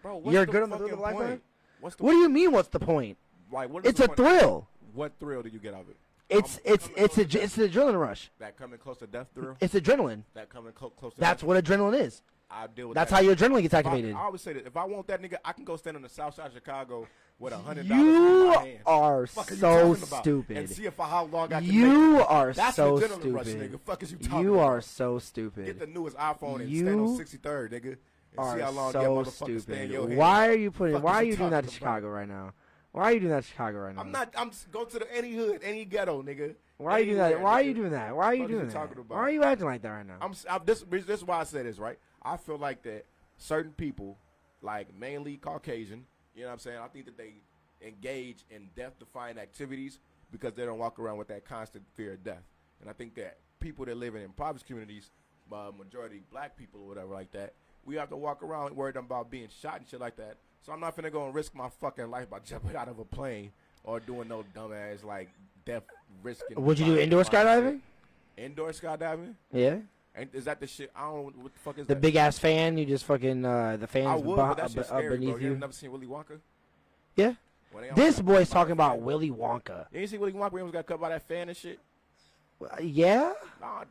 Speaker 2: Bro, what's
Speaker 1: you're
Speaker 2: the
Speaker 1: good on the thrill
Speaker 2: fucking
Speaker 1: of a lifetime?
Speaker 2: point? What's the
Speaker 1: What do you mean what's the point?
Speaker 2: like? What is
Speaker 1: It's
Speaker 2: the
Speaker 1: a
Speaker 2: point?
Speaker 1: thrill.
Speaker 2: What thrill do you get out of it?
Speaker 1: It's
Speaker 2: I'm-
Speaker 1: it's
Speaker 2: I'm
Speaker 1: it's a
Speaker 2: gonna-
Speaker 1: it's an adrenaline rush.
Speaker 2: That coming close to death thrill.
Speaker 1: It's adrenaline.
Speaker 2: that coming clo- close to
Speaker 1: That's
Speaker 2: death.
Speaker 1: what adrenaline is.
Speaker 2: I deal with.
Speaker 1: That's
Speaker 2: that.
Speaker 1: how your adrenaline gets
Speaker 2: If I-
Speaker 1: activated.
Speaker 2: I, always say that if I want that nigga, I can go stand on the south side of Chicago with a hundred dollars in
Speaker 1: You
Speaker 2: my hand.
Speaker 1: are
Speaker 2: Fuck are you
Speaker 1: so
Speaker 2: talking about? And
Speaker 1: stupid.
Speaker 2: see if I, how long I can make
Speaker 1: You
Speaker 2: it.
Speaker 1: are
Speaker 2: That's
Speaker 1: so
Speaker 2: an adrenaline rush, nigga.
Speaker 1: stupid.
Speaker 2: Fuck is you talking
Speaker 1: You
Speaker 2: about?
Speaker 1: are so
Speaker 2: Get
Speaker 1: stupid.
Speaker 2: the newest iPhone and stand
Speaker 1: You
Speaker 2: on 63rd, nigga. And see how long
Speaker 1: Are
Speaker 2: that
Speaker 1: so
Speaker 2: motherfucker stay in your
Speaker 1: stupid.
Speaker 2: hand.
Speaker 1: Why are you putting?
Speaker 2: Fuck
Speaker 1: Why
Speaker 2: is
Speaker 1: are
Speaker 2: you
Speaker 1: you doing that to
Speaker 2: talking about?
Speaker 1: Chicago right now? Why are you doing that to Chicago right now?
Speaker 2: I'm not. I'm s- go to the, any hood, any ghetto, nigga.
Speaker 1: Why are you doing that?
Speaker 2: Anywhere,
Speaker 1: Why are
Speaker 2: nigga.
Speaker 1: you doing that? Why are you
Speaker 2: Fuck is
Speaker 1: doing
Speaker 2: you
Speaker 1: that?
Speaker 2: talking about?
Speaker 1: Why are you acting like that right now?
Speaker 2: I'm, s- I'm this. This is why I say this, right? I feel like that certain people, like mainly Caucasian, you know what I'm saying. I think that they engage in death-defying activities because they don't walk around with that constant fear of death. And I think that people that live in impoverished communities, uh, majority black people or whatever like that, we have to walk around worried about being shot and shit like that. So I'm not finna go and risk my fucking life by jumping out of a plane or doing no dumbass like death risking.
Speaker 1: Would you do indoor skydiving?
Speaker 2: Indoor skydiving.
Speaker 1: Yeah.
Speaker 2: And is that the shit? I don't. know What the fuck is
Speaker 1: The
Speaker 2: that?
Speaker 1: big ass fan, you just fucking uh, the fans
Speaker 2: I would,
Speaker 1: beh-
Speaker 2: but that
Speaker 1: uh,
Speaker 2: shit's
Speaker 1: uh,
Speaker 2: scary,
Speaker 1: beneath
Speaker 2: bro. You
Speaker 1: you.
Speaker 2: ain't never seen Willy Wonka?
Speaker 1: Yeah.
Speaker 2: When they almost
Speaker 1: This
Speaker 2: got
Speaker 1: boy's
Speaker 2: cut by
Speaker 1: talking
Speaker 2: that fan.
Speaker 1: about Willy Wonka.
Speaker 2: You ain't see Willy Wonka? When he almost got cut by that fan and shit.
Speaker 1: Uh, Yeah.
Speaker 2: Nah,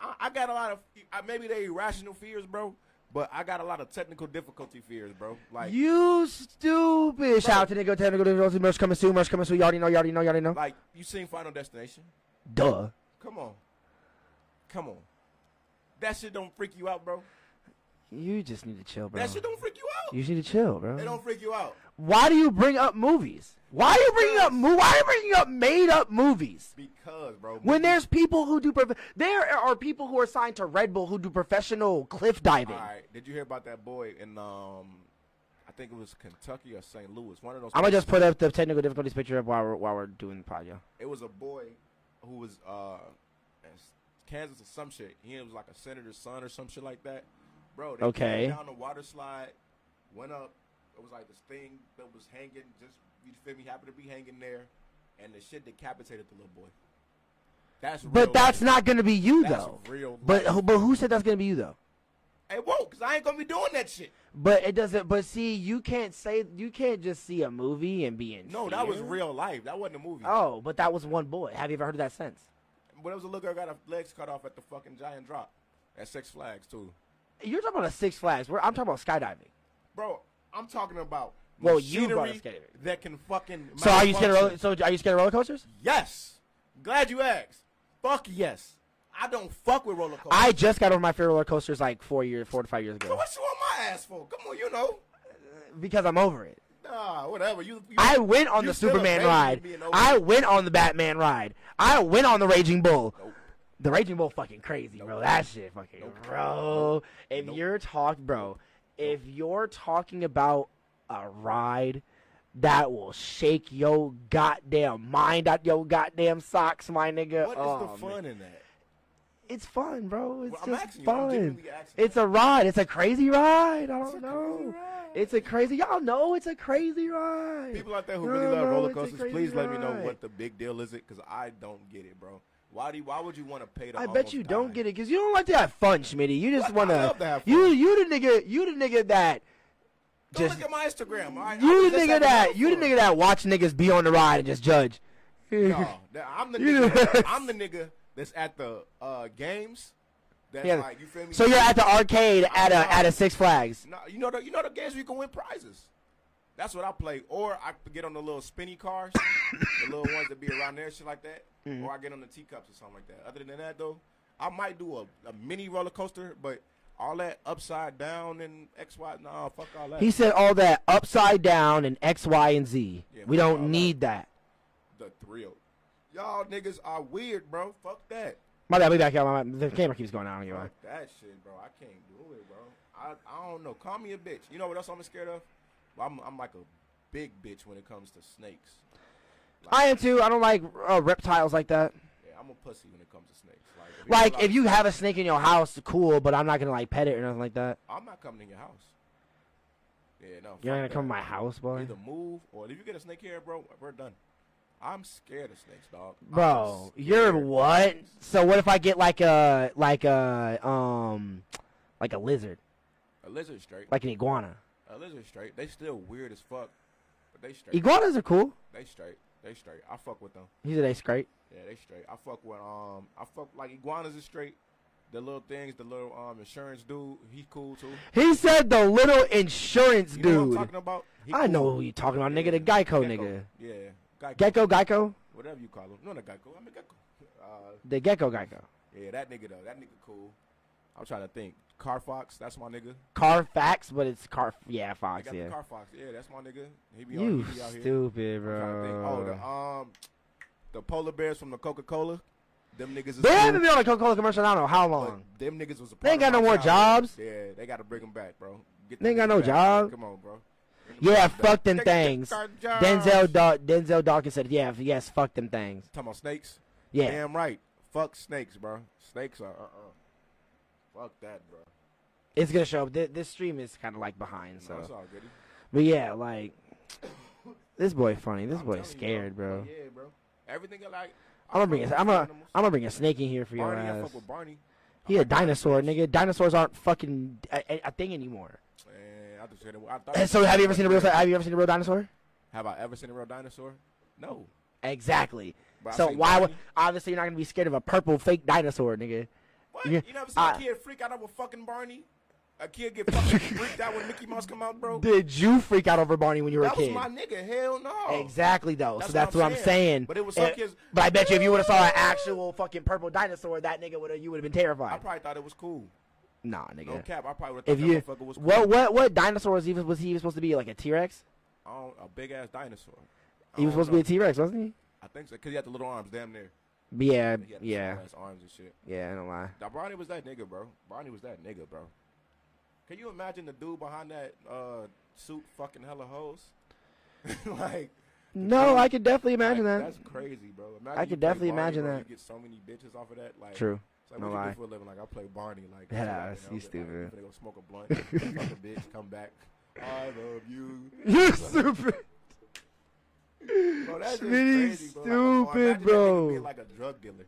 Speaker 2: I, I got a lot of. I, maybe they irrational fears, bro. But I got a lot of technical difficulty fears, bro. Like,
Speaker 1: you stupid! Shout out to nigga, tell nigga, nigga, merch coming soon, merch coming soon. You already know, you already know, you already know.
Speaker 2: like you seen Final Destination?
Speaker 1: Duh.
Speaker 2: Come on, come on. That shit don't freak you out, bro.
Speaker 1: You just need to chill, bro.
Speaker 2: That shit don't freak you out.
Speaker 1: You just need to chill,
Speaker 2: It
Speaker 1: bro.
Speaker 2: don't freak you out
Speaker 1: Why do you bring up movies? Why are you bringing up mo- Why are you bringing up made up movies?
Speaker 2: because, bro.
Speaker 1: When there's people who do prof- there are people who are signed to Red Bull who do professional cliff diving.
Speaker 2: All right. Did you hear about that boy in um? I think it was Kentucky or St. Louis. One of those.
Speaker 1: I'm gonna just put up the technical difficulties picture up while we're while we're doing the pod, yo.
Speaker 2: It was a boy who was uh, in Kansas or some shit. He was like a senator's son or some shit like that. Bro, they
Speaker 1: Okay.
Speaker 2: came down the water slide, went up. It was like this thing that was hanging. Just you feel me? Happened to be hanging there, and the shit decapitated the little boy. That's real
Speaker 1: But that's
Speaker 2: life.
Speaker 1: not gonna be you
Speaker 2: That's
Speaker 1: though.
Speaker 2: real
Speaker 1: But
Speaker 2: life.
Speaker 1: who- but who said that's gonna be you though?
Speaker 2: it won't, cause I ain't gonna be doing that shit.
Speaker 1: But it doesn't. But see, you can't say you can't just see a movie and be in.
Speaker 2: No, that was
Speaker 1: fear.
Speaker 2: real life. That wasn't a movie.
Speaker 1: Oh, but that was one boy. Have you ever heard of that since?
Speaker 2: But it was a little girl got her legs cut off at the fucking giant drop at Six Flags too.
Speaker 1: You're talking about a Six Flags. Where I'm talking about skydiving.
Speaker 2: Bro, I'm talking about
Speaker 1: Well, you brought
Speaker 2: machinery
Speaker 1: us skating.
Speaker 2: that can fucking.
Speaker 1: So are you scared? Of roller,
Speaker 2: malfunction.
Speaker 1: so are you scared of roller coasters?
Speaker 2: Yes. Glad you asked. Fuck yes. I don't fuck with roller coasters.
Speaker 1: I just got over my fear of roller coasters like four years, four to five years
Speaker 2: So
Speaker 1: ago,
Speaker 2: what you on my ass for? Come on, you know.
Speaker 1: because I'm over it.
Speaker 2: Nah, whatever. You. you
Speaker 1: I went on
Speaker 2: you
Speaker 1: the
Speaker 2: still a
Speaker 1: Superman
Speaker 2: baby
Speaker 1: ride.
Speaker 2: being over
Speaker 1: I
Speaker 2: it.
Speaker 1: went on the Batman ride. I went on the Raging Bull.
Speaker 2: Nope.
Speaker 1: The Raging Bull fucking crazy, bro. That shit fucking bro. If
Speaker 2: Nope.
Speaker 1: you're talk bro, if you're talking about a ride that will shake your goddamn mind out your goddamn socks, my nigga.
Speaker 2: What is
Speaker 1: Oh,
Speaker 2: the
Speaker 1: man.
Speaker 2: fun in that?
Speaker 1: It's fun, bro. It's
Speaker 2: Well, I'm
Speaker 1: just
Speaker 2: asking you. I'm
Speaker 1: fun.
Speaker 2: genuinely asking
Speaker 1: it's a ride. It's a crazy ride. I
Speaker 2: a
Speaker 1: don't
Speaker 2: crazy
Speaker 1: know.
Speaker 2: ride.
Speaker 1: It's a crazy. Y'all know it's a crazy ride.
Speaker 2: People out there who
Speaker 1: No,
Speaker 2: really
Speaker 1: no,
Speaker 2: love roller
Speaker 1: it's a
Speaker 2: coasters,
Speaker 1: crazy
Speaker 2: please let me know
Speaker 1: ride.
Speaker 2: what the big deal is. It because I don't get it, bro. Why do? You, why would you want to pay to?
Speaker 1: I bet
Speaker 2: almost
Speaker 1: you don't
Speaker 2: die?
Speaker 1: get it because you don't like to have fun, Schmitty. You just
Speaker 2: What?
Speaker 1: want
Speaker 2: I love to have fun.
Speaker 1: You you the nigga. You the nigga that.
Speaker 2: Don't
Speaker 1: Just
Speaker 2: look at my Instagram. All right? I
Speaker 1: you
Speaker 2: was
Speaker 1: the
Speaker 2: just
Speaker 1: nigga
Speaker 2: having
Speaker 1: that
Speaker 2: fun.
Speaker 1: you the nigga that watch niggas be on the ride and just judge.
Speaker 2: No, that- I'm the
Speaker 1: You
Speaker 2: nigga.
Speaker 1: the-
Speaker 2: I'm the nigga that's at the uh, games. That's
Speaker 1: Yeah.
Speaker 2: like you feel me.
Speaker 1: so you're at the arcade at a at a Six Flags.
Speaker 2: No, you know the you know the games where you can win prizes. That's what I play. Or I could get on the little spinny cars, the little ones that be around there, shit like that.
Speaker 1: Mm-hmm.
Speaker 2: Or I get on the teacups or something like that. Other than that, though, I might do a, a mini roller coaster, but all that upside down and X Y. Nah, fuck all that.
Speaker 1: He said all that upside down and X, Y, and Z.
Speaker 2: Yeah,
Speaker 1: we
Speaker 2: fuck
Speaker 1: don't
Speaker 2: all
Speaker 1: need that.
Speaker 2: the thrill. Y'all niggas are weird, bro. Fuck that.
Speaker 1: My bad, we back out. My, bad. the camera keeps going out. I don't give a-
Speaker 2: Fuck that shit, bro. I can't do it, bro. I, I don't know. Call me a bitch. You know what else I'm scared of? I'm I'm like a big bitch when it comes to snakes.
Speaker 1: I am too. I don't like uh, reptiles like that.
Speaker 2: Yeah, I'm a pussy when it comes to snakes. Like if, you
Speaker 1: Like
Speaker 2: realize-
Speaker 1: if you have a snake in your house, cool, but I'm not gonna like pet it or nothing like that.
Speaker 2: I'm not coming in your house. Yeah, no.
Speaker 1: You're not gonna
Speaker 2: fuck
Speaker 1: come to
Speaker 2: that.
Speaker 1: my house, boy.
Speaker 2: Either move or if you get a snake here, bro, we're done. I'm scared of snakes, dog.
Speaker 1: Bro, you're what? So what if I get like a like a um like a lizard,
Speaker 2: A lizard straight.
Speaker 1: like an iguana?
Speaker 2: A lizard straight. They still weird as fuck, but they straight.
Speaker 1: Iguanas are cool.
Speaker 2: They straight. They straight. I fuck with them.
Speaker 1: These are they straight.
Speaker 2: Yeah, they straight. I fuck with um. I fuck like iguanas is straight. The little things, the little um insurance dude, he cool too.
Speaker 1: He said the little insurance
Speaker 2: You know what I'm
Speaker 1: dude.
Speaker 2: talking about? He
Speaker 1: I know
Speaker 2: cool.
Speaker 1: who you talking about, nigga.
Speaker 2: Yeah.
Speaker 1: The Geico,
Speaker 2: Gecko.
Speaker 1: nigga.
Speaker 2: Yeah, Geico.
Speaker 1: Gecko, Geico,
Speaker 2: Whatever you call him. No, not Geico. I mean Geico. Uh,
Speaker 1: the Gecko, Geico.
Speaker 2: yeah, that nigga though. That nigga cool. I'm trying to think. Carfox, that's my nigga.
Speaker 1: Carfax, but it's Car. Yeah,
Speaker 2: I
Speaker 1: Fox.
Speaker 2: got
Speaker 1: Yeah.
Speaker 2: the Carfox. Yeah, that's my nigga. He be, on,
Speaker 1: You
Speaker 2: he be out here.
Speaker 1: stupid,
Speaker 2: I'm trying to think. Oh,
Speaker 1: bro.
Speaker 2: the um, the polar bears from the Coca Cola. Them niggas. Is
Speaker 1: They
Speaker 2: cool.
Speaker 1: haven't been on a Coca-Cola commercial. I don't know how
Speaker 2: But
Speaker 1: long.
Speaker 2: them niggas was a
Speaker 1: They ain't
Speaker 2: part
Speaker 1: got
Speaker 2: of
Speaker 1: no
Speaker 2: my
Speaker 1: more
Speaker 2: childhood.
Speaker 1: jobs.
Speaker 2: Yeah, they gotta bring them back, bro. Get
Speaker 1: They ain't
Speaker 2: them
Speaker 1: got no
Speaker 2: niggas back,
Speaker 1: job.
Speaker 2: Bro. Come on, bro. Get them
Speaker 1: Yeah,
Speaker 2: niggas back.
Speaker 1: fuck them
Speaker 2: Take- take
Speaker 1: things.
Speaker 2: our jobs.
Speaker 1: Denzel Daw- Denzel Dawkins said, "Yeah, f- yes, fuck them things."
Speaker 2: Talking about snakes.
Speaker 1: Yeah,
Speaker 2: Damn right. Fuck snakes, bro. Snakes are uh uh. Fuck that, bro.
Speaker 1: it's gonna show up. Th- this stream is kind of like behind,
Speaker 2: No, it's
Speaker 1: so.
Speaker 2: all good.
Speaker 1: But yeah, like this boy funny. This
Speaker 2: I'm
Speaker 1: boy
Speaker 2: telling you,
Speaker 1: scared, bro.
Speaker 2: But Yeah, bro. Everything I like.
Speaker 1: I'm gonna bring
Speaker 2: fuck
Speaker 1: a,
Speaker 2: with
Speaker 1: I'm gonna
Speaker 2: animals.
Speaker 1: I'm gonna bring a snake in here for your
Speaker 2: Barney. I
Speaker 1: ass.
Speaker 2: fuck with Barney.
Speaker 1: He
Speaker 2: I
Speaker 1: a
Speaker 2: like Barney,
Speaker 1: dinosaur,
Speaker 2: bitch.
Speaker 1: nigga. Dinosaurs aren't fucking a, a- a thing anymore.
Speaker 2: Man, I just said it. I thought-
Speaker 1: Eh, So have you ever seen a real? Have you ever seen a real dinosaur?
Speaker 2: Have I ever seen a real dinosaur? No.
Speaker 1: Exactly.
Speaker 2: But I
Speaker 1: So
Speaker 2: seen
Speaker 1: why would
Speaker 2: Barney.
Speaker 1: obviously you're not gonna be scared of a purple fake dinosaur, nigga?
Speaker 2: What?
Speaker 1: Yeah,
Speaker 2: You never seen
Speaker 1: I-
Speaker 2: a kid freak out over fucking Barney? A kid get fucking freaked out when Mickey Mouse come out, bro?
Speaker 1: Did you freak out over Barney when you were a
Speaker 2: that was
Speaker 1: kid?
Speaker 2: my nigga. Hell no.
Speaker 1: Exactly though.
Speaker 2: That's
Speaker 1: so
Speaker 2: what
Speaker 1: that's
Speaker 2: I'm
Speaker 1: what I'm
Speaker 2: saying.
Speaker 1: saying.
Speaker 2: But it was some
Speaker 1: Eh,
Speaker 2: kids-
Speaker 1: But I bet you if you would have saw an actual fucking purple dinosaur, that nigga would have you would have been
Speaker 2: I
Speaker 1: terrified.
Speaker 2: probably thought it was cool.
Speaker 1: nah,
Speaker 2: No
Speaker 1: nigga.
Speaker 2: cap. I probably would
Speaker 1: If
Speaker 2: have thought
Speaker 1: you
Speaker 2: that motherfucker was cool.
Speaker 1: what what what dinosaur was he was he even supposed to be like a T Rex?
Speaker 2: I don't- a big ass dinosaur. I
Speaker 1: He was
Speaker 2: don't
Speaker 1: supposed to be a
Speaker 2: know.
Speaker 1: T Rex, wasn't he?
Speaker 2: I think so. Cause he had the little arms, damn near.
Speaker 1: But yeah,
Speaker 2: He had the
Speaker 1: yeah,
Speaker 2: small ass arms and shit.
Speaker 1: yeah. I don't lie.
Speaker 2: Now Barney was that nigga, bro. Barney was that nigga, bro. Can you imagine the dude behind that uh, suit fucking hella hoes? like.
Speaker 1: No, I could definitely imagine
Speaker 2: Like,
Speaker 1: that.
Speaker 2: That's crazy, bro. Imagine
Speaker 1: I
Speaker 2: you
Speaker 1: could
Speaker 2: play
Speaker 1: definitely
Speaker 2: Barney,
Speaker 1: imagine
Speaker 2: bro,
Speaker 1: that.
Speaker 2: You get so many bitches off of that. Like,
Speaker 1: True.
Speaker 2: It's like,
Speaker 1: No
Speaker 2: what you
Speaker 1: lie.
Speaker 2: do for a living? Like, I play Barney. Like,
Speaker 1: Yeah,
Speaker 2: chill out,
Speaker 1: that's-
Speaker 2: you,
Speaker 1: you
Speaker 2: know, but,
Speaker 1: stupid.
Speaker 2: Like, I'm finna go smoke a blunt. fuck a bitch. Come back. I love you.
Speaker 1: You stupid.
Speaker 2: Bro, that's just
Speaker 1: Really
Speaker 2: crazy, bro. Like,
Speaker 1: stupid,
Speaker 2: imagine that nigga
Speaker 1: bro.
Speaker 2: being like a drug dealer.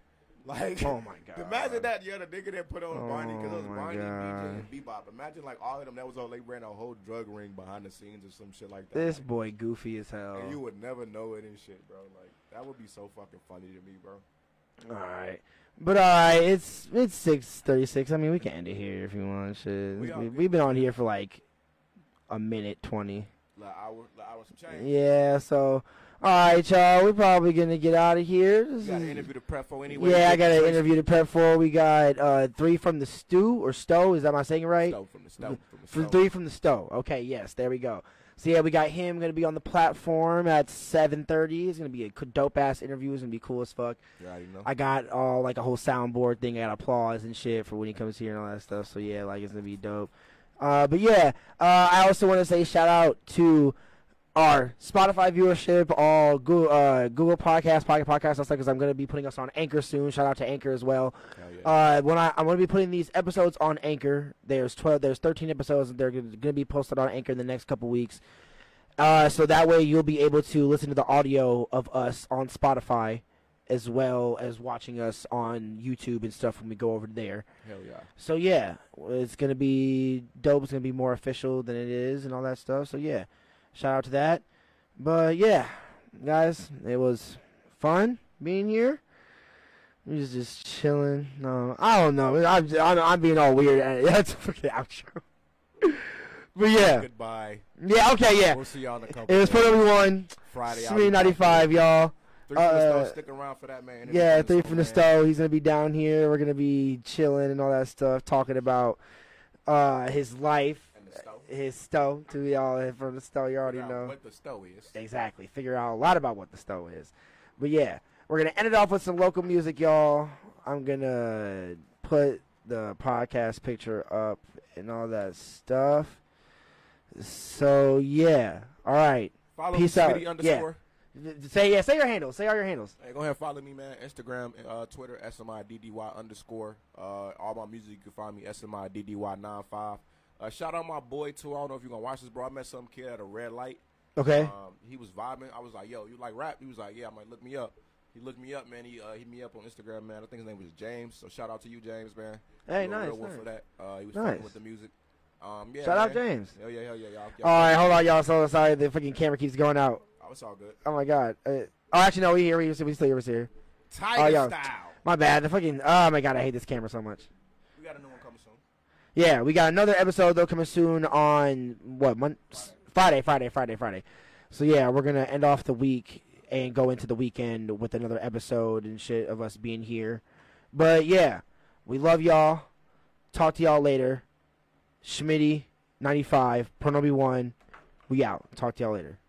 Speaker 2: Like,
Speaker 1: Oh my god.
Speaker 2: Imagine that you're the nigga that put on
Speaker 1: Oh
Speaker 2: Barney because it was
Speaker 1: my
Speaker 2: Barney, DJ,
Speaker 1: God.
Speaker 2: and Bebop. Imagine like all of them. That was all they ran a whole drug ring behind the scenes or some shit like that.
Speaker 1: This
Speaker 2: Like,
Speaker 1: boy goofy as hell.
Speaker 2: and you would never know it and shit, bro. Like that would be so fucking funny to me, bro.
Speaker 1: All right. But all right, it's it's six thirty six. I mean, we can end it here if you want. Shit,
Speaker 2: We all
Speaker 1: we,
Speaker 2: good.
Speaker 1: we've been on here for like a minute twenty.
Speaker 2: Like hour, like hour some change.
Speaker 1: Yeah. So, all right, y'all. We're probably gonna get out of here. This
Speaker 2: You got an
Speaker 1: is-
Speaker 2: interview to prep for anyway.
Speaker 1: yeah, I got an
Speaker 2: Tracy
Speaker 1: interview to prep for. We got uh three from the stew or stow. Is that my saying it right?
Speaker 2: Stowe from the Stowe, from the
Speaker 1: For
Speaker 2: Stowe.
Speaker 1: three from the stove. Okay, yes, there we go. So yeah, we got him gonna be on the platform at seven thirty. It's gonna be a dope ass interview. It's gonna be cool as fuck.
Speaker 2: You already know.
Speaker 1: I got all like a whole soundboard thing. I got applause and shit for when he comes here and all that stuff. So yeah, like it's gonna be dope. Uh, but yeah, uh, I also want to say shout out to our Spotify viewership, all Google, uh, Google Podcast, Pocket Podcast, and stuff. Because I'm gonna be putting us on Anchor soon. Shout out to Anchor as well.
Speaker 2: Hell yeah.
Speaker 1: Uh, when I I'm gonna be putting these episodes on Anchor. There's twelve. There's thirteen episodes, and they're gonna gonna be posted on Anchor in the next couple weeks. Uh, so that way you'll be able to listen to the audio of us on Spotify, as well as watching us on YouTube and stuff when we go over there.
Speaker 2: Hell yeah.
Speaker 1: So yeah, it's gonna be dope. It's gonna be more official than it is, and all that stuff. So yeah, shout out to that. But yeah, guys, it was fun being here. We was just chilling. No, I don't know. I'm I'm, I'm being all weird. That's a fucking outro. but yeah,
Speaker 2: Goodbye.
Speaker 1: yeah, okay, yeah.
Speaker 2: We'll see y'all in a couple.
Speaker 1: It was for
Speaker 2: days.
Speaker 1: everyone.
Speaker 2: Friday. I'll
Speaker 1: Three
Speaker 2: be back.
Speaker 1: ninety five, y'all.
Speaker 2: Three from the
Speaker 1: uh,
Speaker 2: Stowe. Stick around for that, man. Interview
Speaker 1: Yeah, three from the
Speaker 2: man.
Speaker 1: stove. He's gonna be down here. We're gonna be chilling and all that stuff, talking about uh, his life, uh,
Speaker 2: And the Stowe.
Speaker 1: his stove to y'all from the stove. You already
Speaker 2: Figure out
Speaker 1: know
Speaker 2: What the Stowe is.
Speaker 1: exactly. Figure out a lot about what the stove is, but yeah, we're gonna end it off with some local music, y'all. I'm gonna put the podcast picture up and all that stuff. So yeah, all right.
Speaker 2: Follow
Speaker 1: Peace out.
Speaker 2: Smitty
Speaker 1: Yeah.
Speaker 2: underscore.
Speaker 1: Say yeah. Say your handles. Say all your handles.
Speaker 2: Hey, go ahead and follow me, man. Instagram, uh, Twitter, SMIDDY underscore. Uh, all my music, you can find me, SMIDDY95. Uh, shout out my boy too. I don't know if you're gonna watch this, bro. I met some kid at a red light.
Speaker 1: Okay.
Speaker 2: Um, he was vibing. I was like, "Yo, you like rap?" He was like, "Yeah." I'm like, "Look me up." He looked me up, man. He uh, hit me up on Instagram, man. I think his name was James. So shout out to you, James, man.
Speaker 1: Hey,
Speaker 2: You a
Speaker 1: nice,
Speaker 2: real one
Speaker 1: nice.
Speaker 2: for that. Uh, he was
Speaker 1: Nice.
Speaker 2: fucking with the music. Um, yeah,
Speaker 1: Shout out
Speaker 2: man.
Speaker 1: James. Uh,
Speaker 2: Hell yeah, hell yeah, y'all.
Speaker 1: All right, hold on, y'all. So sorry, the fucking camera keeps going out.
Speaker 2: Oh, it's all good.
Speaker 1: Oh my god. Uh, oh, actually, no, we here. We, we still here. We still here.
Speaker 2: Tiger
Speaker 1: yeah.
Speaker 2: style.
Speaker 1: My bad. The fucking. Oh my god, I hate this camera so much.
Speaker 2: We got a new one coming soon.
Speaker 1: Yeah, we got another episode though coming soon on what Mon- s- Friday, Friday, Friday, Friday. So yeah, we're gonna end off the week and go into the weekend with another episode and shit of us being here. But yeah, we love y'all. Talk to y'all later. Schmitty ninety five, Pronobi one. We out. Talk to y'all later.